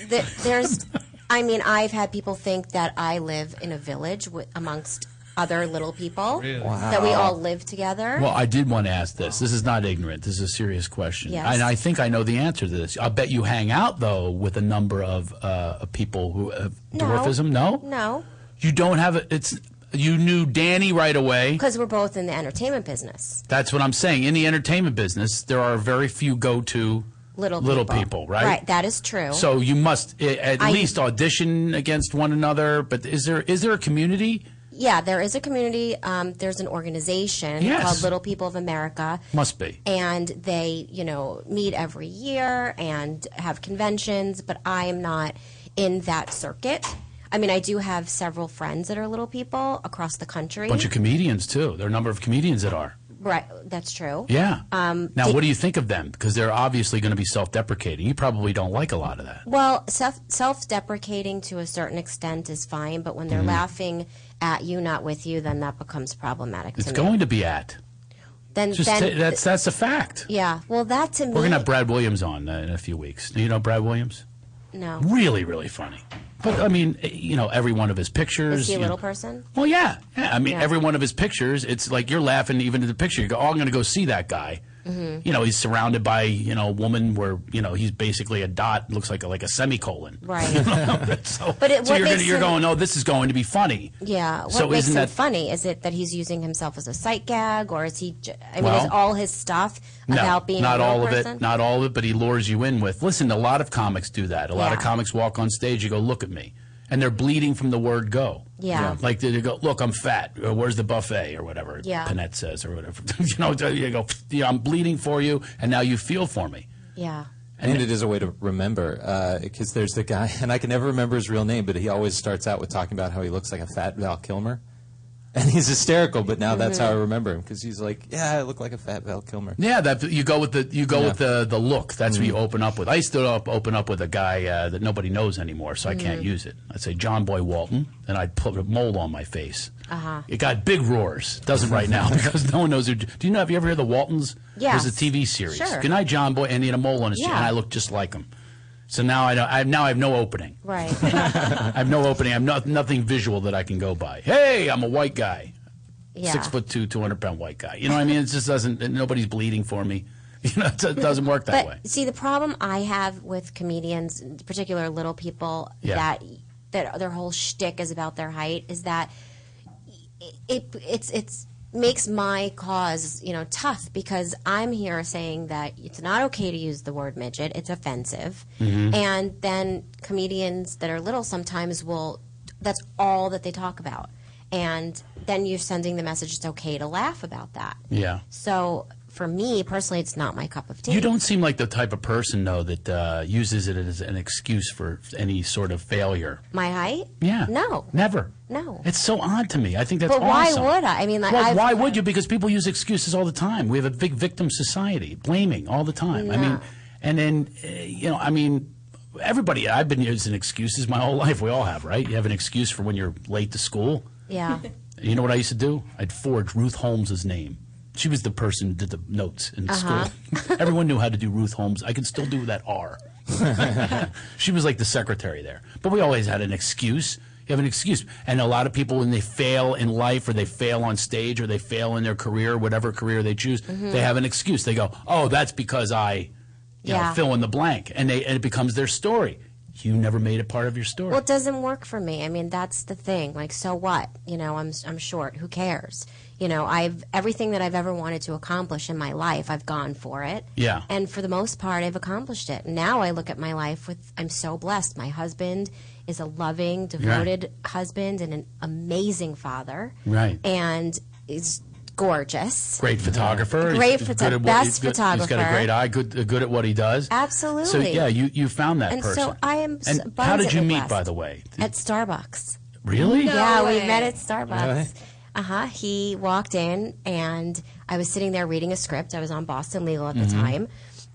[SPEAKER 7] there, there's. I mean, I've had people think that I live in a village with, amongst other little people.
[SPEAKER 4] Really?
[SPEAKER 7] That we
[SPEAKER 4] Wow.
[SPEAKER 7] all live together.
[SPEAKER 4] Well, I did want to ask this. This is not ignorant. This is a serious question.
[SPEAKER 7] Yes.
[SPEAKER 4] And I think I know the answer to this. I'll bet you hang out, though, with a number of uh, people who have dwarfism. No?
[SPEAKER 7] No.
[SPEAKER 4] You don't have a, it's. You knew Danny right away.
[SPEAKER 7] Because we're both in the entertainment business.
[SPEAKER 4] That's what I'm saying. In the entertainment business, there are very few go to
[SPEAKER 7] Little people.
[SPEAKER 4] people, right?
[SPEAKER 7] that is true.
[SPEAKER 4] So you must i- at
[SPEAKER 7] I-
[SPEAKER 4] least audition against one another. But is there is there a community?
[SPEAKER 7] yeah, there is a community. Um, there's an organization
[SPEAKER 4] Yes.
[SPEAKER 7] called Little People of America,
[SPEAKER 4] Must be.
[SPEAKER 7] and they, you know, meet every year and have conventions. But I am not in that circuit. I mean, I do have several friends that are little people across the country.
[SPEAKER 4] bunch of comedians too. There are a number of comedians that are.
[SPEAKER 7] right, that's true.
[SPEAKER 4] Yeah.
[SPEAKER 7] Um,
[SPEAKER 4] Now,
[SPEAKER 7] did-
[SPEAKER 4] what do you think of them? Because they're obviously going to be self-deprecating. You probably don't like a lot of that.
[SPEAKER 7] Well, self self deprecating to a certain extent is fine, but when they're
[SPEAKER 4] Mhm.
[SPEAKER 7] laughing at you, not with you, then that becomes problematic.
[SPEAKER 4] It's
[SPEAKER 7] to me.
[SPEAKER 4] going to be at.
[SPEAKER 7] Then,
[SPEAKER 4] Just
[SPEAKER 7] then
[SPEAKER 4] ta- that's that's a fact.
[SPEAKER 7] yeah. Well, that to me,
[SPEAKER 4] We're going to have Brad Williams on uh, in a few weeks. Do you know Brad Williams?
[SPEAKER 7] no.
[SPEAKER 4] Really, really funny. But I mean, eh, you know, every one of his pictures.
[SPEAKER 7] Is he a
[SPEAKER 4] you
[SPEAKER 7] little
[SPEAKER 4] know-
[SPEAKER 7] person?
[SPEAKER 4] Well, yeah, yeah. I mean,
[SPEAKER 7] Yeah.
[SPEAKER 4] every one of his pictures. It's like you're laughing even at the picture. You go, "Oh, I'm going to go see that guy."
[SPEAKER 7] Mm-hmm.
[SPEAKER 4] You know, he's surrounded by you know a woman where you know he's basically a dot. Looks like a, like a semicolon. [laughs]
[SPEAKER 7] Right.
[SPEAKER 4] so,
[SPEAKER 7] But it-
[SPEAKER 4] so
[SPEAKER 7] what
[SPEAKER 4] you're, gonna,
[SPEAKER 7] makes
[SPEAKER 4] you're
[SPEAKER 7] him-
[SPEAKER 4] going, "Oh, this is going to be funny."
[SPEAKER 7] Yeah. What
[SPEAKER 4] So
[SPEAKER 7] makes
[SPEAKER 4] isn't
[SPEAKER 7] him
[SPEAKER 4] that-
[SPEAKER 7] funny? Is it that he's using himself as a sight gag, or is he? J- I mean,
[SPEAKER 4] Well,
[SPEAKER 7] is all his stuff
[SPEAKER 4] No,
[SPEAKER 7] about being
[SPEAKER 4] not
[SPEAKER 7] a little
[SPEAKER 4] all of
[SPEAKER 7] person?
[SPEAKER 4] it, not all of it, but he lures you in with. Listen, a lot of comics do that. A lot of
[SPEAKER 7] Yeah.
[SPEAKER 4] comics walk on stage. You go, "Look at me," and they're bleeding from the word go.
[SPEAKER 7] Yeah. Yeah.
[SPEAKER 4] like they go, "Look, I'm fat. Or, Where's the buffet?" or whatever.
[SPEAKER 7] Yeah.
[SPEAKER 4] Panette says or whatever. [laughs] you know, you go, "Yeah, "I'm bleeding for you, and now you feel for me."
[SPEAKER 7] Yeah.
[SPEAKER 5] And it is a way to remember because there's the guy, [laughs] and I can never remember his real name, but he always starts out with talking about how he looks like a fat Val Kilmer. [laughs] And he's hysterical, but now that's
[SPEAKER 4] Mhm.
[SPEAKER 5] how I remember him because he's like, yeah, I look like a fat Val Kilmer.
[SPEAKER 4] Yeah, that you go with the you go
[SPEAKER 5] Yeah.
[SPEAKER 4] with the the look. That's what
[SPEAKER 5] Mhm.
[SPEAKER 4] you
[SPEAKER 7] Mm.
[SPEAKER 4] open up with. I still up open up with a guy uh, that nobody knows anymore, so I can't
[SPEAKER 7] Mhm.
[SPEAKER 4] use it. I'd say John Boy Walton, and I'd put a mold on my face. Uh
[SPEAKER 7] huh.
[SPEAKER 4] It got big roars. Doesn't right now [laughs] because no one knows who. Do you know? Have you ever heard of the Waltons?
[SPEAKER 7] Yes.
[SPEAKER 4] There's a TV series.
[SPEAKER 7] Sure.
[SPEAKER 4] Good night, John Boy, and he had a mole on his chin,
[SPEAKER 7] Yeah.
[SPEAKER 4] and I look just like him. So now I don't. I now I have no
[SPEAKER 7] [laughs]
[SPEAKER 4] opening.
[SPEAKER 7] Right.
[SPEAKER 4] I have no opening. I'm not nothing visual that I can go by. Hey, I'm a white guy,
[SPEAKER 7] Yeah.
[SPEAKER 4] six foot two, two hundred pound white guy. You know what I mean? It just doesn't. Nobody's bleeding for me. [laughs] You know, it do- doesn't work that
[SPEAKER 7] but
[SPEAKER 4] way.
[SPEAKER 7] see, the problem I have with comedians, in particular little people,
[SPEAKER 4] Yeah.
[SPEAKER 7] that that their whole shtick is about their height, is that it it's it's makes my cause you know tough because I'm here saying that it's not okay to use the word midget; it's offensive.
[SPEAKER 4] Mm-hmm.
[SPEAKER 14] Mhm.
[SPEAKER 7] And then comedians that are little sometimes will that's all that they talk about, and then you're sending the message it's okay to laugh about that.
[SPEAKER 4] Yeah.
[SPEAKER 7] So for me personally, it's not my cup of tea.
[SPEAKER 4] You don't seem like the type of person though that uh, uses it as an excuse for any sort of failure.
[SPEAKER 7] my height?
[SPEAKER 4] Yeah.
[SPEAKER 7] No.
[SPEAKER 4] Never.
[SPEAKER 7] No.
[SPEAKER 4] It's so odd to me. I think that's
[SPEAKER 7] but why
[SPEAKER 4] awesome.
[SPEAKER 7] would I? I mean, like,
[SPEAKER 4] well,
[SPEAKER 7] I've,
[SPEAKER 4] why would you? Because people use excuses all the time. We have a big victim society, blaming all the time. I mean,
[SPEAKER 7] No.
[SPEAKER 4] and then uh, you know, I mean, everybody. I've been using excuses my whole [laughs] life. We all have, right? You have an excuse for when you're late to school.
[SPEAKER 7] yeah.
[SPEAKER 4] You know what I used to do? I'd forge Ruth Holmes's name. She was the person who did the notes in
[SPEAKER 14] Uh-huh.
[SPEAKER 4] school. [laughs] Everyone knew how to do Ruth Holmes. I can still do that
[SPEAKER 7] [laughs]
[SPEAKER 4] R. she was like the secretary there. But we always had an excuse. You have an excuse. And a lot of people, when they fail in life or they fail on stage or they fail in their career, whatever career they choose,
[SPEAKER 14] Mhm.
[SPEAKER 7] Mm-hmm.
[SPEAKER 4] they have an excuse. They go, oh, that's because I, you know,
[SPEAKER 7] Yeah.
[SPEAKER 4] fill in the blank. And, they, and it becomes their story. You never made it part of your story.
[SPEAKER 7] Well, it doesn't work for me. I mean, that's the thing. Like, so what? You know, I'm I'm short. Who cares? You know, I've everything that I've ever wanted to accomplish in my life, I've gone for it.
[SPEAKER 14] Yeah.
[SPEAKER 7] And for the most part, I've accomplished it. Now I look at my life with I'm so blessed. My husband is a loving, devoted husband and an amazing father.
[SPEAKER 4] Right.
[SPEAKER 7] And is gorgeous.
[SPEAKER 4] Great photographer. He's-
[SPEAKER 7] Great
[SPEAKER 4] he's
[SPEAKER 7] photo-
[SPEAKER 4] good at what-
[SPEAKER 7] best
[SPEAKER 4] he's good- He's got
[SPEAKER 7] photographer.
[SPEAKER 4] a great eye. Good, good at what he does.
[SPEAKER 7] Absolutely.
[SPEAKER 4] So yeah, you you found that
[SPEAKER 7] and
[SPEAKER 4] person.
[SPEAKER 7] so I am. s-
[SPEAKER 4] and how did you
[SPEAKER 7] abundantly
[SPEAKER 4] meet,
[SPEAKER 7] blessed.
[SPEAKER 4] by the way?
[SPEAKER 7] At Starbucks.
[SPEAKER 4] Really?
[SPEAKER 7] yeah,
[SPEAKER 4] way.
[SPEAKER 7] we met at Starbucks.
[SPEAKER 4] Really?
[SPEAKER 7] Uh huh. He walked in, and I was sitting there reading a script. I was on Boston Legal at
[SPEAKER 4] Mhm.
[SPEAKER 7] the time,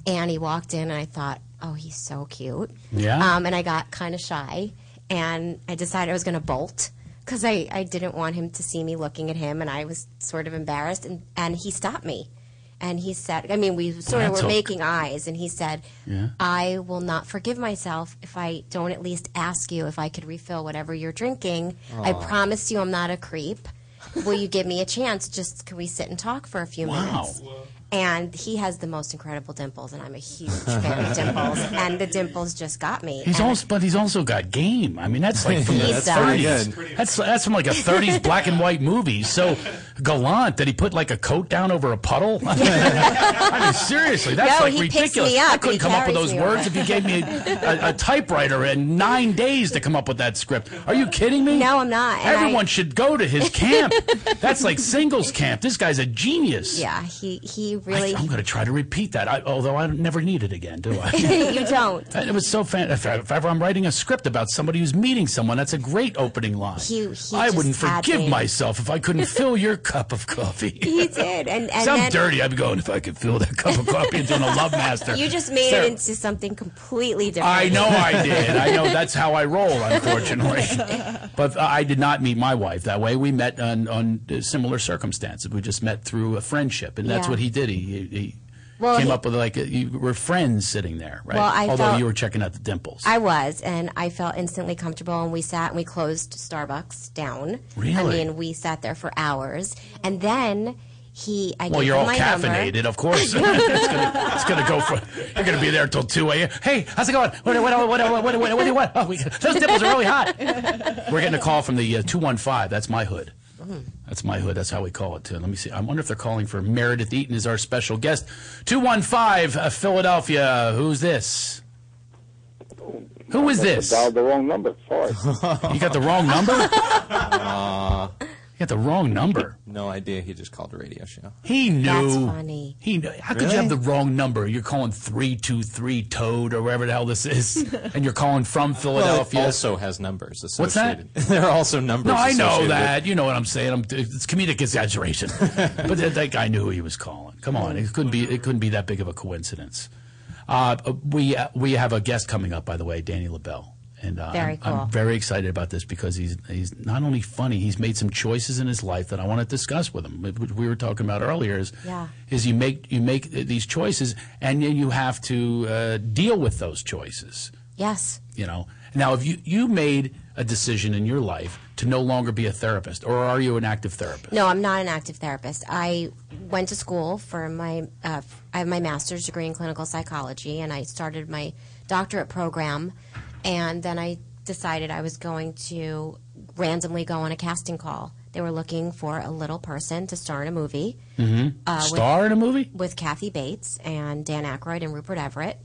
[SPEAKER 7] and he walked in, and I thought, oh, he's so cute.
[SPEAKER 4] Yeah.
[SPEAKER 7] Um, and I got kind of shy, and I decided I was going to bolt because I, I didn't want him to see me looking at him, and I was sort of embarrassed. And, and he stopped me, and he said, I mean, we sort of
[SPEAKER 4] That's
[SPEAKER 7] were
[SPEAKER 4] a-
[SPEAKER 7] making eyes, and he said,
[SPEAKER 4] Yeah.
[SPEAKER 7] I will not forgive myself if I don't at least ask you if I could refill whatever you're drinking. I
[SPEAKER 4] Aw.
[SPEAKER 7] promise you I'm not a creep. Will you give me a chance? Just can we sit and talk for a few
[SPEAKER 4] Wow.
[SPEAKER 7] minutes? And he has the most incredible dimples, and I'm a huge fan
[SPEAKER 4] [laughs]
[SPEAKER 7] of dimples. And the dimples just got me.
[SPEAKER 4] He's
[SPEAKER 7] And
[SPEAKER 4] also, but he's also got game. I mean, that's
[SPEAKER 7] [laughs]
[SPEAKER 4] like from
[SPEAKER 7] He's
[SPEAKER 4] the
[SPEAKER 7] done.
[SPEAKER 4] thirties. That's that's from like a
[SPEAKER 7] [laughs]
[SPEAKER 4] thirties black and white movie. So gallant that he put like a coat down over a puddle. [laughs] I mean, seriously, that's
[SPEAKER 7] No,
[SPEAKER 4] like
[SPEAKER 7] he picks
[SPEAKER 4] ridiculous.
[SPEAKER 7] me up
[SPEAKER 4] I
[SPEAKER 7] and
[SPEAKER 4] couldn't
[SPEAKER 7] he
[SPEAKER 4] come up with
[SPEAKER 7] carries
[SPEAKER 4] those
[SPEAKER 7] me
[SPEAKER 4] words
[SPEAKER 7] around.
[SPEAKER 4] if you gave me a, a, a typewriter in nine days to come up with that script. Are you kidding me?
[SPEAKER 7] No, I'm not. And
[SPEAKER 4] Everyone
[SPEAKER 7] I-
[SPEAKER 4] should go to
[SPEAKER 7] [laughs]
[SPEAKER 4] his camp. that's like singles camp. This guy's a genius.
[SPEAKER 7] yeah, he he
[SPEAKER 4] I,
[SPEAKER 7] really. [laughs]
[SPEAKER 4] am going to try to repeat that, I, although I don't- never need it again, do I?
[SPEAKER 7] you don't.
[SPEAKER 4] And It was so fan. If, if ever I'm writing a script about somebody who's meeting someone, that's a great opening line.
[SPEAKER 7] He, he
[SPEAKER 4] I
[SPEAKER 7] just
[SPEAKER 4] wouldn't
[SPEAKER 7] had
[SPEAKER 4] forgive
[SPEAKER 7] me.
[SPEAKER 4] myself if I
[SPEAKER 7] [laughs]
[SPEAKER 4] couldn't fill your cup of coffee.
[SPEAKER 7] He did, and and
[SPEAKER 4] Sound
[SPEAKER 7] then
[SPEAKER 4] dirty. I'd be going if I could fill that
[SPEAKER 7] [laughs]
[SPEAKER 4] cup of coffee into a love master.
[SPEAKER 7] You just made
[SPEAKER 4] Sarah-
[SPEAKER 7] it into something completely different.
[SPEAKER 4] I know I did. I know that's how I roll,
[SPEAKER 7] [laughs]
[SPEAKER 4] unfortunately. but I did not meet my wife that way. We met on, on similar circumstances. We just met through a friendship, and that's
[SPEAKER 7] Yeah.
[SPEAKER 4] what he did. He, he, he
[SPEAKER 7] Well,
[SPEAKER 4] came
[SPEAKER 7] he-
[SPEAKER 4] up with like a, you were friends sitting there, right?
[SPEAKER 7] Well, I
[SPEAKER 4] Although
[SPEAKER 7] felt-
[SPEAKER 4] you were checking out the dimples.
[SPEAKER 7] I was, and I felt instantly comfortable. And we sat and we closed Starbucks down. I
[SPEAKER 4] Really?
[SPEAKER 7] mean, we sat there for hours, and then he. I
[SPEAKER 4] Well,
[SPEAKER 7] gave
[SPEAKER 4] you're
[SPEAKER 7] him
[SPEAKER 4] all
[SPEAKER 7] my number.
[SPEAKER 4] caffeinated, of course. it's, gonna, it's gonna go for. You're gonna be there till two a.m. Hey, how's it going? What? What? What? What? What? What? what, what? Oh, we, those dimples are really
[SPEAKER 7] [laughs]
[SPEAKER 4] hot. We're getting a call from the uh, two one five. That's my hood. That's my hood. That's how we call it. Too. Let me see. I wonder if they're calling for Meredith Eaton as our special guest. Two one five uh, Philadelphia. Who's this? Who is this?
[SPEAKER 20] Dialed the wrong number. Sorry.
[SPEAKER 4] You got the wrong
[SPEAKER 5] [laughs]
[SPEAKER 4] number. you got the wrong number.
[SPEAKER 5] No idea. He just called a radio show.
[SPEAKER 4] He knew.
[SPEAKER 5] That's funny.
[SPEAKER 4] He knew. How could you
[SPEAKER 5] Really?
[SPEAKER 4] have the wrong number? You're calling three two three Toad or wherever the [laughs] hell this is, and you're calling from Philadelphia.
[SPEAKER 5] Well, it also has numbers
[SPEAKER 4] What's that?
[SPEAKER 5] associated. [laughs] there are also numbers.
[SPEAKER 4] no, I
[SPEAKER 5] associated
[SPEAKER 4] know
[SPEAKER 5] with-
[SPEAKER 4] that. You know what I'm saying. I'm, it's comedic
[SPEAKER 5] [laughs]
[SPEAKER 4] exaggeration, but that, that guy knew who he was calling. Come on, it couldn't be. It couldn't be that big of a coincidence. Uh, we uh, we have a guest coming up, by the way, Danny LaBelle. And uh,
[SPEAKER 7] Very
[SPEAKER 4] I'm,
[SPEAKER 7] cool.
[SPEAKER 4] I'm very excited about this because he's he's not only funny, he's made some choices in his life that I want to discuss with him. Which we were talking about earlier is
[SPEAKER 14] Yeah.
[SPEAKER 4] is you make you make these choices and then you have to uh, deal with those choices
[SPEAKER 7] Yes.
[SPEAKER 4] you know now if you you made a decision in your life to no longer be a therapist or are you an active therapist
[SPEAKER 7] No, I'm not an active therapist. I went to school for my. Uh, I have my master's degree in clinical psychology, and I started my doctorate program, and then I decided I was going to randomly go on a casting call. They were looking for a little person to star in a movie.
[SPEAKER 4] mm-hmm.
[SPEAKER 7] Uh, with-
[SPEAKER 4] star in a movie
[SPEAKER 7] with Kathy Bates and Dan Aykroyd and Rupert Everett.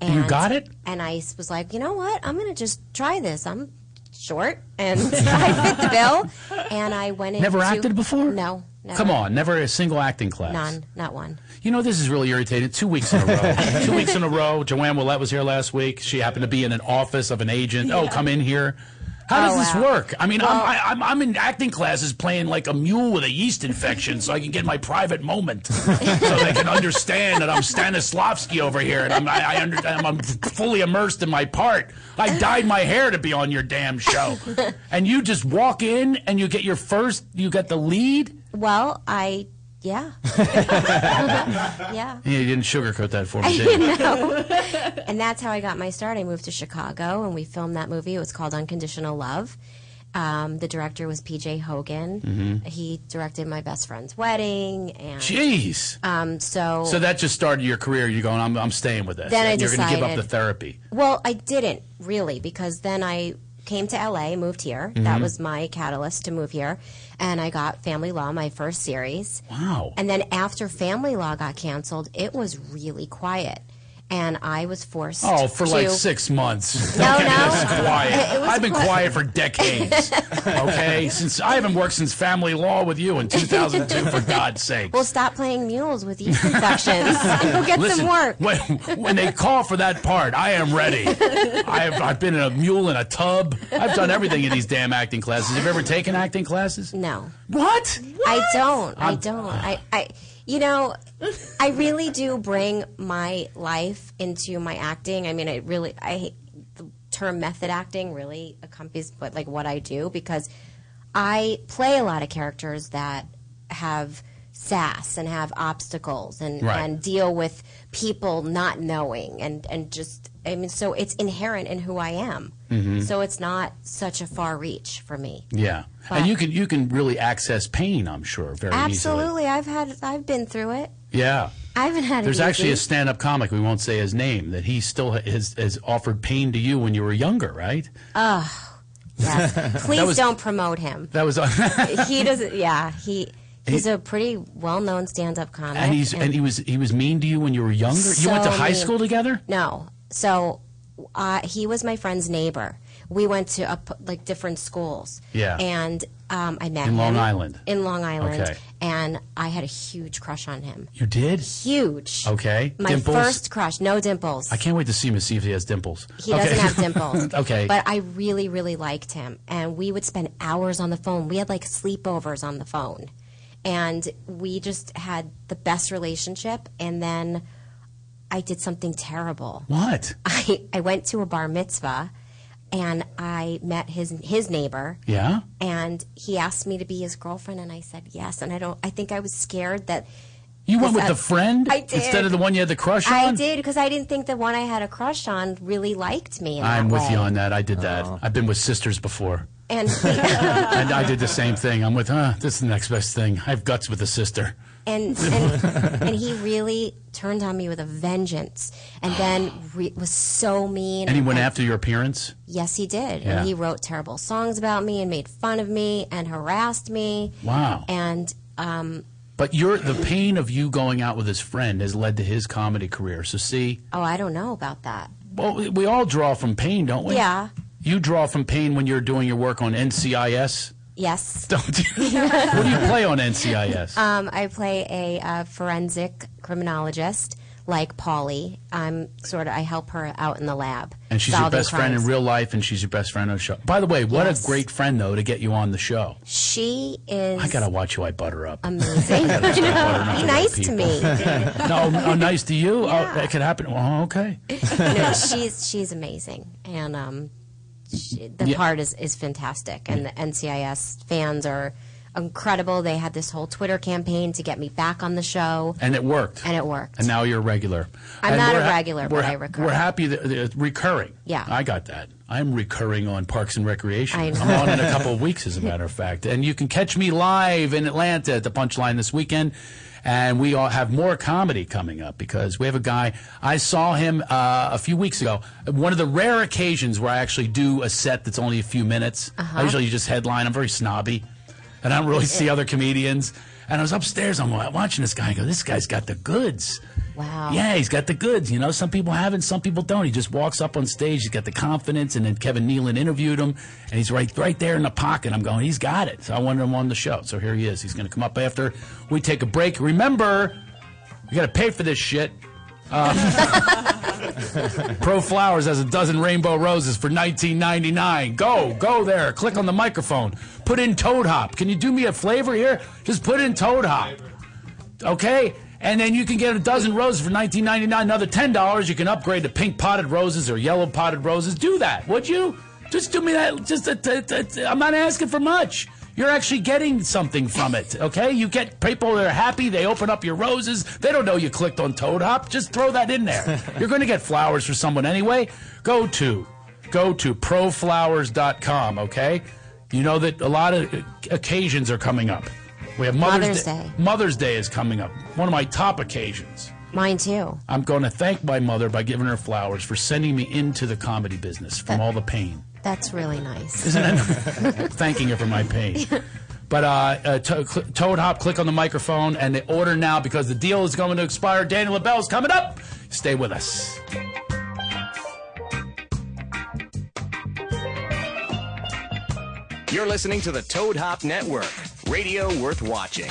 [SPEAKER 4] You
[SPEAKER 7] And,
[SPEAKER 4] got it?
[SPEAKER 7] And I s- was like, you know what? I'm gonna just try this. I'm short and [laughs] I fit the bill. And I went in.
[SPEAKER 4] Never acted before?
[SPEAKER 7] No. Never.
[SPEAKER 4] come on never a single acting class
[SPEAKER 7] None. Not one.
[SPEAKER 4] you know this is really irritating two weeks in a [laughs] row two weeks in a row joanne willette was here last week she happened to be in an office of an agent oh
[SPEAKER 7] Yeah.
[SPEAKER 4] come in here how does
[SPEAKER 7] Oh,
[SPEAKER 4] this
[SPEAKER 7] wow.
[SPEAKER 4] work? I mean,
[SPEAKER 7] Well-
[SPEAKER 4] I'm, I, I'm, I'm in acting classes playing like a mule with a yeast infection so I can get my private moment so they can understand that I'm Stanislavski over here and I'm, I, I under, I'm, I'm fully immersed in my part. I dyed my hair to be on your damn show. And you just walk in and you get your first, you get the lead?
[SPEAKER 7] Well, I.
[SPEAKER 4] [laughs]
[SPEAKER 7] Yeah. [laughs] yeah.
[SPEAKER 4] Yeah, you didn't sugarcoat that for me,
[SPEAKER 7] I
[SPEAKER 4] did you?
[SPEAKER 7] know. and that's how I got my start. I moved to Chicago and we filmed that movie. It was called Unconditional Love. Um, the director was PJ Hogan.
[SPEAKER 4] Mhm.
[SPEAKER 7] He directed my best friend's wedding and
[SPEAKER 4] Jeez.
[SPEAKER 7] Um, so
[SPEAKER 4] So that just started your career. You're going, I'm, I'm staying with this.
[SPEAKER 7] Then I
[SPEAKER 4] and you're going to give up
[SPEAKER 7] decided-
[SPEAKER 4] the therapy.
[SPEAKER 7] well, I didn't really because then I came to LA, moved here. That
[SPEAKER 4] Mhm.
[SPEAKER 7] was my catalyst to move here, and I got Family Law, my first series.
[SPEAKER 4] Wow.
[SPEAKER 7] And then after Family Law got canceled, it was really quiet. and I was forced.
[SPEAKER 4] Oh, for like
[SPEAKER 7] to- [laughs]
[SPEAKER 4] six months. [laughs]
[SPEAKER 7] No,
[SPEAKER 4] Okay,
[SPEAKER 7] no.
[SPEAKER 4] this is quiet.
[SPEAKER 7] It was
[SPEAKER 4] I've been
[SPEAKER 7] qui-
[SPEAKER 4] quiet for
[SPEAKER 7] [laughs]
[SPEAKER 4] decades. Okay, since I haven't worked since family law with you in 2002.
[SPEAKER 7] [laughs]
[SPEAKER 4] For God's sake.
[SPEAKER 7] Well, stop playing mules with yeast infections [laughs] and go get
[SPEAKER 4] Listen,
[SPEAKER 7] some work.
[SPEAKER 4] When, when they call for that part, I am
[SPEAKER 7] [laughs]
[SPEAKER 4] ready. I've, I've been in a mule in a tub. I've done everything in these damn acting classes. Have you ever taken acting classes?
[SPEAKER 7] No.
[SPEAKER 4] What?
[SPEAKER 7] I don't. I
[SPEAKER 4] I'm-
[SPEAKER 7] don't. I, I, you know, I really do bring my life into my acting. I mean, I really, I hate the term method acting really accompanies what, like what I do because I play a lot of characters that have sass and have obstacles and,
[SPEAKER 20] Right.
[SPEAKER 7] and deal with people not knowing and, and just, I mean, so it's inherent in who I am.
[SPEAKER 4] Mhm.
[SPEAKER 7] So it's not such a far reach for me.
[SPEAKER 4] Yeah,
[SPEAKER 7] But-
[SPEAKER 4] and you can you can really access pain. I'm sure very easily.
[SPEAKER 7] Absolutely. I've had, I've been through it.
[SPEAKER 4] Yeah.
[SPEAKER 7] I haven't had.
[SPEAKER 4] There's
[SPEAKER 7] it
[SPEAKER 4] actually a
[SPEAKER 7] easy.
[SPEAKER 4] stand-up comic we won't say his name that he still has, has offered pain to you when you were younger, right?
[SPEAKER 7] Oh, yes. [laughs] Please
[SPEAKER 4] That was-
[SPEAKER 7] don't promote him.
[SPEAKER 4] That was [laughs]
[SPEAKER 7] he doesn't. Yeah, he he's
[SPEAKER 4] He-
[SPEAKER 7] a pretty well-known stand-up comic.
[SPEAKER 4] and he's and he was he was mean to you when you were younger. you went to
[SPEAKER 7] so
[SPEAKER 4] high
[SPEAKER 7] mean.
[SPEAKER 4] school together.
[SPEAKER 7] No, so uh, he was my friend's neighbor. We went to up, like different schools.
[SPEAKER 4] Yeah.
[SPEAKER 7] and um, I met
[SPEAKER 4] In Long
[SPEAKER 7] him
[SPEAKER 4] Island.
[SPEAKER 7] In Long Island,
[SPEAKER 4] Okay.
[SPEAKER 7] and I had a huge crush on him.
[SPEAKER 4] You did
[SPEAKER 7] Huge.
[SPEAKER 4] Okay,
[SPEAKER 7] My
[SPEAKER 4] dimples.
[SPEAKER 7] first crush, no dimples.
[SPEAKER 4] I can't wait to see him and see if he has dimples.
[SPEAKER 7] He
[SPEAKER 4] Okay.
[SPEAKER 7] doesn't
[SPEAKER 4] [laughs]
[SPEAKER 7] have dimples.
[SPEAKER 4] okay,
[SPEAKER 7] But I really, really liked him. And we would spend hours on the phone. We had like sleepovers on the phone. And we just had the best relationship. And then I did something terrible. [laughs]
[SPEAKER 4] What?
[SPEAKER 7] I, I went to a bar mitzvah and I met his his neighbor
[SPEAKER 4] yeah.
[SPEAKER 7] and he asked me to be his girlfriend and I said yes and I don't I think I was scared that
[SPEAKER 4] You went with
[SPEAKER 7] Because
[SPEAKER 4] the friend
[SPEAKER 7] I did.
[SPEAKER 4] instead of the one you had the crush on.
[SPEAKER 7] I did because I didn't think the one I had a crush on really liked me. in
[SPEAKER 4] I'm
[SPEAKER 7] that
[SPEAKER 4] with
[SPEAKER 7] way.
[SPEAKER 4] you on that. I did that. I've been with sisters before.
[SPEAKER 7] [laughs] And he,
[SPEAKER 4] and I did the same thing. I'm with, huh, this is the next best thing. I have guts with a sister.
[SPEAKER 7] and and, and he really turned on me with a vengeance, and then re- was so mean.
[SPEAKER 4] And he went
[SPEAKER 7] and-
[SPEAKER 4] after your appearance?
[SPEAKER 7] Yes, he did.
[SPEAKER 4] Yeah.
[SPEAKER 7] And he wrote terrible songs about me and made fun of me and harassed me.
[SPEAKER 4] Wow.
[SPEAKER 7] And um,
[SPEAKER 4] But your the pain of you going out with his friend has led to his comedy career. So see,
[SPEAKER 7] oh, I don't know about that.
[SPEAKER 4] well, we all draw from pain, don't we?
[SPEAKER 7] Yeah.
[SPEAKER 4] You draw from pain when you're doing your work on NCIS.
[SPEAKER 7] Yes.
[SPEAKER 4] Don't you? what do you play on NCIS?
[SPEAKER 7] [laughs] Um, I play a uh, forensic criminologist like Polly. I'm sort of I help her out in the lab.
[SPEAKER 4] And she's your
[SPEAKER 7] solving
[SPEAKER 4] best friend in
[SPEAKER 7] crimes.
[SPEAKER 4] real life, and she's your best friend on the show. By the way, what
[SPEAKER 7] Yes.
[SPEAKER 4] a great friend though to get you on the show.
[SPEAKER 7] She is.
[SPEAKER 4] I gotta watch you. I butter up.
[SPEAKER 7] Amazing.
[SPEAKER 4] [laughs] I gotta start
[SPEAKER 7] [laughs]
[SPEAKER 4] buttering up
[SPEAKER 7] Be
[SPEAKER 4] the
[SPEAKER 7] nice
[SPEAKER 4] right
[SPEAKER 7] to
[SPEAKER 4] people. [laughs]
[SPEAKER 7] me.
[SPEAKER 4] no, oh, nice to you. Oh, that could happen. Oh, okay.
[SPEAKER 7] [laughs] no, she's she's amazing, and um, she, the
[SPEAKER 4] Yeah.
[SPEAKER 7] part is is fantastic, and the NCIS fans are incredible. They had this whole Twitter campaign to get me back on the show,
[SPEAKER 4] And it worked.
[SPEAKER 7] and it worked.
[SPEAKER 4] And now you're a regular.
[SPEAKER 7] I'm
[SPEAKER 4] And
[SPEAKER 7] not
[SPEAKER 4] we're
[SPEAKER 7] a regular, but
[SPEAKER 4] we're,
[SPEAKER 7] I recur.
[SPEAKER 4] We're happy that that- recurring.
[SPEAKER 7] Yeah.
[SPEAKER 4] I got that. I'm recurring on Parks and Recreation.
[SPEAKER 7] I know.
[SPEAKER 4] am on in a couple of weeks, as a matter of fact. And you can catch me live in Atlanta at the Punchline this weekend. And we all have more comedy coming up because we have a guy. I saw him uh, a few weeks ago. One of the rare occasions where I actually do a set that's only a few minutes. I
[SPEAKER 21] Uh-huh.
[SPEAKER 4] usually just headline. I'm very snobby, and I don't really see other comedians. And I was upstairs. I'm watching this guy. I go, this guy's got the goods.
[SPEAKER 7] Wow.
[SPEAKER 4] Yeah, he's got the goods. You know, some people have it, some people don't. He just walks up on stage. He's got the confidence. And then Kevin Nealon interviewed him, and he's right, right there in the pocket. I'm going, he's got it. So I wanted him on the show. So here he is. He's going to come up after we take a break. Remember, you got to pay for this shit. Um, [laughs] Pro Flowers has a dozen rainbow roses for 19.99. Go, go there. Click on the microphone. Put in Toad Hop. Can you do me a flavor here? Just put in Toad Hop okay? And then you can get a dozen roses for nineteen ninety nine. Another ten dollars, you can upgrade to pink potted roses or yellow potted roses. Do that, would you? Just do me that. Just uh, i a, I'm not asking for much. You're actually getting something from it, okay? You get people that are happy. They open up your roses. They don't know you clicked on Toad Hop. Just throw that in there. You're going to get flowers for someone anyway. Go to, go to proflowers.com, okay? You know that a lot of uh, occasions are coming up. We have Mother's,
[SPEAKER 7] Mother's
[SPEAKER 4] Day.
[SPEAKER 7] Day.
[SPEAKER 4] Mother's Day is coming up, one of my top occasions.
[SPEAKER 7] Mine too.
[SPEAKER 4] I'm going to thank my mother by giving her flowers for sending me into the comedy business from all the
[SPEAKER 7] [laughs]
[SPEAKER 4] pain.
[SPEAKER 7] That's really nice.
[SPEAKER 4] Isn't
[SPEAKER 7] [laughs]
[SPEAKER 4] it? Thanking her for my pain. But uh, uh, to- cl- Toad Hop, click on the microphone and they order now because the deal is going to expire. Daniel LaBelle's coming up. Stay with us.
[SPEAKER 14] You're listening to the Toad Hop Network, radio worth watching.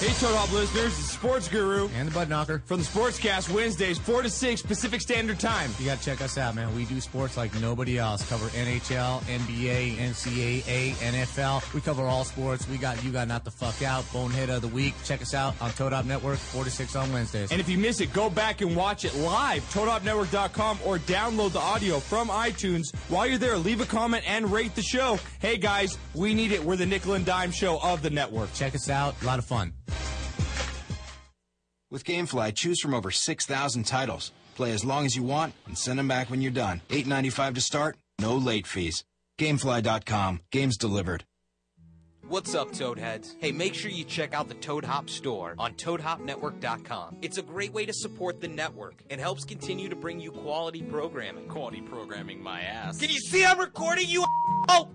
[SPEAKER 5] Hey, Toad Hop listeners, it's Sports Guru. And the Bud Knocker. From the Sportscast Wednesdays, 4 to 6 Pacific Standard Time.
[SPEAKER 20] You got to check us out, man. We do sports like nobody else. Cover NHL, NBA, NCAA, NFL. We cover all sports. We got You Got Not the Fuck Out, Bonehead of the Week. Check us out on Toad Hop Network, 4 to 6 on Wednesdays.
[SPEAKER 5] And if you miss it, go back and watch it live, ToadHopNetwork.com, or download the audio from iTunes. While you're there, leave a comment and rate the show. Hey, guys, we need it. We're the nickel and dime show of the network.
[SPEAKER 20] Check us out. A lot of fun.
[SPEAKER 13] With GameFly, choose from over 6,000 titles. Play as long as you want and send them back when you're done. $8.95 to start, no late fees. Gamefly.com, games delivered.
[SPEAKER 10] What's up, Toadheads? Hey, make sure you check out the Toad Hop store on ToadHopNetwork.com. It's a great way to support the network and helps continue to bring you quality programming. Quality programming, my ass. Can you see I'm recording you? Oh!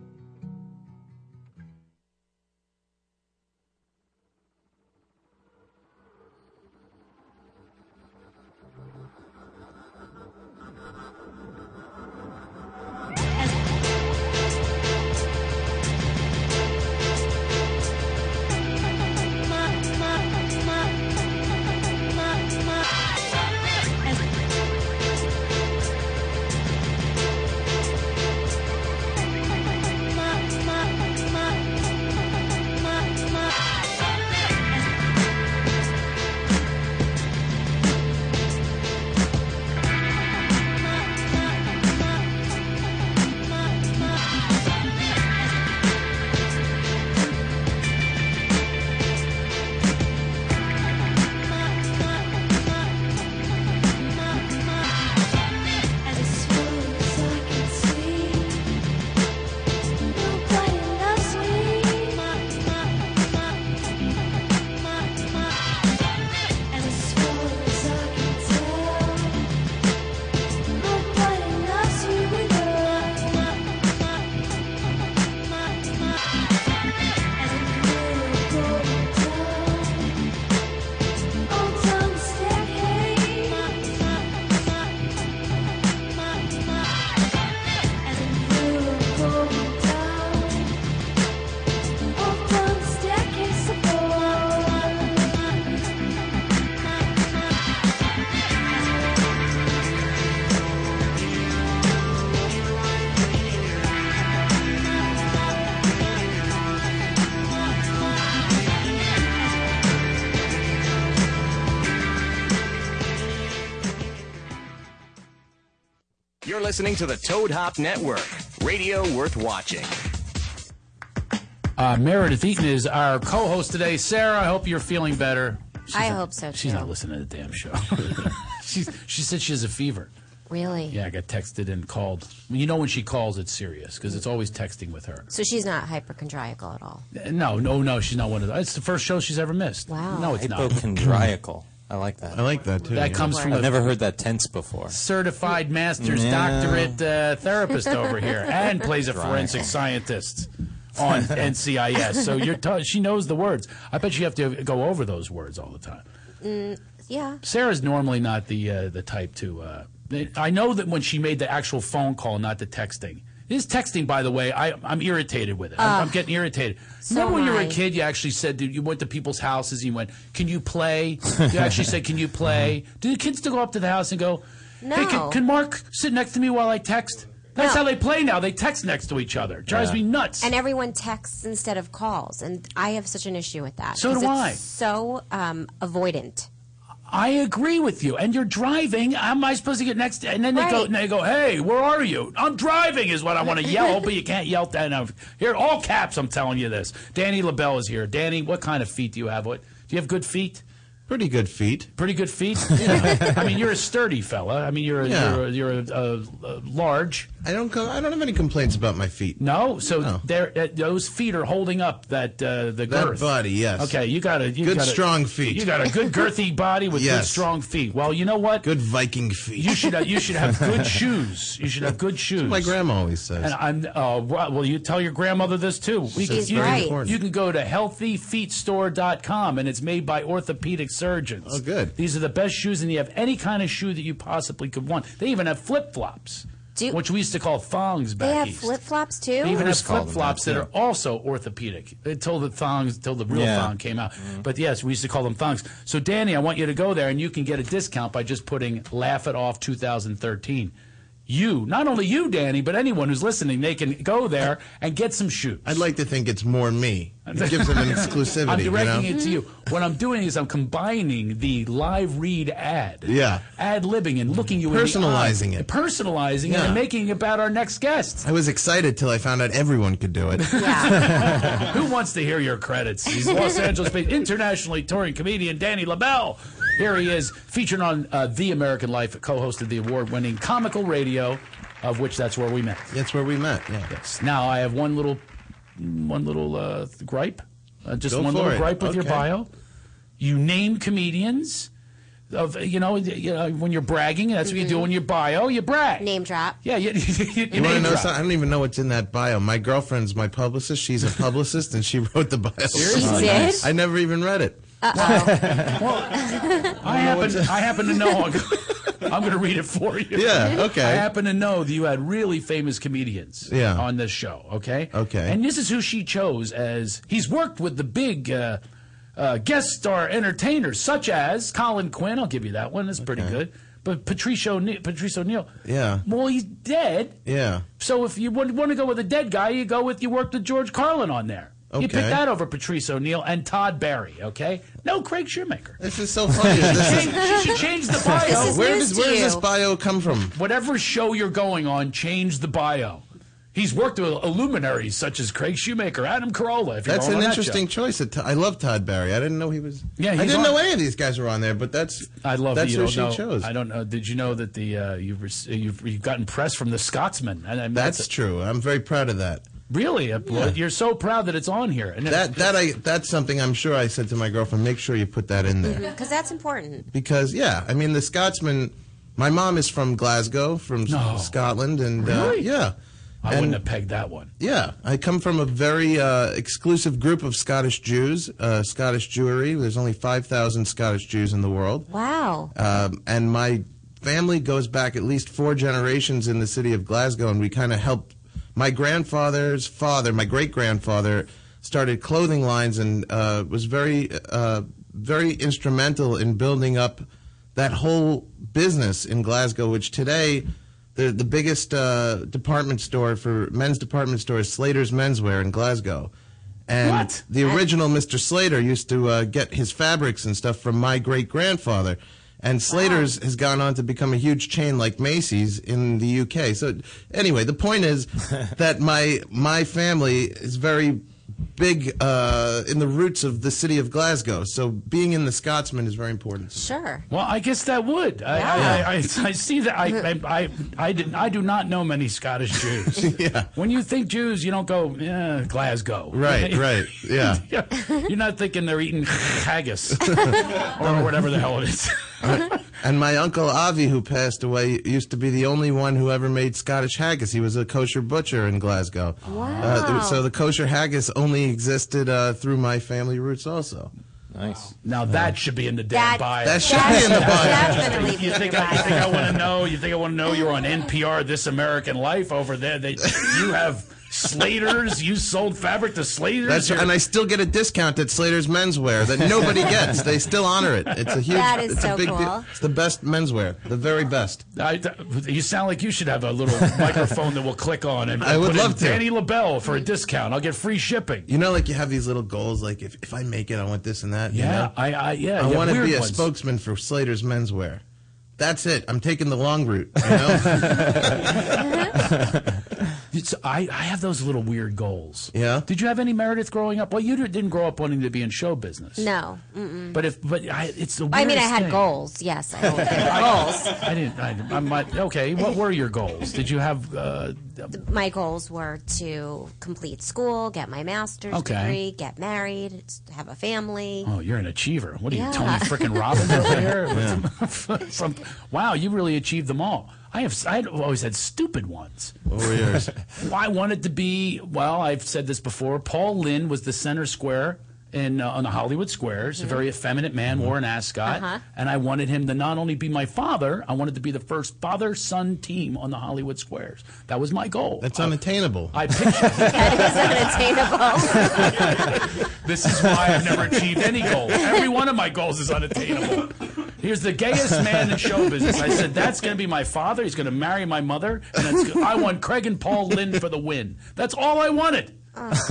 [SPEAKER 14] You're listening to the Toad Hop Network, radio worth watching.
[SPEAKER 4] Uh, Meredith Eaton is our co host today. Sarah, I hope you're feeling better. [laughs]
[SPEAKER 7] I hope so,
[SPEAKER 4] She's
[SPEAKER 7] too.
[SPEAKER 4] not listening to the damn show. she's, she said she has a fever.
[SPEAKER 7] Really?
[SPEAKER 4] Yeah, I got texted and called. You know when she calls, it's serious because it's always texting with her.
[SPEAKER 7] So she's not hyperchondriacal at all.
[SPEAKER 4] Uh, No, no, no, she's not one of those. It's the first show she's ever missed.
[SPEAKER 7] Wow.
[SPEAKER 4] No, it's not.
[SPEAKER 22] Hypochondriacal. I like that. I like that
[SPEAKER 4] too, That yeah. comes from
[SPEAKER 22] I've
[SPEAKER 4] a-
[SPEAKER 22] never heard that tense
[SPEAKER 5] [laughs]
[SPEAKER 22] before.
[SPEAKER 4] Certified master's
[SPEAKER 22] Yeah.
[SPEAKER 4] doctorate uh, therapist over here and plays a
[SPEAKER 22] Right.
[SPEAKER 4] forensic scientist
[SPEAKER 22] [laughs]
[SPEAKER 4] on NCIS. So you're t- she knows the words. I bet you have to go over those words all the time.
[SPEAKER 7] Mm, yeah.
[SPEAKER 4] Sarah's normally not the uh, the type to. Uh, I know that when she made the actual phone call, not the texting. This texting, by the way, I, I'm irritated with it. I'm, I'm getting irritated.
[SPEAKER 7] so
[SPEAKER 4] Remember when
[SPEAKER 7] am
[SPEAKER 4] you were
[SPEAKER 7] I.
[SPEAKER 4] a kid, you actually said that you went to people's houses and you went, "Can you play?" You actually said,
[SPEAKER 7] [laughs]
[SPEAKER 4] "Can you play?" Do the kids still go up to the house and go, "Hey,
[SPEAKER 7] Mm-hmm. No.
[SPEAKER 4] can, can Mark sit next to me while I text?" That's how they play now. They text next to each other. Drives me nuts.
[SPEAKER 7] And everyone texts instead of calls, and I have such an issue with that.
[SPEAKER 4] So
[SPEAKER 7] 'cause
[SPEAKER 4] do
[SPEAKER 7] it's
[SPEAKER 4] I.
[SPEAKER 7] So um, avoidant.
[SPEAKER 4] I agree with you. And you're driving. How am I supposed to get next? to- And then they go,
[SPEAKER 7] Right.
[SPEAKER 4] and they go, hey, where are you? I'm driving is what I want to yell, but you can't yell that. Now, Here, all caps. I'm telling you this. Danny LaBelle is here. Danny, what kind of feet do you have? What do you have? Good feet? Pretty good feet. Pretty good feet. Yeah. I mean, you're a sturdy fella. I mean, you're a,
[SPEAKER 21] Yeah.
[SPEAKER 4] you're a, you're a, a, a large.
[SPEAKER 21] I don't co- I don't have any complaints about my feet.
[SPEAKER 4] No, so they're, uh, those feet are holding up that uh, the
[SPEAKER 21] That
[SPEAKER 4] girth.
[SPEAKER 21] body, yes.
[SPEAKER 4] Okay, you got a you
[SPEAKER 21] Good
[SPEAKER 4] got a-
[SPEAKER 21] strong feet.
[SPEAKER 4] You got a good girthy body with good
[SPEAKER 21] Yes.
[SPEAKER 4] strong feet. Well, you know what?
[SPEAKER 21] Good Viking feet.
[SPEAKER 4] You should uh, you should have
[SPEAKER 21] [laughs]
[SPEAKER 4] good shoes. You should have good shoes.
[SPEAKER 21] my grandma always says.
[SPEAKER 4] And I'm uh, well. well, You tell your grandmother this too.
[SPEAKER 21] She's
[SPEAKER 4] can- you,
[SPEAKER 21] right.
[SPEAKER 4] Can, you can go to healthyfeetstore.com, and it's made by orthopedic surgeons. Oh, good. These are the best shoes, and you have any kind of shoe that you possibly could want. They even have flip flops, which we used to call thongs back
[SPEAKER 7] They have
[SPEAKER 4] east.
[SPEAKER 7] flip flops too.
[SPEAKER 4] They even have flip flops that, are also orthopedic until the thongs, until the real
[SPEAKER 21] Yeah. Mm-hmm.
[SPEAKER 4] thong came out. But yes, we used to call them thongs. So Danny, I want you to go there and you can get a discount by just putting "Laugh It Off 2013." You, not only you, Danny, but anyone who's listening, they can go there and get some shoes.
[SPEAKER 21] I'd like to think it's more me. It gives
[SPEAKER 4] [laughs]
[SPEAKER 21] them an exclusivity.
[SPEAKER 4] I'm directing
[SPEAKER 21] you know?
[SPEAKER 4] it to you. What I'm doing is I'm combining the live read ad,
[SPEAKER 21] Yeah.
[SPEAKER 4] ad libbing, and looking you in
[SPEAKER 21] Personalizing
[SPEAKER 4] the eye,
[SPEAKER 21] it.
[SPEAKER 4] personalizing it,
[SPEAKER 21] Yeah.
[SPEAKER 4] and making it about our next guest.
[SPEAKER 21] I was excited till I found out everyone could do it. [laughs]
[SPEAKER 4] Who wants to hear your credits? He's Los Angeles-based, internationally touring comedian Danny LaBelle. Here he is, featured on uh, The American Life, co-hosted the award-winning Comical Radio, of which that's where we met.
[SPEAKER 21] That's where we met. Yeah.
[SPEAKER 4] Yes. Now I have one little, one little uh, gripe, uh, just
[SPEAKER 21] Go
[SPEAKER 4] one
[SPEAKER 21] for
[SPEAKER 4] little
[SPEAKER 21] it.
[SPEAKER 4] gripe with your
[SPEAKER 21] Okay.
[SPEAKER 4] bio. You name comedians. Of you know, you know, when you're bragging, that's what you do in your bio. You brag. Name
[SPEAKER 7] drop.
[SPEAKER 4] Yeah, you, [laughs] you,
[SPEAKER 21] You want to
[SPEAKER 4] name
[SPEAKER 21] know
[SPEAKER 4] drop.
[SPEAKER 21] something? I don't even know what's in that bio. My girlfriend's my publicist. She's a publicist, and she [laughs] wrote the bio.
[SPEAKER 4] Seriously? She did?
[SPEAKER 21] I never even read it.
[SPEAKER 4] [laughs]
[SPEAKER 21] [laughs]
[SPEAKER 4] I happen, I happen to know.
[SPEAKER 21] [laughs]
[SPEAKER 4] I'm going to read it for you.
[SPEAKER 21] Yeah, okay.
[SPEAKER 4] I happen to know that you had really famous comedians
[SPEAKER 21] Yeah.
[SPEAKER 4] on this show, okay?
[SPEAKER 21] Okay.
[SPEAKER 4] And this is who she chose as he's worked with the big uh, uh, guest star entertainers such as Colin Quinn. I'll give you that one. That's pretty good. But Patrice O'Neill. Patrice O'Neill.
[SPEAKER 21] Yeah.
[SPEAKER 4] Well, he's dead.
[SPEAKER 21] Yeah.
[SPEAKER 4] So if you want, want to go with a dead guy, you go with you worked with George Carlin on there. You
[SPEAKER 21] Okay.
[SPEAKER 4] pick that over Patrice O'Neill and Todd Barry, okay? No Craig Shoemaker.
[SPEAKER 21] This is so funny. This is-
[SPEAKER 4] she should change the bio.
[SPEAKER 21] where does, where does this bio come from?
[SPEAKER 4] Whatever show you're going on, change the bio. He's worked with luminaries such as Craig Shoemaker, Adam Carolla. If you're
[SPEAKER 21] That's
[SPEAKER 4] going
[SPEAKER 21] an
[SPEAKER 4] on that
[SPEAKER 21] interesting
[SPEAKER 4] show.
[SPEAKER 21] choice. It- I love Todd Barry. I didn't know he was.
[SPEAKER 4] Yeah,
[SPEAKER 21] I
[SPEAKER 4] he's
[SPEAKER 21] didn't
[SPEAKER 4] on-
[SPEAKER 21] know any of these guys were on there, but that's
[SPEAKER 4] I love
[SPEAKER 21] that's
[SPEAKER 4] that you
[SPEAKER 21] who
[SPEAKER 4] don't
[SPEAKER 21] she
[SPEAKER 4] know.
[SPEAKER 21] chose.
[SPEAKER 4] I don't know. Did you know that the uh, you've, rec- you've you've gotten press from the Scotsman? And I mean,
[SPEAKER 21] That's true. I'm very proud of that.
[SPEAKER 4] Really, Uh, well, you're so proud that it's on here. And
[SPEAKER 21] That that I that's something I'm sure I said to my girlfriend. Make sure you put that in there.
[SPEAKER 7] Because Mm-hmm. that's important.
[SPEAKER 21] because yeah, I mean the Scotsman. My mom is from Glasgow, from
[SPEAKER 4] No.
[SPEAKER 21] Scotland, and uh,
[SPEAKER 4] Really?
[SPEAKER 21] yeah,
[SPEAKER 4] I
[SPEAKER 21] And-
[SPEAKER 4] wouldn't have pegged that one.
[SPEAKER 21] yeah. I come from a very uh, exclusive group of Scottish Jews, uh, Scottish Jewry. There's only five thousand Scottish Jews in the world,
[SPEAKER 7] Wow.
[SPEAKER 21] um, and my family goes back at least four generations in the city of Glasgow, and we kind of helped. My grandfather's father, my great grandfather, started clothing lines and uh, was very, uh, very instrumental in building up that whole business in Glasgow, which today the the biggest uh, department store for men's department store is Slater's Menswear in Glasgow. And
[SPEAKER 4] What?
[SPEAKER 21] the original Mr. Slater used to uh, get his fabrics and stuff from my great grandfather. And Slater's has gone on to become a huge chain like Macy's in the UK. So anyway, the point is that my my family is very big uh, in the roots of the city of Glasgow. So being in the Scotsman is very important. to me.
[SPEAKER 7] Sure.
[SPEAKER 4] Well, I guess that would. I, I, I, I, I see that. I, I, I, I, didn't, I do not know many Scottish Jews.
[SPEAKER 21] [laughs] yeah.
[SPEAKER 4] When you think Jews, you don't go, yeah, Glasgow. [laughs]
[SPEAKER 21] Right, right. Yeah.
[SPEAKER 4] Yeah. You're not thinking they're eating
[SPEAKER 21] [laughs]
[SPEAKER 4] haggis or whatever the hell it is.
[SPEAKER 21] And my uncle Avi, who passed away, used to be the only one who ever made Scottish haggis. He was a kosher butcher in Glasgow. Wow. so the kosher haggis only existed uh, through my family roots, also.
[SPEAKER 4] Nice. Now that should be in the damn
[SPEAKER 21] That-
[SPEAKER 4] bio.
[SPEAKER 21] that should be in the bio.
[SPEAKER 4] Definitely you, think I, you think I want to know? You think I want to know? You're on NPR, This American Life over there. They, you have Slater's. You sold fabric to Slater's.
[SPEAKER 21] That's
[SPEAKER 4] You're-
[SPEAKER 21] and I still get a discount at Slater's Menswear that nobody gets. They still honor it. It's a huge.
[SPEAKER 4] That is
[SPEAKER 21] it's
[SPEAKER 4] so
[SPEAKER 21] a big
[SPEAKER 4] cool.
[SPEAKER 21] deal. It's the best menswear, the very best.
[SPEAKER 4] I, you sound like you should have a little microphone that will click on and
[SPEAKER 21] I would
[SPEAKER 4] put
[SPEAKER 21] love
[SPEAKER 4] in
[SPEAKER 21] to.
[SPEAKER 4] Danny LaBelle for a discount. I'll get free shipping.
[SPEAKER 21] You know, like you have these little goals, like if, if I make it, I want this and that. you
[SPEAKER 4] Yeah,
[SPEAKER 21] know?
[SPEAKER 4] I- I- yeah,
[SPEAKER 21] I
[SPEAKER 4] yeah,
[SPEAKER 21] want to
[SPEAKER 4] weird
[SPEAKER 21] be a
[SPEAKER 4] ones.
[SPEAKER 21] spokesman for Slater's Menswear. That's it. I'm taking the long route.
[SPEAKER 4] [laughs] It's, uh, I, I have those little weird goals.
[SPEAKER 21] Yeah.
[SPEAKER 4] Did you have any Meredith growing up? Well, you didn't grow up wanting to be in show business.
[SPEAKER 7] No. Mm-mm.
[SPEAKER 4] But if but I, it's the.
[SPEAKER 7] I mean, I
[SPEAKER 4] weirdest
[SPEAKER 7] had
[SPEAKER 4] thing.
[SPEAKER 7] goals. Yes, I
[SPEAKER 4] [laughs]
[SPEAKER 7] had goals.
[SPEAKER 4] I, I didn't. I, I might, okay. What were your goals? Did you have? Uh,
[SPEAKER 7] My goals were to complete school, get my master's
[SPEAKER 4] Okay.
[SPEAKER 7] degree, get married, have a family.
[SPEAKER 4] oh, you're an achiever. What are you,
[SPEAKER 7] Yeah.
[SPEAKER 4] Tony frickin' Robbins over here? [laughs] From, wow, you really achieved them all. I have. s- I had- always had stupid ones.
[SPEAKER 21] What were yours?
[SPEAKER 4] [laughs] Well, I wanted to be. Well, I've said this before. Paul Lynn was the center square in uh, on the Hollywood Squares. A very effeminate man
[SPEAKER 21] Mm-hmm.
[SPEAKER 4] wore an ascot,
[SPEAKER 3] Uh-huh.
[SPEAKER 4] and I wanted him to not only be my father, I wanted to be the first father-son team on the Hollywood Squares. That was my goal. That's
[SPEAKER 21] unattainable.
[SPEAKER 4] I pictured
[SPEAKER 7] that is unattainable.
[SPEAKER 4] [laughs] this is why I've never achieved any goals. Every one of my goals is unattainable. Here's the gayest man in show business. I said, that's going to be my father. He's going to marry my mother. And that's go- I want Craig and Paul Lynn for the win. That's all I wanted. Okay.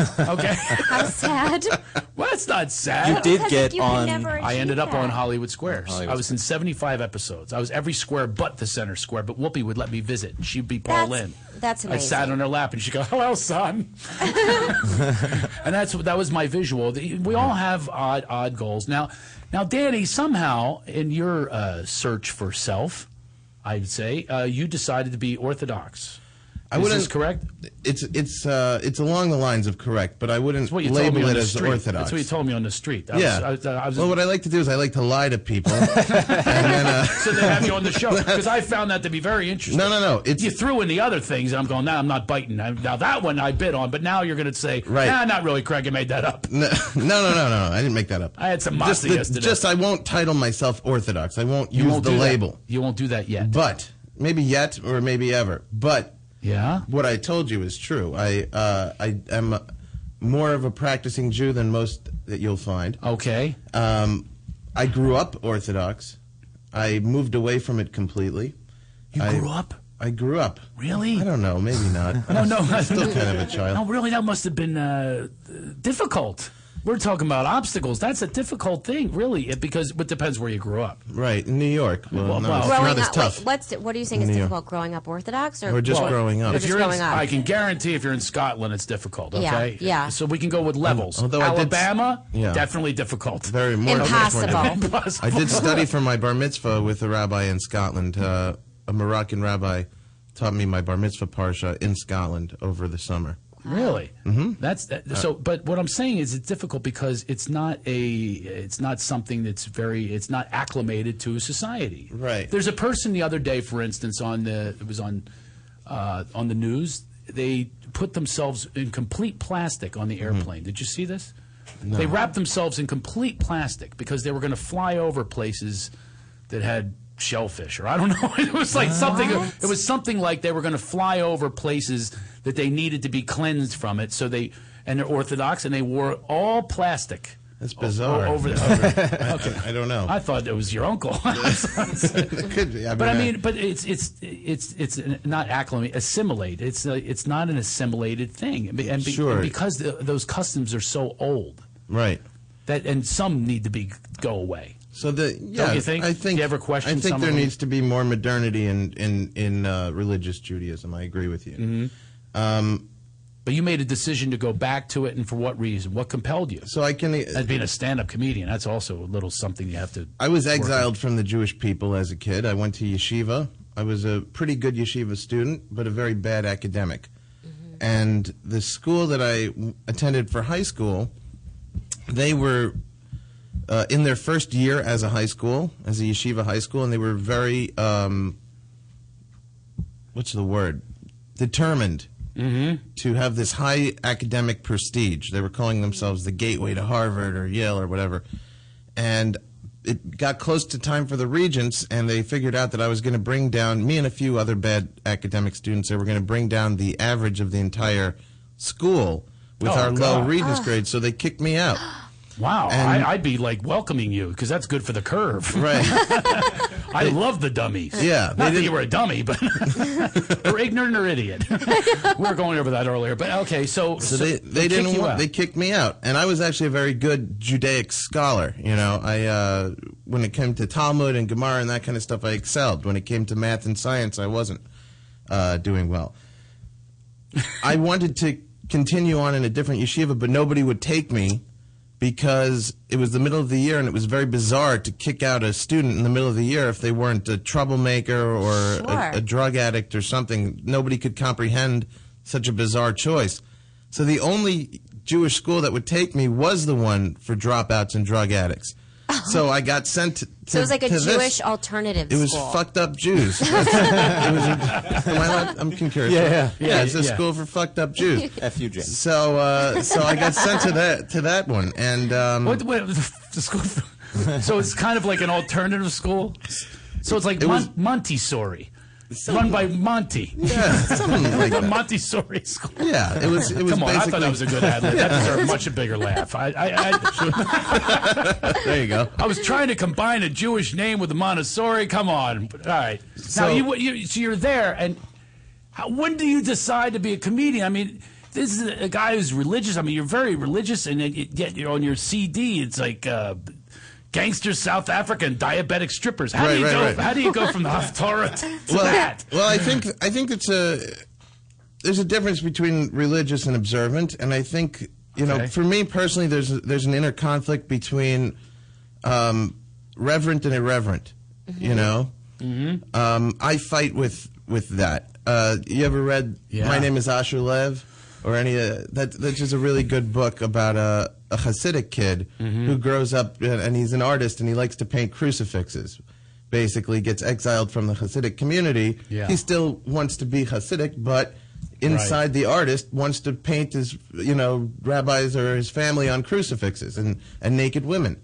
[SPEAKER 7] Oh. How sad.
[SPEAKER 4] Well, that's not sad.
[SPEAKER 7] You did Because get you could on- never
[SPEAKER 4] I ended
[SPEAKER 7] achieve
[SPEAKER 4] up on
[SPEAKER 7] that.
[SPEAKER 4] Hollywood Squares. I was in 75 episodes. I was every square but the center square, but Whoopi would let me visit. She'd be Paul
[SPEAKER 7] That's-
[SPEAKER 4] Lynn.
[SPEAKER 7] that's
[SPEAKER 4] I sat
[SPEAKER 7] amazing.
[SPEAKER 4] on her lap and she'd go, hello,
[SPEAKER 7] [laughs]
[SPEAKER 4] son. and that's that was my visual. The- We all have odd, odd goals. Now, now, Danny, somehow in your uh, search for self, I'd say, uh, you decided to be orthodox.
[SPEAKER 21] I
[SPEAKER 4] Is this
[SPEAKER 21] wouldn't-
[SPEAKER 4] correct?
[SPEAKER 21] It's it's uh, it's along the lines of correct, but I wouldn't
[SPEAKER 4] That's what you told me
[SPEAKER 21] label
[SPEAKER 4] on
[SPEAKER 21] it
[SPEAKER 4] the
[SPEAKER 21] as
[SPEAKER 4] street.
[SPEAKER 21] orthodox.
[SPEAKER 4] That's what you told me on the street. I
[SPEAKER 21] yeah.
[SPEAKER 4] was- I- I was-
[SPEAKER 21] well, what I like to do is I like to lie to people.
[SPEAKER 4] so they have you on the
[SPEAKER 21] [laughs]
[SPEAKER 4] show because I found that to be very interesting.
[SPEAKER 21] uh, No, no, no. It's
[SPEAKER 4] you threw in the other things, and I'm going. Now I'm not biting. I, now that one I bit on, but now you're going to say,
[SPEAKER 21] Right.
[SPEAKER 4] Nah, not really. Craig, you made that up. [laughs]
[SPEAKER 21] No, [laughs] no, no, no, no. I didn't make that up.
[SPEAKER 4] I had some
[SPEAKER 21] just,
[SPEAKER 4] masa
[SPEAKER 21] the-
[SPEAKER 4] yesterday.
[SPEAKER 21] just I won't title myself orthodox. I won't
[SPEAKER 4] You
[SPEAKER 21] use
[SPEAKER 4] won't
[SPEAKER 21] the
[SPEAKER 4] do that.
[SPEAKER 21] label.
[SPEAKER 4] You won't do that yet.
[SPEAKER 21] But maybe yet or maybe ever. But
[SPEAKER 4] yeah,
[SPEAKER 21] what I told you is true. I uh, I am more of a practicing Jew than most that you'll find.
[SPEAKER 4] Okay.
[SPEAKER 21] Um, I grew up Orthodox. I moved away from it completely.
[SPEAKER 4] You grew up.
[SPEAKER 21] I grew up.
[SPEAKER 4] Really?
[SPEAKER 21] I don't know. Maybe
[SPEAKER 4] [laughs]
[SPEAKER 21] not.
[SPEAKER 4] No,
[SPEAKER 21] [laughs]
[SPEAKER 4] no,
[SPEAKER 21] I'm still kind of a child.
[SPEAKER 4] No, really, that must have been uh, difficult. We're talking about obstacles. That's a difficult thing, really, it, because it depends where you grew up.
[SPEAKER 21] Right, in New York. Well,
[SPEAKER 4] Well,
[SPEAKER 21] no,
[SPEAKER 4] well,
[SPEAKER 21] it's
[SPEAKER 4] growing
[SPEAKER 21] not as
[SPEAKER 7] Wait,
[SPEAKER 21] tough.
[SPEAKER 7] what's what are you saying is
[SPEAKER 21] Yeah.
[SPEAKER 7] difficult? Growing up Orthodox or
[SPEAKER 21] just growing up.
[SPEAKER 7] Or
[SPEAKER 4] If
[SPEAKER 7] just
[SPEAKER 4] you're
[SPEAKER 7] growing
[SPEAKER 4] in,
[SPEAKER 7] up.
[SPEAKER 4] I can guarantee if you're in Scotland, it's difficult.
[SPEAKER 7] Yeah,
[SPEAKER 4] Okay.
[SPEAKER 7] yeah.
[SPEAKER 4] So we can go with levels.
[SPEAKER 21] although I did s-
[SPEAKER 4] Alabama,
[SPEAKER 21] Yeah.
[SPEAKER 4] definitely difficult.
[SPEAKER 21] Very more
[SPEAKER 7] Impossible.
[SPEAKER 21] I did study for my bar mitzvah with a rabbi in Scotland. Uh, a Moroccan rabbi taught me my bar mitzvah parsha in Scotland over the summer.
[SPEAKER 4] Really? That's that, so. But what I'm saying is, it's difficult because it's not a, it's not something that's very, it's not acclimated to society.
[SPEAKER 21] Right.
[SPEAKER 4] There's a person the other day, for instance, on the it was on, uh, on the news. They put themselves in complete plastic on the airplane. Did you see this?
[SPEAKER 21] No.
[SPEAKER 4] They wrapped themselves in complete plastic because they were going to fly over places that had shellfish or I don't [laughs] know. It was like something. It was something like they were going to fly over places that they needed to be cleansed from it. So they and they're Orthodox and they wore all plastic.
[SPEAKER 21] That's
[SPEAKER 4] bizarre. over the, okay.
[SPEAKER 21] [laughs] I don't know.
[SPEAKER 4] I thought it was your
[SPEAKER 21] [laughs]
[SPEAKER 4] uncle. it
[SPEAKER 21] could be. I
[SPEAKER 4] but I
[SPEAKER 21] mean,
[SPEAKER 4] mean, but it's it's it's it's not acclimate, assimilate. It's uh it's not an assimilated thing, and, be- and be-
[SPEAKER 21] Sure.
[SPEAKER 4] and because the, those customs are so old
[SPEAKER 21] Right.
[SPEAKER 4] that and some need to be go away.
[SPEAKER 21] So the yeah,
[SPEAKER 4] you think?
[SPEAKER 21] I think
[SPEAKER 4] Do you ever question
[SPEAKER 21] I think
[SPEAKER 4] some
[SPEAKER 21] there
[SPEAKER 4] of them?
[SPEAKER 21] needs to be more modernity in in in uh, religious Judaism. I agree with you.
[SPEAKER 4] Mm-hmm.
[SPEAKER 21] Um,
[SPEAKER 4] but you made a decision to go back to it, and for what reason? What compelled you?
[SPEAKER 21] So I can.
[SPEAKER 4] As being a stand-up comedian, that's also a little something you have to.
[SPEAKER 21] I was
[SPEAKER 4] work
[SPEAKER 21] exiled from the Jewish people as a kid. I went to yeshiva. I was a pretty good yeshiva student, but a very bad academic. And the school that I w- attended for high school, they were uh, in their first year as a high school, as a yeshiva high school, and they were very, um, what's the word? Determined
[SPEAKER 4] Mm-hmm.
[SPEAKER 21] to have this high academic prestige. They were calling themselves the gateway to Harvard or Yale or whatever. And it got close to time for the regents, and they figured out that I was going to bring down me and a few other bad academic students. They were going to bring down the average of the entire school with
[SPEAKER 4] Oh,
[SPEAKER 21] our low
[SPEAKER 4] God.
[SPEAKER 21] regents
[SPEAKER 4] Ah.
[SPEAKER 21] grades. So they kicked me out.
[SPEAKER 4] Wow,
[SPEAKER 21] And-
[SPEAKER 4] I, I'd be like welcoming you because that's good for the curve.
[SPEAKER 21] Right.
[SPEAKER 4] [laughs] I love the dummies.
[SPEAKER 21] Yeah,
[SPEAKER 4] not
[SPEAKER 21] they
[SPEAKER 4] that
[SPEAKER 21] didn't-
[SPEAKER 4] you were a dummy, but [laughs] or ignorant or idiot. [laughs] we were going over that earlier, but okay. So,
[SPEAKER 21] So they, they,
[SPEAKER 4] kick
[SPEAKER 21] didn't
[SPEAKER 4] you
[SPEAKER 21] want,
[SPEAKER 4] out.
[SPEAKER 21] they kicked me out. And I was actually a very good Judaic scholar. You know, I, uh, when it came to Talmud and Gemara and that kind of stuff, I excelled. When it came to math and science, I wasn't, uh, doing well. I wanted to continue on in a different yeshiva, but nobody would take me because it was the middle of the year and it was very bizarre to kick out a student in the middle of the year if they weren't a troublemaker or
[SPEAKER 7] Sure.
[SPEAKER 21] a, a drug addict or something. Nobody could comprehend such a bizarre choice. So the only Jewish school that would take me was the one for dropouts and
[SPEAKER 7] [laughs]
[SPEAKER 21] drug addicts. So I got sent to,
[SPEAKER 7] So it was like a
[SPEAKER 21] to
[SPEAKER 7] Jewish
[SPEAKER 21] this.
[SPEAKER 7] alternative
[SPEAKER 21] It was
[SPEAKER 7] school.
[SPEAKER 21] fucked up Jews. [laughs] It was a- am I allowed- I'm curious.
[SPEAKER 5] Yeah, yeah. Yeah,
[SPEAKER 21] It's a
[SPEAKER 5] yeah.
[SPEAKER 21] school for fucked up Jews.
[SPEAKER 5] FUJ.
[SPEAKER 21] So, uh, so I got sent to that to that one, and um,
[SPEAKER 4] What, what, the [laughs] school so it's kind of like an alternative school. So it's like
[SPEAKER 21] It was-
[SPEAKER 4] Mon- Montessori, run by Monty. [laughs]
[SPEAKER 21] Yeah, something like
[SPEAKER 4] the
[SPEAKER 21] that.
[SPEAKER 4] Montessori school.
[SPEAKER 21] Yeah, it was- it was
[SPEAKER 4] Come on, I thought
[SPEAKER 21] basically-
[SPEAKER 4] that was a good ad lib. That
[SPEAKER 21] [laughs] Yeah.
[SPEAKER 4] deserved much a bigger laugh. I, I, I,
[SPEAKER 21] [laughs] there you go.
[SPEAKER 4] I was trying to combine a Jewish name with a Montessori. Come on. All right.
[SPEAKER 21] So-
[SPEAKER 4] now you, you so you're there, and how, when do you decide to be a comedian? I mean, this is a guy who's religious. I mean, you're very religious, and yet- yet you're on your CD. It's like. Uh, Gangsters, South Africa, and diabetic strippers. How
[SPEAKER 21] Right,
[SPEAKER 4] do you
[SPEAKER 21] right,
[SPEAKER 4] go?
[SPEAKER 21] right.
[SPEAKER 4] How do you go
[SPEAKER 7] [laughs]
[SPEAKER 21] [laughs]
[SPEAKER 4] from the Haftarah to, to
[SPEAKER 21] well,
[SPEAKER 4] that?
[SPEAKER 21] well, I think I think it's a there's a difference between religious and observant, and I think you know,
[SPEAKER 4] Okay.
[SPEAKER 21] for me personally, there's there's an inner conflict between um, reverent and irreverent. You know, mm-hmm. um, I fight with with that. Uh, you ever read
[SPEAKER 4] Yeah.
[SPEAKER 21] My Name Is Asher Lev? Or any uh, that that's just a really good book about a, a Hasidic kid
[SPEAKER 4] Mm-hmm.
[SPEAKER 21] who grows up and and he's an artist and he likes to paint crucifixes. Basically, gets exiled from the Hasidic community.
[SPEAKER 4] Yeah.
[SPEAKER 21] He still wants to be Hasidic, but inside the artist wants to paint his, you know, rabbis or his family on crucifixes and, and naked women.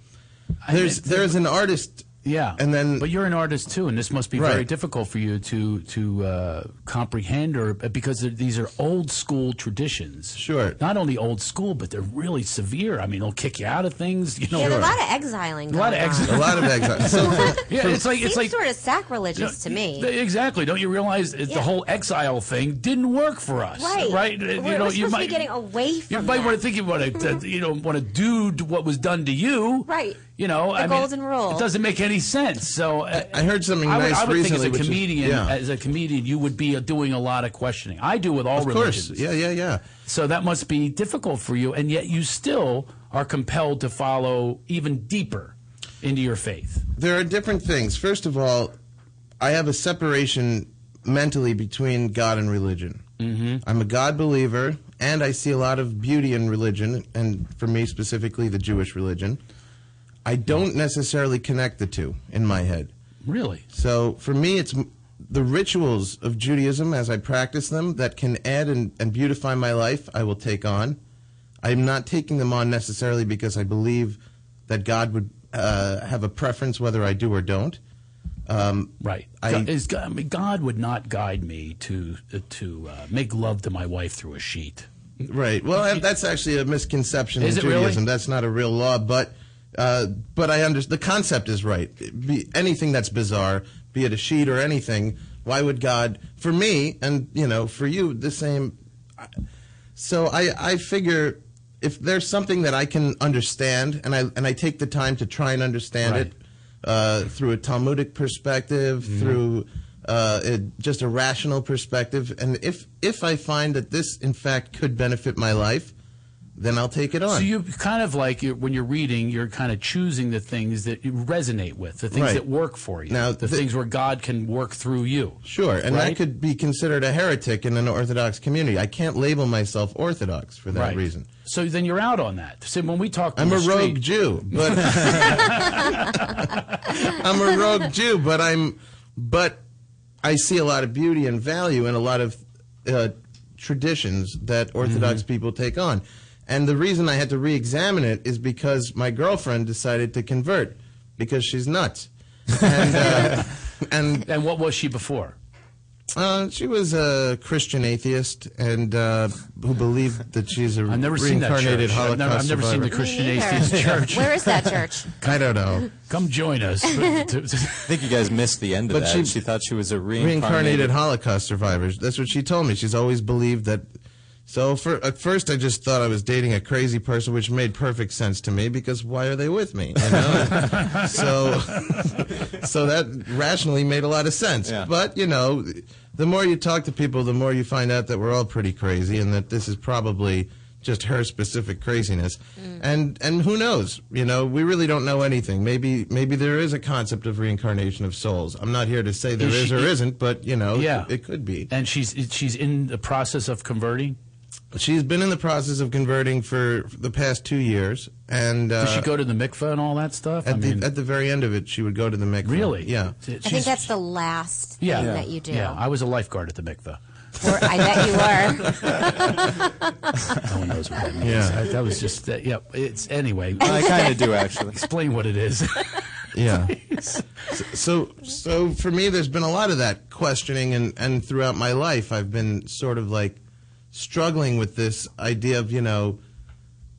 [SPEAKER 21] There's there's an artist.
[SPEAKER 4] Yeah,
[SPEAKER 21] and then
[SPEAKER 4] but you're an artist too, and this must be very
[SPEAKER 21] Right.
[SPEAKER 4] difficult for you to to uh, comprehend, or because they're- these are old school traditions.
[SPEAKER 21] Sure,
[SPEAKER 4] not only old school, but they're really severe. I mean, they'll kick you out of things. You know,
[SPEAKER 7] Yeah, there's a lot of exiling.
[SPEAKER 4] A lot
[SPEAKER 7] going
[SPEAKER 4] of
[SPEAKER 7] on.
[SPEAKER 4] exile.
[SPEAKER 21] A lot of exile.
[SPEAKER 7] [laughs]
[SPEAKER 21] So
[SPEAKER 4] [laughs] yeah, it's like it's
[SPEAKER 7] Seems
[SPEAKER 4] like
[SPEAKER 7] sort of sacrilegious to me.
[SPEAKER 4] Th- Exactly. Don't you realize it- the
[SPEAKER 7] Yeah.
[SPEAKER 4] whole exile thing didn't work for us?
[SPEAKER 7] Right.
[SPEAKER 4] Right.
[SPEAKER 7] We're,
[SPEAKER 4] You
[SPEAKER 7] we're
[SPEAKER 4] know,
[SPEAKER 7] supposed
[SPEAKER 4] you
[SPEAKER 7] to
[SPEAKER 4] might
[SPEAKER 7] be getting away from
[SPEAKER 4] you might
[SPEAKER 7] that. Mm-hmm.
[SPEAKER 4] want to think you want to you know want to do d- what was done to you.
[SPEAKER 7] Right.
[SPEAKER 4] You know,
[SPEAKER 7] The
[SPEAKER 4] I mean,
[SPEAKER 7] golden rule.
[SPEAKER 4] It doesn't make any sense. So uh,
[SPEAKER 21] I heard something
[SPEAKER 4] I would,
[SPEAKER 21] nice
[SPEAKER 4] I would
[SPEAKER 21] recently.
[SPEAKER 4] think as
[SPEAKER 21] which
[SPEAKER 4] a
[SPEAKER 21] is-
[SPEAKER 4] comedian,
[SPEAKER 21] yeah.
[SPEAKER 4] as a comedian, you would be uh, doing a lot of questioning. I do with all
[SPEAKER 21] Of course.
[SPEAKER 4] religions.
[SPEAKER 21] Yeah, yeah, yeah.
[SPEAKER 4] So that must be difficult for you, and yet you still are compelled to follow even deeper into your faith.
[SPEAKER 21] there are different things. First of all, I have a separation mentally between God and religion. Mm-hmm. I'm a God believer, and I see a lot of beauty in religion, and for me specifically, the Jewish religion. I don't necessarily connect the two in my head.
[SPEAKER 4] Really?
[SPEAKER 21] So for me, it's m- the rituals of Judaism as I practice them that can add and, and beautify my life, I will take on. I'm not taking them on necessarily because I believe that God would uh, have a preference whether I do or don't. Um,
[SPEAKER 4] right.
[SPEAKER 21] I,
[SPEAKER 4] God, is God, I mean, God would not guide me to uh, to uh, make love to my wife through a sheet.
[SPEAKER 21] Right. Well, that- that's actually a misconception
[SPEAKER 4] Is
[SPEAKER 21] in
[SPEAKER 4] it really?
[SPEAKER 21] Judaism. That's not a real law, but uh, but I under the concept is right. Be, anything that's bizarre, be it a sheet or anything, why would God? For me, and you know, for you, the same. So I I figure if there's something that I can understand, and I and I take the time to try and understand it uh, through a Talmudic perspective,
[SPEAKER 4] Mm-hmm.
[SPEAKER 21] through uh, a, just a rational perspective, and if if I find that this in fact could benefit my life, then I'll take it on.
[SPEAKER 4] So you kind of like you're, when you're reading, you're kind of choosing the things that you resonate with, the things
[SPEAKER 21] Right.
[SPEAKER 4] that work for you,
[SPEAKER 21] Now,
[SPEAKER 4] the
[SPEAKER 21] the-
[SPEAKER 4] things where God can work through you.
[SPEAKER 21] Sure, and
[SPEAKER 4] right?
[SPEAKER 21] I could be considered a heretic in an Orthodox community. I can't label myself Orthodox for that
[SPEAKER 4] Right.
[SPEAKER 21] reason.
[SPEAKER 4] So then you're out on that. So when we talk,
[SPEAKER 21] I'm
[SPEAKER 4] on
[SPEAKER 21] a
[SPEAKER 4] the
[SPEAKER 21] rogue
[SPEAKER 4] street-
[SPEAKER 21] Jew,
[SPEAKER 4] [laughs]
[SPEAKER 21] but I'm a rogue Jew, but I'm but I see a lot of beauty and value in a lot of uh, traditions that Orthodox
[SPEAKER 4] Mm-hmm.
[SPEAKER 21] people take on. And the reason I had to re-examine it is because my girlfriend decided to convert because she's nuts. And
[SPEAKER 4] [laughs]
[SPEAKER 21] uh, and
[SPEAKER 4] and what was she before?
[SPEAKER 21] Uh, she was a Christian atheist and uh, who believed that she's a
[SPEAKER 4] I've never seen that
[SPEAKER 21] reincarnated
[SPEAKER 4] church. I've
[SPEAKER 21] Holocaust
[SPEAKER 4] never, I've never seen the
[SPEAKER 21] survivor.
[SPEAKER 4] Christian
[SPEAKER 7] Me neither.
[SPEAKER 21] [laughs]
[SPEAKER 4] Atheist Church.
[SPEAKER 7] Where is that church?
[SPEAKER 21] I don't know.
[SPEAKER 4] Come join
[SPEAKER 5] [laughs]
[SPEAKER 4] us.
[SPEAKER 5] I think you guys missed the end of
[SPEAKER 21] But
[SPEAKER 5] that.
[SPEAKER 21] she-
[SPEAKER 5] She, thought she was a reincarnated.
[SPEAKER 21] reincarnated Holocaust survivors. That's what she told me. She's always believed that. So for, at first, I just thought I was dating a crazy person, which made perfect sense to me because why are they with me? You
[SPEAKER 4] [laughs]
[SPEAKER 21] know? so, so that rationally made a lot of sense. But you know, the more you talk to people, the more you find out that we're all pretty crazy, and that this is probably just her specific craziness. And and who knows? You know, we really don't know anything. Maybe maybe there is a concept of reincarnation of souls. I'm not here to say there
[SPEAKER 4] Is
[SPEAKER 21] is
[SPEAKER 4] she-
[SPEAKER 21] or isn't, but you know,
[SPEAKER 4] Yeah.
[SPEAKER 21] it, it could be.
[SPEAKER 4] And she's she's in the process of converting.
[SPEAKER 21] She's been in the process of converting for the past two years, and uh,
[SPEAKER 4] Does she go to the mikveh and all that stuff?
[SPEAKER 21] at
[SPEAKER 4] I
[SPEAKER 21] the
[SPEAKER 4] mean,
[SPEAKER 21] at the very end of it, she would go to the mikveh.
[SPEAKER 4] Really?
[SPEAKER 21] Yeah.
[SPEAKER 7] I think that's the last thing
[SPEAKER 4] yeah,
[SPEAKER 7] that you do.
[SPEAKER 4] Yeah, I was a lifeguard at the mikveh.
[SPEAKER 7] Or I bet you were.
[SPEAKER 4] [laughs] No one knows what that means.
[SPEAKER 21] Yeah. [laughs]
[SPEAKER 4] That- that was just that. yeah. It's anyway. [laughs]
[SPEAKER 21] I kinda do,
[SPEAKER 5] actually.
[SPEAKER 4] Explain what it is.
[SPEAKER 21] [laughs] yeah. S- So, so for me, there's been a lot of that questioning, and and throughout my life, I've been sort of like struggling with this idea of you know,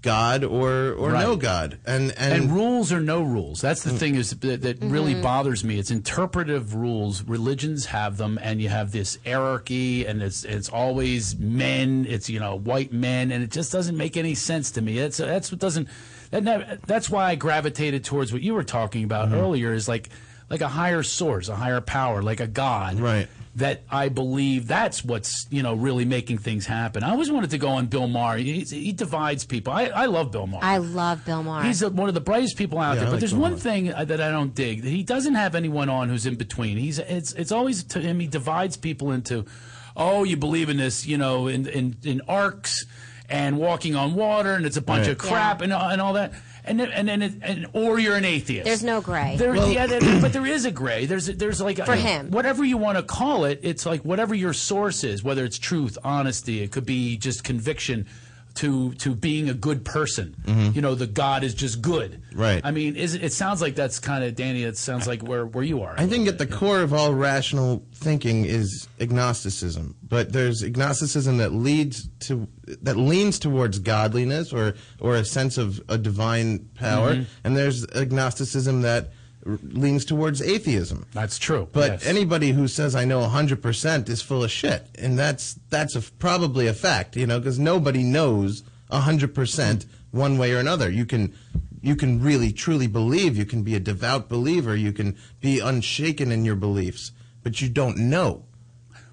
[SPEAKER 21] God or or no
[SPEAKER 4] Right.
[SPEAKER 21] God, and and, Mm.
[SPEAKER 4] rules or no rules. That's the thing is that, that really
[SPEAKER 21] Mhm.
[SPEAKER 4] bothers me. It's interpretive rules. Religions have them, and you have this hierarchy, and it's it's always men. It's you know white men, and it just doesn't make any sense to me. That's that's what doesn't. That never, that's why I gravitated towards what you were talking
[SPEAKER 21] Mm-hmm.
[SPEAKER 4] about earlier. Is like like a higher source, a higher power, like a god. Right. That I believe that's what's you know really making things happen. I always wanted to go on Bill Maher. He, he divides people. I, I love Bill Maher.
[SPEAKER 7] [laughs] I love Bill Maher.
[SPEAKER 4] He's a, one of the brightest people out
[SPEAKER 7] Yeah,
[SPEAKER 4] there.
[SPEAKER 7] I
[SPEAKER 4] But
[SPEAKER 7] like
[SPEAKER 4] there's
[SPEAKER 7] Bill
[SPEAKER 4] one thing uh, that I don't dig. He doesn't have anyone on who's in between. He's it's it's always to him. He divides people into, oh, you believe in this, you know, in in, in arcs and walking on water, and it's a bunch
[SPEAKER 21] Right.
[SPEAKER 4] of crap and uh, and all that. And then, and then it, and or you're an atheist.
[SPEAKER 7] There's no gray.
[SPEAKER 4] There, yeah, there- but there is a gray. There's there's like a-
[SPEAKER 7] For him.
[SPEAKER 4] whatever you want to call it. It's like whatever your source is, whether it's truth, honesty, it could be just conviction to to being a good person.
[SPEAKER 21] Mhm.
[SPEAKER 4] You know, the God is just good.
[SPEAKER 21] Right.
[SPEAKER 4] I mean, is, it sounds like that's kind of Danny. It sounds like where where you are.
[SPEAKER 21] I think at the core of all rational thinking is agnosticism, but there's agnosticism that leads to that leans towards godliness or or a sense of a divine power,
[SPEAKER 4] Mhm.
[SPEAKER 21] and there's agnosticism that r- leans towards atheism.
[SPEAKER 4] That's true.
[SPEAKER 21] But
[SPEAKER 4] yes.
[SPEAKER 21] anybody who says I know 100% is full of shit, and that's that's a, probably a fact, you know, because nobody knows 100% one way or another. You can you can really truly believe, you can be a devout believer, you can be unshaken in your beliefs, but you don't know.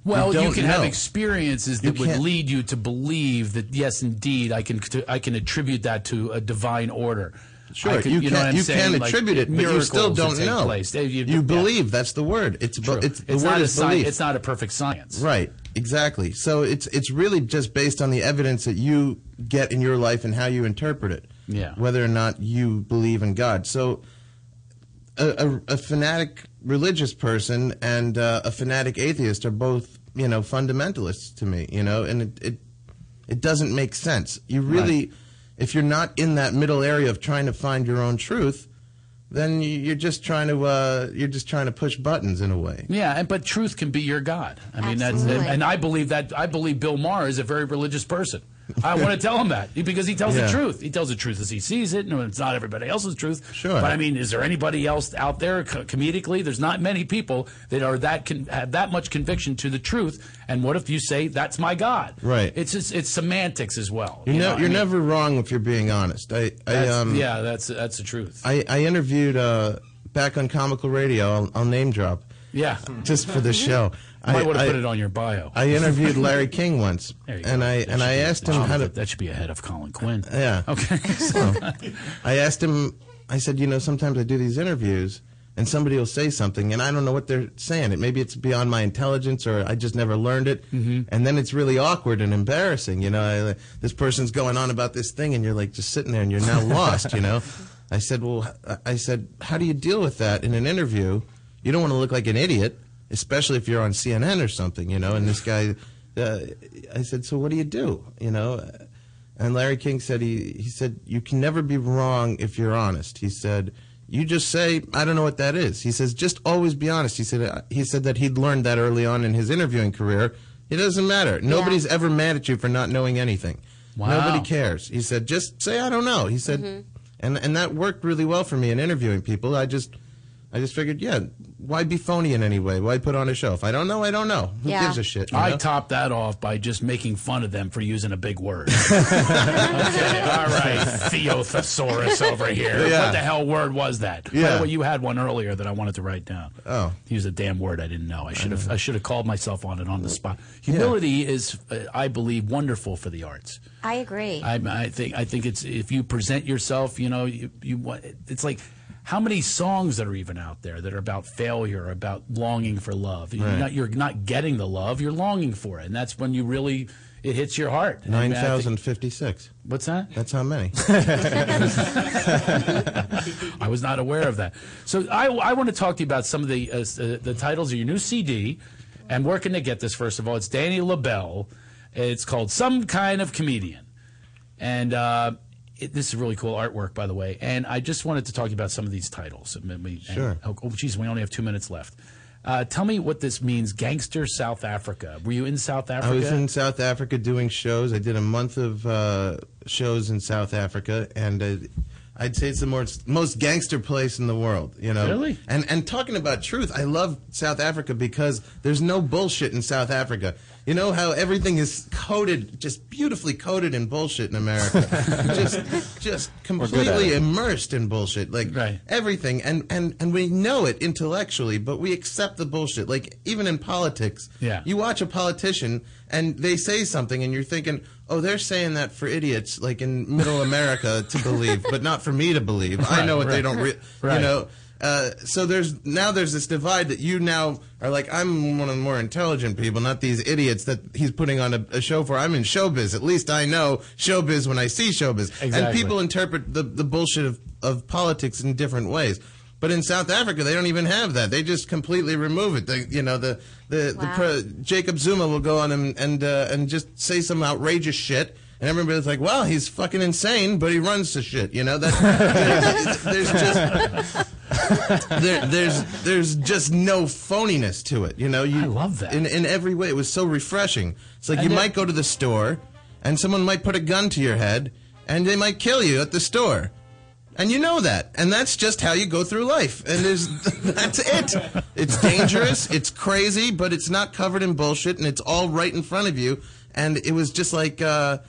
[SPEAKER 4] Well, you,
[SPEAKER 21] don't
[SPEAKER 4] can have
[SPEAKER 21] know.
[SPEAKER 4] experiences
[SPEAKER 21] You
[SPEAKER 4] that would
[SPEAKER 21] can't-
[SPEAKER 4] lead you to believe that yes, indeed, I can I can attribute that to a divine order. I
[SPEAKER 21] Sure,
[SPEAKER 4] could-
[SPEAKER 21] you,
[SPEAKER 4] know what
[SPEAKER 21] can
[SPEAKER 4] I'm
[SPEAKER 21] you
[SPEAKER 4] saying?
[SPEAKER 21] can
[SPEAKER 4] Like,
[SPEAKER 21] attribute it, but you
[SPEAKER 4] miracles
[SPEAKER 21] still
[SPEAKER 4] that
[SPEAKER 21] don't
[SPEAKER 4] take
[SPEAKER 21] know.
[SPEAKER 4] place. They-
[SPEAKER 21] You,
[SPEAKER 4] yeah.
[SPEAKER 21] believe that's the word. It's, bu-
[SPEAKER 4] True.
[SPEAKER 21] it's the
[SPEAKER 4] It's
[SPEAKER 21] word
[SPEAKER 4] not a
[SPEAKER 21] is
[SPEAKER 4] sci-
[SPEAKER 21] belief.
[SPEAKER 4] it's not a perfect science.
[SPEAKER 21] Right. Exactly. So it's it's really just based on the evidence that you get in your life and how you interpret it.
[SPEAKER 4] Yeah.
[SPEAKER 21] Whether or not you believe in God. So a, a, a fanatic religious person and uh, a fanatic atheist are both you know fundamentalists to me. You know, and it it, it doesn't make sense. You really, if you're not in that middle area of trying to find your own truth. Then you- you're just trying to uh, you're just trying to push buttons in a way.
[SPEAKER 4] Yeah, and but truth can be your god. I mean, that's
[SPEAKER 21] Absolutely.
[SPEAKER 4] and, and I believe that I believe Bill Maher is a very religious person. I want to tell him that because he tells
[SPEAKER 21] Yeah.
[SPEAKER 4] the truth. He tells the truth as he sees it, and it's not everybody else's truth.
[SPEAKER 21] Sure.
[SPEAKER 4] but I mean, is there anybody else out there co- comedically? There's not many people that are that can have that much conviction to the truth. And what if you say that's my god?
[SPEAKER 21] Right.
[SPEAKER 4] It's just, it's semantics as well.
[SPEAKER 21] You're,
[SPEAKER 4] you
[SPEAKER 21] ne-
[SPEAKER 4] know? I
[SPEAKER 21] you're
[SPEAKER 4] mean,
[SPEAKER 21] never wrong if you're being honest. I, I
[SPEAKER 4] that's-
[SPEAKER 21] um,
[SPEAKER 4] yeah, that's that's the truth.
[SPEAKER 21] I, I interviewed uh, back on Comical Radio. I'll, I'll name drop
[SPEAKER 4] Yeah,
[SPEAKER 21] [laughs] just for this
[SPEAKER 4] [laughs]
[SPEAKER 21] show.
[SPEAKER 4] Might
[SPEAKER 21] I
[SPEAKER 4] want to
[SPEAKER 21] I-
[SPEAKER 4] put it on your bio.
[SPEAKER 21] I
[SPEAKER 4] [laughs]
[SPEAKER 21] interviewed Larry King once,
[SPEAKER 4] There you
[SPEAKER 21] and
[SPEAKER 4] go.
[SPEAKER 21] I
[SPEAKER 4] That
[SPEAKER 21] and
[SPEAKER 4] should
[SPEAKER 21] I
[SPEAKER 4] be-
[SPEAKER 21] asked
[SPEAKER 4] that
[SPEAKER 21] him
[SPEAKER 4] should
[SPEAKER 21] how
[SPEAKER 4] be-
[SPEAKER 21] to. Uh,
[SPEAKER 4] That should be ahead of Colin Quinn.
[SPEAKER 21] Yeah.
[SPEAKER 4] [laughs] Okay.
[SPEAKER 21] So, I asked him. I said, you know, sometimes I do these interviews, and somebody will say something, and I don't know what they're saying. It maybe it's beyond my intelligence, or I just never learned it.
[SPEAKER 4] Mm-hmm.
[SPEAKER 21] And then it's really awkward and embarrassing. You know, I, like, this person's going on about this thing, and you're like just sitting there, and you're now lost. you know, I said, well, h- I said, how do you deal with that in an interview? You don't want to look like an idiot, especially if you're on CNN or something. You know, and this guy, uh, I said, so what do you do? You know. And Larry King said he, he said you can never be wrong if you're honest. He said you just say I don't know what that is. He says just always be honest. He said uh, he said that he'd learned that early on in his interviewing career. It doesn't matter. Nobody's ever mad at you for not knowing anything.
[SPEAKER 4] Wow.
[SPEAKER 21] Nobody cares. He said just say I don't know. He said and and that worked really well for me in interviewing people. I just I just figured yeah why be phony in any way? Why put on a show? If I don't know, I don't know. Who
[SPEAKER 4] Yeah.
[SPEAKER 21] gives a shit? you
[SPEAKER 4] I
[SPEAKER 21] know?
[SPEAKER 4] topped that off by just making fun of them for using a big
[SPEAKER 21] [laughs]
[SPEAKER 4] word. okay, all right, Theothosaurus over here.
[SPEAKER 21] Yeah.
[SPEAKER 4] What the hell word was that? By the
[SPEAKER 21] Yeah.
[SPEAKER 4] way, you had one earlier that I wanted to write down.
[SPEAKER 21] Oh, Uh-huh.
[SPEAKER 4] Use a damn word I didn't know. I should have. I should have called myself on it on the spot. Humility is, uh, I believe, wonderful for the arts.
[SPEAKER 7] I agree.
[SPEAKER 4] I, I think I think it's if you present yourself, you know, you, you want- it's like how many songs that are even out there that are about failure, about longing for love. You're
[SPEAKER 21] Right.
[SPEAKER 4] not you're not getting the love, you're longing for it, and that's when you really it hits your heart. And I
[SPEAKER 21] nine
[SPEAKER 4] think-
[SPEAKER 21] thousand fifty-six.
[SPEAKER 4] What's that?
[SPEAKER 21] That's
[SPEAKER 4] [laughs]
[SPEAKER 21] how many. [laughs]
[SPEAKER 4] I was not aware of that. So I, I want to talk to you about some of the uh, s- uh, the titles of your new CD, and where can they get this? First of all, it's Danny LaBelle. It's called Some Kind of Comedian, and uh, it, this is really cool artwork, by the way. And I just wanted to talk to you about some of these titles. And then we, and-
[SPEAKER 21] Sure.
[SPEAKER 4] oh, oh, geez, we only have two minutes left. Uh, tell me what this means, gangster South Africa. Were you in South Africa?
[SPEAKER 21] I was in South Africa doing shows. I did a month of uh, shows in South Africa, and uh, I'd say it's the most, most gangster place in the world. You know,
[SPEAKER 4] Really?
[SPEAKER 21] And and talking about truth, I love South Africa because there's no bullshit in South Africa. You know how everything is coated, just beautifully coated in bullshit
[SPEAKER 4] [laughs]
[SPEAKER 21] in America. just just
[SPEAKER 5] good at
[SPEAKER 21] completely
[SPEAKER 5] it.
[SPEAKER 21] immersed in bullshit, like everything, and, and and we know it intellectually, but we accept the bullshit. Like even in politics,
[SPEAKER 4] Yeah.
[SPEAKER 21] you watch a politician and they say something, and you're thinking, oh, they're saying that for idiots, like in
[SPEAKER 5] [laughs]
[SPEAKER 21] Middle America, to believe, but not for me to believe. I
[SPEAKER 5] Right,
[SPEAKER 21] know what they
[SPEAKER 5] right. [laughs]
[SPEAKER 21] don't, re-
[SPEAKER 5] Right.
[SPEAKER 21] you know. Uh, so there's now there's this divide that you now are like I'm one of the more intelligent people, not these idiots that he's putting on a, a show for. I'm in showbiz. At least I know showbiz when I see showbiz. And
[SPEAKER 4] Exactly.
[SPEAKER 21] people interpret the, the bullshit of, of politics in different ways. But in South Africa, they don't even have that. They just completely remove it. They, you know, the the, the
[SPEAKER 5] Wow.
[SPEAKER 21] pro, Jacob Zuma will go on and and, uh, and just say some outrageous shit, and everybody's like, "Wow, he's fucking insane," but he runs to shit. You [laughs] know, that there's, there's just there, there's there's just no phoniness to it. You know, you I love that in in every way. It was so refreshing. It's like
[SPEAKER 5] And
[SPEAKER 21] you
[SPEAKER 5] there-
[SPEAKER 21] might go to the store, and someone might put a gun to your head, and they might kill you at the store. And you know that, and that's just how you go through life. And there's, [laughs] that's it. It's dangerous, it's crazy, but it's not covered in bullshit, and it's all right in front of you. And it was just like, uh,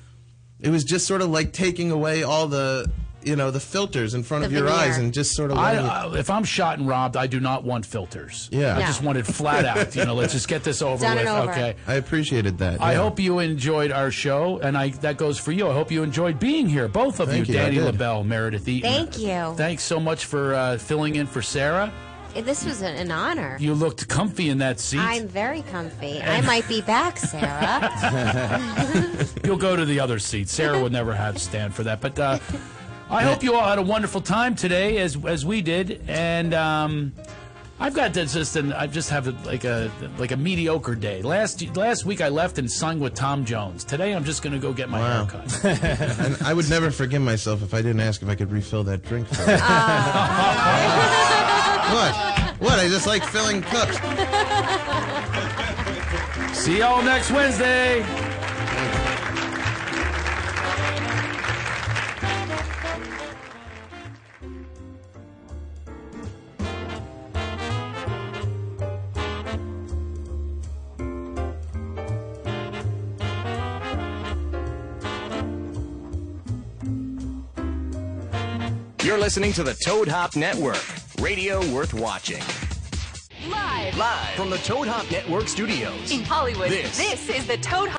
[SPEAKER 21] it was just sort of like taking away all the, you know, the filters in front
[SPEAKER 4] The
[SPEAKER 21] of your
[SPEAKER 4] veneer.
[SPEAKER 21] eyes, and just sort of.
[SPEAKER 4] I-
[SPEAKER 21] letting it-
[SPEAKER 4] I- if I'm shot and robbed, I do not want filters.
[SPEAKER 21] Yeah.
[SPEAKER 4] I
[SPEAKER 21] No.
[SPEAKER 4] just wanted flat out. You know,
[SPEAKER 21] [laughs]
[SPEAKER 4] let's just get this over
[SPEAKER 21] Done
[SPEAKER 4] with.
[SPEAKER 21] and over.
[SPEAKER 4] Okay.
[SPEAKER 21] I appreciated that.
[SPEAKER 4] I
[SPEAKER 21] yeah.
[SPEAKER 4] hope you enjoyed our show, and I that goes for you. I hope you enjoyed being here, both of
[SPEAKER 21] Thank
[SPEAKER 4] you,
[SPEAKER 21] you, I
[SPEAKER 4] Danny
[SPEAKER 21] did.
[SPEAKER 4] LaBelle, Meredith Eaton.
[SPEAKER 7] Thank you.
[SPEAKER 4] Thanks so much for uh, filling in for Sarah.
[SPEAKER 7] This was an, an honor.
[SPEAKER 4] You looked comfy in that seat.
[SPEAKER 7] I'm very comfy. I might be
[SPEAKER 4] [laughs]
[SPEAKER 7] back, Sarah.
[SPEAKER 4] You'll go to the other seat. Sarah would never have to stand for that. But uh, I hope you all had a wonderful time today, as as we did. And um, I've got this- just an I just have a, like a like a mediocre day. Last last week I left and sung with Tom Jones. Today I'm just going to go get my hair cut.
[SPEAKER 21] and I would never forgive myself if I didn't ask if I could refill that drink. For you. what? What? I just like filling cups.
[SPEAKER 7] [laughs]
[SPEAKER 4] See y'all next Wednesday.
[SPEAKER 1] You're listening to the Toad Hop Network, radio worth watching.
[SPEAKER 19] Live.
[SPEAKER 1] From the Toad Hop Network studios.
[SPEAKER 19] In Hollywood.
[SPEAKER 1] This.
[SPEAKER 19] is the Toad Hop